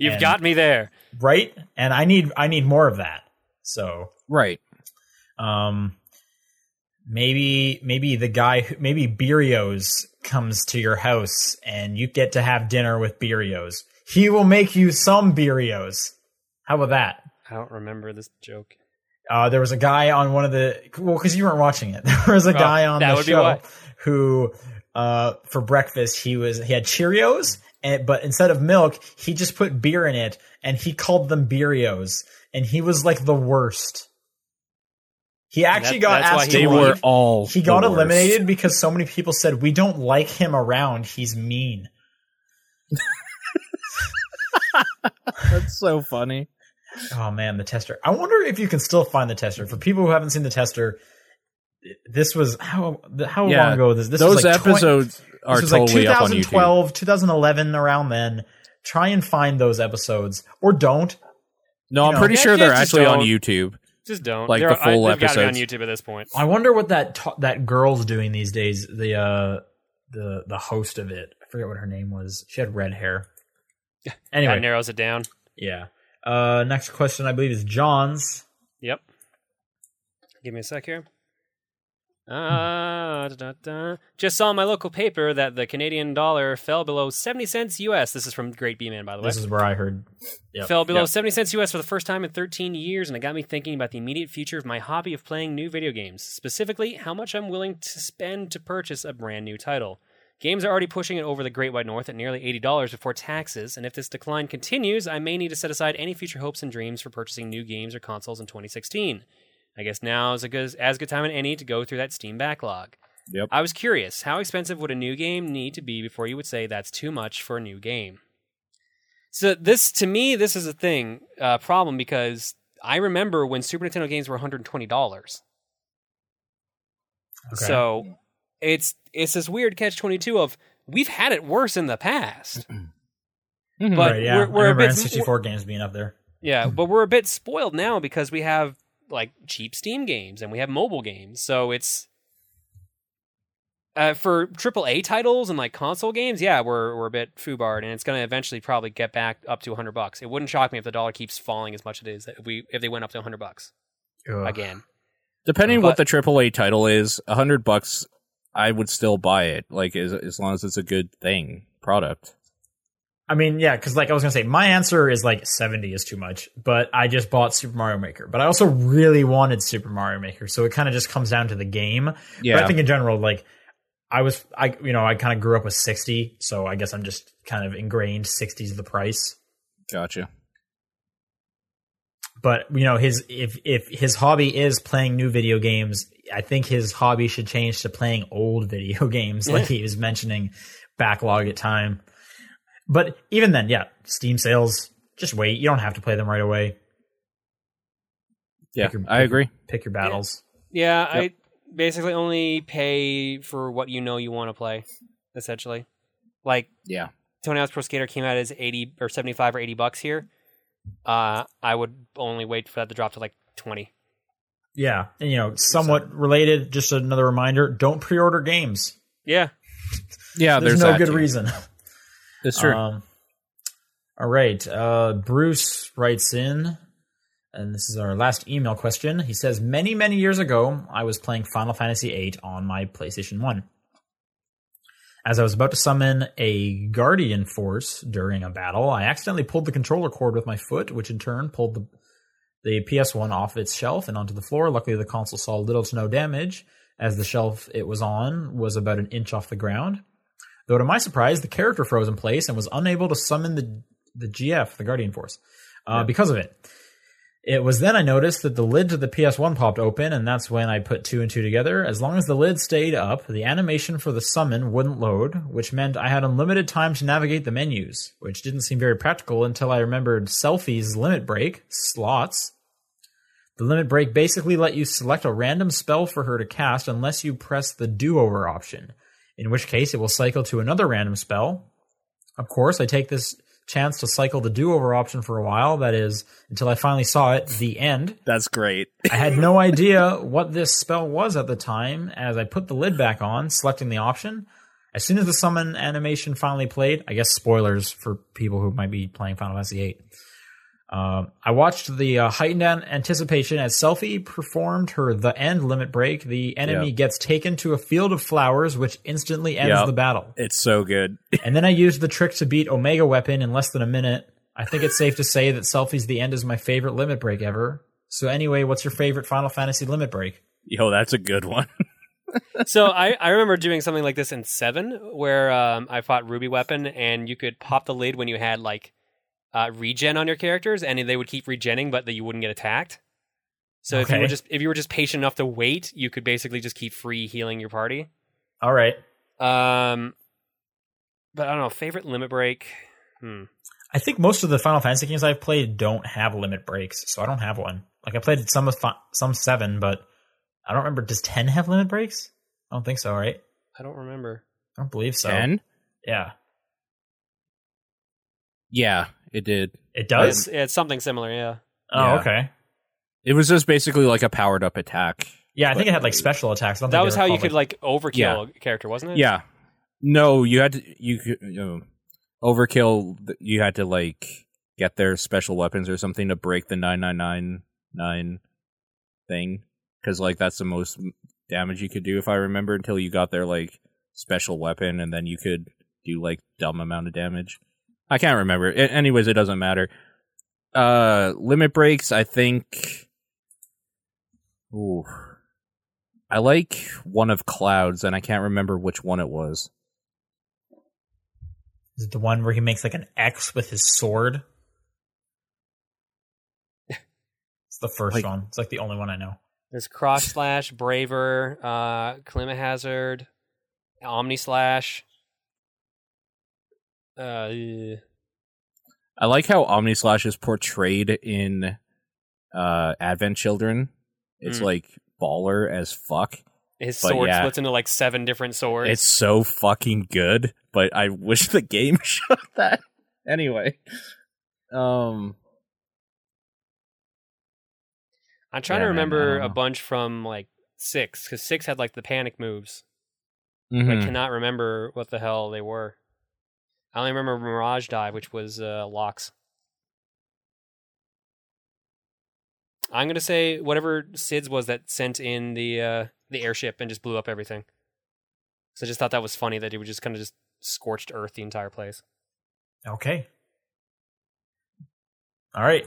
S3: You've
S2: And-
S3: got me there.
S2: right? And I need I need more of that. So,
S1: Right.
S2: um maybe maybe the guy who, maybe Berrios comes to your house and you get to have dinner with Berrios. He will make you some Berrios. How about that?
S3: I don't remember this joke.
S2: Uh, there was a guy on one of the well, because you weren't watching it. *laughs* There was a
S3: Oh,
S2: guy on
S3: that
S2: the
S3: would be
S2: show
S3: why.
S2: who, uh, for breakfast, he was he had Cheerios, and, but instead of milk, he just put beer in it, and he called them Beerios, and he was like the worst. He actually got
S3: that's why
S2: asked.
S3: he
S1: They
S2: to
S3: won.
S1: were
S2: leave.
S1: all
S2: He got
S1: the worst.
S2: eliminated because so many people said we don't like him around. He's mean.
S1: *laughs* That's so funny.
S2: Oh man, the tester. I wonder if you can still find the tester. For people who haven't seen the tester, this was how how
S1: Yeah,
S2: long ago was this? This
S1: Those
S2: was like twen-
S1: episodes are
S2: this was
S1: totally
S2: like
S1: up on YouTube.
S2: 2012, 2011, around then. Try and find those episodes, or don't.
S1: No, I'm
S2: know.
S1: pretty
S3: Yeah,
S1: sure they're
S3: just
S1: actually on
S3: don't.
S1: YouTube.
S3: Just don't.
S1: Like
S3: They're-
S1: the full
S3: I, they've gotta be
S1: episodes.
S3: on YouTube at this point.
S2: I wonder what that ta- that girl's doing these days. The uh, the the host of it. I forget what her name was. She had
S1: *laughs*
S2: red hair.
S3: That
S2: Anyway,
S3: narrows it down.
S2: yeah. Uh, next question, I believe, is John's.
S3: Yep. Give me a sec here. Uh, da, da, da. Just saw in my local paper that the Canadian dollar fell below 70 cents US. This is from Great B Man, by the way.
S2: This is where I heard. Yep.
S3: Fell below
S1: Yep.
S3: 70 cents US for the first time in 13 years, and it got me thinking about the immediate future of my hobby of playing new video games. Specifically, how much I'm willing to spend to purchase a brand new title. Games are already pushing it over the Great White North at nearly $80 before taxes, and if this decline continues, I may need to set aside any future hopes and dreams for purchasing new games or consoles in 2016. I guess now is a good, as good time as any to go through that Steam backlog.
S1: Yep.
S3: I was curious, how expensive would a new game need to be before you would say that's too much for a new game? So this to me, this is a thing uh, problem because I remember when Super Nintendo games were 120 dollars.
S2: Okay.
S3: So it's it's this weird catch 22 of we've had it worse in the past.
S1: Mhm.
S3: But
S2: right, yeah.
S3: we're,
S2: I
S3: we're a
S2: remember
S3: bit
S2: N64 games being up there.
S3: yeah, but we're a bit spoiled now because we have like cheap Steam games and we have mobile games. So it's uh, for AAA titles and like console games, yeah, we're we're a bit foobarred, and it's going to eventually probably get back up to 100 bucks. It wouldn't shock me if the dollar keeps falling as much as it is if we if they went up to 100 bucks again.
S1: Depending
S3: But-
S1: what the AAA title is, a hundred bucks, I would still buy it. Like as as long as it's a good thing product.
S2: I mean, yeah, because like I was gonna say, my answer is like seventy is too much, but I just bought Super Mario Maker. But I also really wanted Super Mario Maker, so it kind of just comes down to the game. But I think in general, like I was, I you know, I kind of grew up with sixty, so I guess I'm just kind of ingrained sixties the price.
S1: gotcha.
S2: But you know, his if if his hobby is playing new video games, I think his hobby should change to playing old *laughs* video games, like he was mentioning backlog at time. But even then, yeah, Steam sales, just wait. You don't have to play them right away.
S1: Yeah,
S2: Pick your-
S1: I agree.
S2: Pick your battles.
S3: Yeah, I basically only pay for what you know you want to play, essentially. Like
S1: Yeah.
S3: Tony Hawk's Pro Skater came out as 80 or 75 or 80 bucks here. Uh, I would only wait for that to drop to like 20.
S2: Yeah, and you know, somewhat related. Just another reminder: don't pre-order games.
S3: Yeah.
S1: Yeah,
S2: There's,
S1: there's,
S2: no
S1: that
S2: good
S1: too.
S2: reason.
S1: That's true.
S2: Um, all right. Uh, Bruce writes in, and this is our last email question. He says, Many, many years ago, I was playing Final Fantasy VIII on my PlayStation 1. As I was about to summon a guardian force during a battle, I accidentally pulled the controller cord with my foot, which in turn pulled the, the PS1 off its shelf and onto the floor. Luckily, the console saw little to no damage, as the shelf it was on was about an inch off the ground. Though to my surprise, the character froze in place and was unable to summon the the GF, the Guardian Force, uh, because of it. It was then I noticed that the lid to the PS1 popped open, and that's when I put two and two together. As long as the lid stayed up, the animation for the summon wouldn't load, which meant I had unlimited time to navigate the menus, which didn't seem very practical until I remembered Selfie's limit break slots. The limit break basically let you select a random spell for her to cast unless you press the do over option in which case it will cycle to another random spell. Of course, I take this chance to cycle the do over option for a while, that is, until I finally saw it, the end.
S1: That's great.
S2: I had no idea what this spell was at the time as I put the lid back on, selecting the option. As soon as the summon animation finally played, I guess spoilers for people who might be playing Final Fantasy VIII. Uh, I watched the uh, heightened an- anticipation as Selfie performed her the end limit break. The enemy
S1: Yeah.
S2: gets taken to a field of flowers, which instantly ends
S1: Yeah.
S2: the battle.
S1: It's so good.
S2: And then I used the trick to beat Omega Weapon in less than a minute. I think it's safe to say that Selfie's the End is my favorite limit break ever. So anyway, what's your favorite Final Fantasy limit break?
S1: Yo, that's a good one.
S3: *laughs* so I, I remember doing something like this in seven where um, I fought Ruby Weapon and you could pop the lid when you had like uh, regen on your characters and they would keep regening but that you wouldn't get attacked. So if you were
S2: Okay.
S3: just if you were just patient enough to wait, you could basically just keep free healing your party.
S2: All right.
S3: Um, but I don't know. Favorite limit break? Hmm.
S2: I think most of the Final Fantasy games I've played don't have limit breaks, so I don't have one. Like I played some of fi- some 7, but I don't remember does 10 have limit breaks? I don't think so, right?
S3: I don't remember.
S2: I don't believe so.
S1: Ten?
S2: Yeah.
S1: Yeah, it did.
S2: It
S3: It's,
S2: does.
S3: it's something similar. Yeah.
S2: Oh,
S1: Yeah.
S2: okay.
S1: It was just basically like a powered up attack.
S2: Yeah, I
S1: But-
S2: think it had like special attacks. I don't
S3: That
S2: think
S3: was
S2: they were
S3: how you
S2: called,
S3: could like overkill a character, wasn't it?
S1: Yeah. No, you had to you, could- you know, overkill. You had to like get their special weapons or something to break the nine nine nine nine thing because like that's the most damage you could do if I remember until you got their like special weapon and then you could do like dumb amount of damage. I can't remember. A- anyways, it doesn't matter. Uh, limit breaks. I think. Ooh. I like one of Clouds, and I can't remember which one it was.
S2: Is it the one where he makes like an X with his
S1: *laughs*
S2: sword? It's the first
S1: Like-
S2: one. It's like the only one I know.
S3: There's cross slash, braver, uh, climate hazard, omni slash. Uh, eh.
S1: I like how Omni Slash is portrayed in uh Advent Children. It's
S3: Mm.
S1: like baller as fuck.
S3: His
S1: But
S3: sword
S1: yeah.
S3: splits into like seven different swords.
S1: It's so fucking good, but I wish the game *laughs* showed that. Anyway. Um
S3: I'm trying
S1: Yeah, man,
S3: to
S1: I
S3: remember
S1: don't
S3: a
S1: know.
S3: bunch from like six because six had like the panic moves. but I
S1: mhm.
S3: cannot remember what the hell they were. I only remember Mirage Dive, which was uh, locks. I'm gonna say whatever Sid's was that sent in the uh, the airship and just blew up everything. So I just thought that was funny that he would just kind of just scorched earth the entire place.
S2: Okay. All right.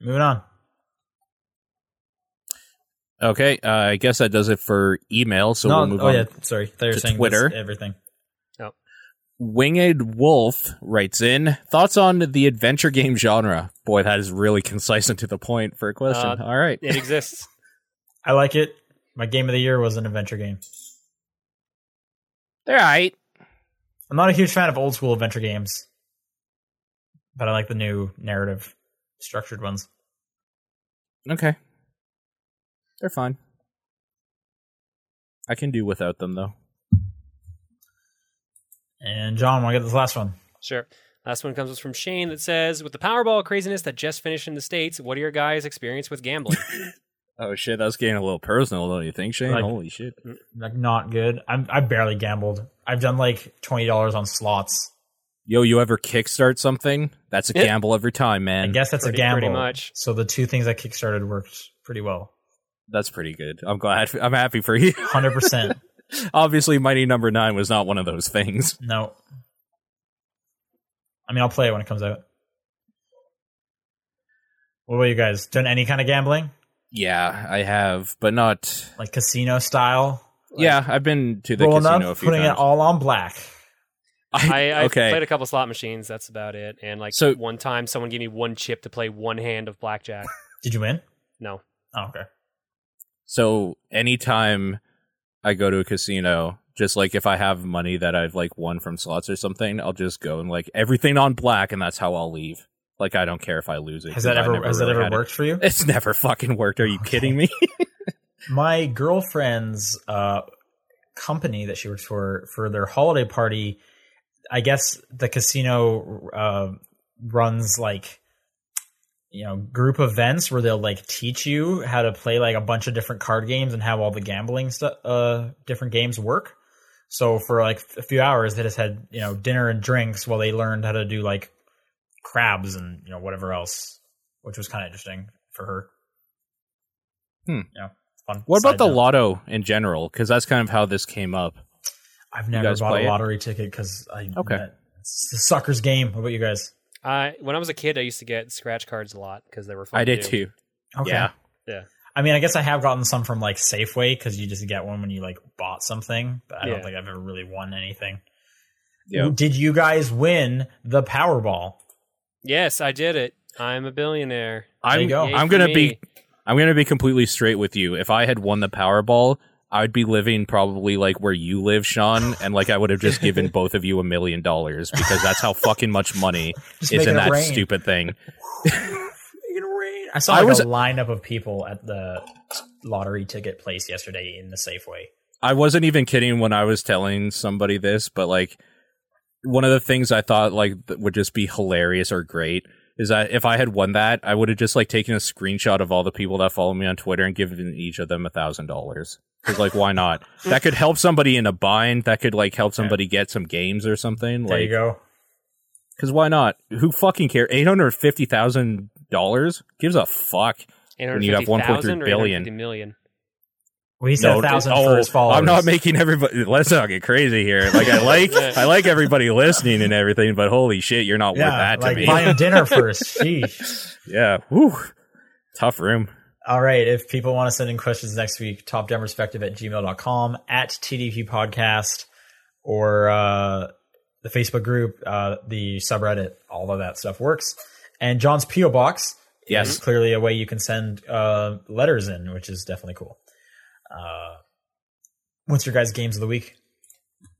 S2: Moving on.
S1: Okay, uh, I guess that does it for email, so
S2: no,
S1: we'll move
S2: oh
S1: on
S2: yeah, sorry. They're
S1: to
S2: saying
S1: Twitter.
S2: Twitter. everything.
S1: Winged Wolf writes in thoughts on the adventure game genre. Boy, that is really concise and to the point for a question.
S3: Uh,
S1: All right.
S3: It exists.
S2: I like it. My game of the year was an adventure game.
S1: They're all right.
S2: I'm not a huge fan of old school adventure games, but I like the new narrative structured ones.
S1: Okay. They're fine. I can do without them though.
S2: And John, want to get this last one?
S3: Sure. Last one comes from Shane that says, "With the Powerball craziness that just finished in the states, what are your guys' experience with gambling?"
S1: Oh shit, that's getting a little personal, don't you think, Shane?
S2: Like-
S1: Holy shit.
S2: Like not good. I'm I barely gambled. I've done like twenty dollars on slots.
S1: Yo, you ever kickstart something? That's a
S3: Yeah.
S1: gamble every time, man.
S2: I guess that's
S3: pretty-
S2: a gamble.
S3: pretty much.
S2: So the two things I kickstarted worked pretty well.
S1: That's pretty good. I'm glad. I'm happy for you. *laughs*
S2: Hundred
S3: *laughs*
S2: percent.
S1: Obviously, Mighty Number Nine was not one of those things.
S2: No. I mean, I'll play it when it comes out. What about you guys? Done any kind of gambling,
S1: Yeah, I have, but not.
S2: like casino style? Like,
S1: yeah, I've been to the
S2: rolling
S1: casino
S2: up,
S1: a few
S2: putting
S1: times.
S2: it
S1: *laughs*
S2: all on black.
S3: I, I
S1: okay.
S3: played a couple slot machines. That's about it. And like
S1: So-
S3: one time, someone gave me one chip to play one hand of blackjack.
S2: Did you win?
S3: No,
S2: Oh, okay.
S1: So anytime I go to a casino, just like if I have money that I've like won from slots or something, I'll just go and like everything on black, and that's how I'll leave. Like I don't care if I lose it.
S2: Has
S1: 'cause
S2: that
S1: I
S2: ever
S1: never
S2: has that
S1: really
S2: ever
S1: had it.
S2: worked for you?
S1: It's never fucking worked. Are you
S2: Okay.
S1: kidding
S2: *laughs*
S1: me?
S2: My girlfriend's uh, company that she works for for their holiday party, I guess the casino uh, runs like you know group events where they'll like teach you how to play like a bunch of different card games and how all the gambling stuff uh different games work. So for like a few hours, they just had you know dinner and drinks while they learned how to do like crabs and you know whatever else, which was kind of interesting for her.
S1: Hmm.
S2: Yeah, fun.
S1: What about
S2: Side
S1: the
S2: note.
S1: lotto in general? Because that's kind of how this came up.
S2: I've never
S1: guys
S2: bought
S1: play
S2: a
S1: it?
S2: lottery ticket because I
S1: Okay.
S2: that- It's the sucker's game. What about you guys?
S3: I when I was a kid, I used to get scratch cards a lot because they were fun.
S1: I
S3: to
S1: did
S3: do.
S1: too. Yeah.
S3: Yeah.
S2: I mean, I guess I have gotten some from like Safeway because you just get one when you like bought something. But I
S3: Yeah.
S2: don't think I've ever really won anything.
S1: Yeah.
S2: Did you guys win the Powerball?
S3: Yes, I did it. I'm a billionaire.
S2: There
S1: I'm
S2: you go.
S3: Yay
S1: I'm
S3: for
S1: gonna
S3: me.
S1: be I'm gonna be completely straight with you. If I had won the Powerball, I'd be living probably like where you live, Sean, and like I would have just
S2: *laughs*
S1: given both of you a million dollars because that's how fucking much money
S2: Just
S1: is
S2: make
S1: in
S2: it
S1: that
S2: rain.
S1: stupid thing.
S2: *laughs* Make it rain. I saw
S1: I
S2: like,
S1: was-
S2: a lineup of people at the lottery ticket place yesterday in the Safeway.
S1: I wasn't even kidding when I was telling somebody this, but like one of the things I thought like that would just be hilarious or great is that if I had won that, I would have just like taken a screenshot of all the people that follow me on Twitter and given each of them a thousand dollars. Cause like why
S2: *laughs*
S1: not? That could help somebody in a bind. That could like help somebody get some games or something.
S2: There you
S1: Like,
S2: go.
S1: cause why not? Who fucking care? Eight hundred fifty thousand dollars gives a fuck. When you have 1.3
S3: 1.3
S1: billion.
S3: million.
S2: Well, he said a
S1: No,
S2: thousand
S1: oh,
S2: for his followers.
S1: I'm not making everybody. Let's not get crazy here. Like I like, I like everybody listening and everything, but holy shit, you're not
S2: yeah,
S1: worth that to
S2: like
S1: me.
S2: buy
S1: *laughs*
S2: him dinner first. Sheesh.
S1: yeah, whew. tough room.
S2: All right. If people want to send in questions next week, topdownperspective at gmail.com, at TDP podcast, or uh, the Facebook group, uh, the subreddit, all of that stuff works. And John's P.O. box is
S1: Yes,
S2: clearly a way you can send uh, letters in, which is definitely cool. Uh, what's your guys' games of the week?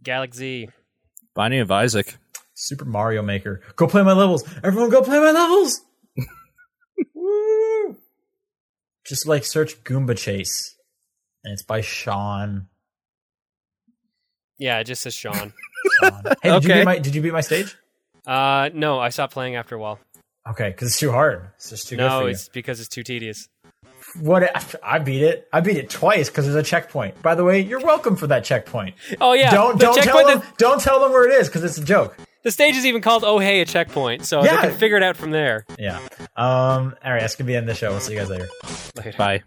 S3: Galaxy.
S1: Binding of Isaac.
S2: Super Mario Maker. Go play my levels. Everyone go play my
S3: *laughs*
S2: levels. Woo! Just like search Goomba Chase. And it's by Sean.
S3: Yeah, it just
S1: *laughs*
S3: says Sean. *laughs*
S2: Sean. Hey, did you
S1: Okay.
S2: beat my did you beat my stage?
S3: uh, no, I stopped playing after a while.
S2: Okay, because it's too hard. It's just too good
S3: no,
S2: for
S3: it's because it's too tedious.
S2: you. What I beat it. I beat it twice because there's a checkpoint. By the way, you're welcome for that checkpoint.
S3: Oh yeah,
S2: don't
S3: the
S2: don't tell
S3: checkpoint
S2: them
S3: that-
S2: don't tell them where it is because it's a joke.
S3: the stage is even called "Oh Hey" a checkpoint, so
S2: Yeah.
S3: they can figure it out from there.
S2: Yeah. Um. All right. That's gonna be the end of the show. We'll see you guys later.
S1: Bye.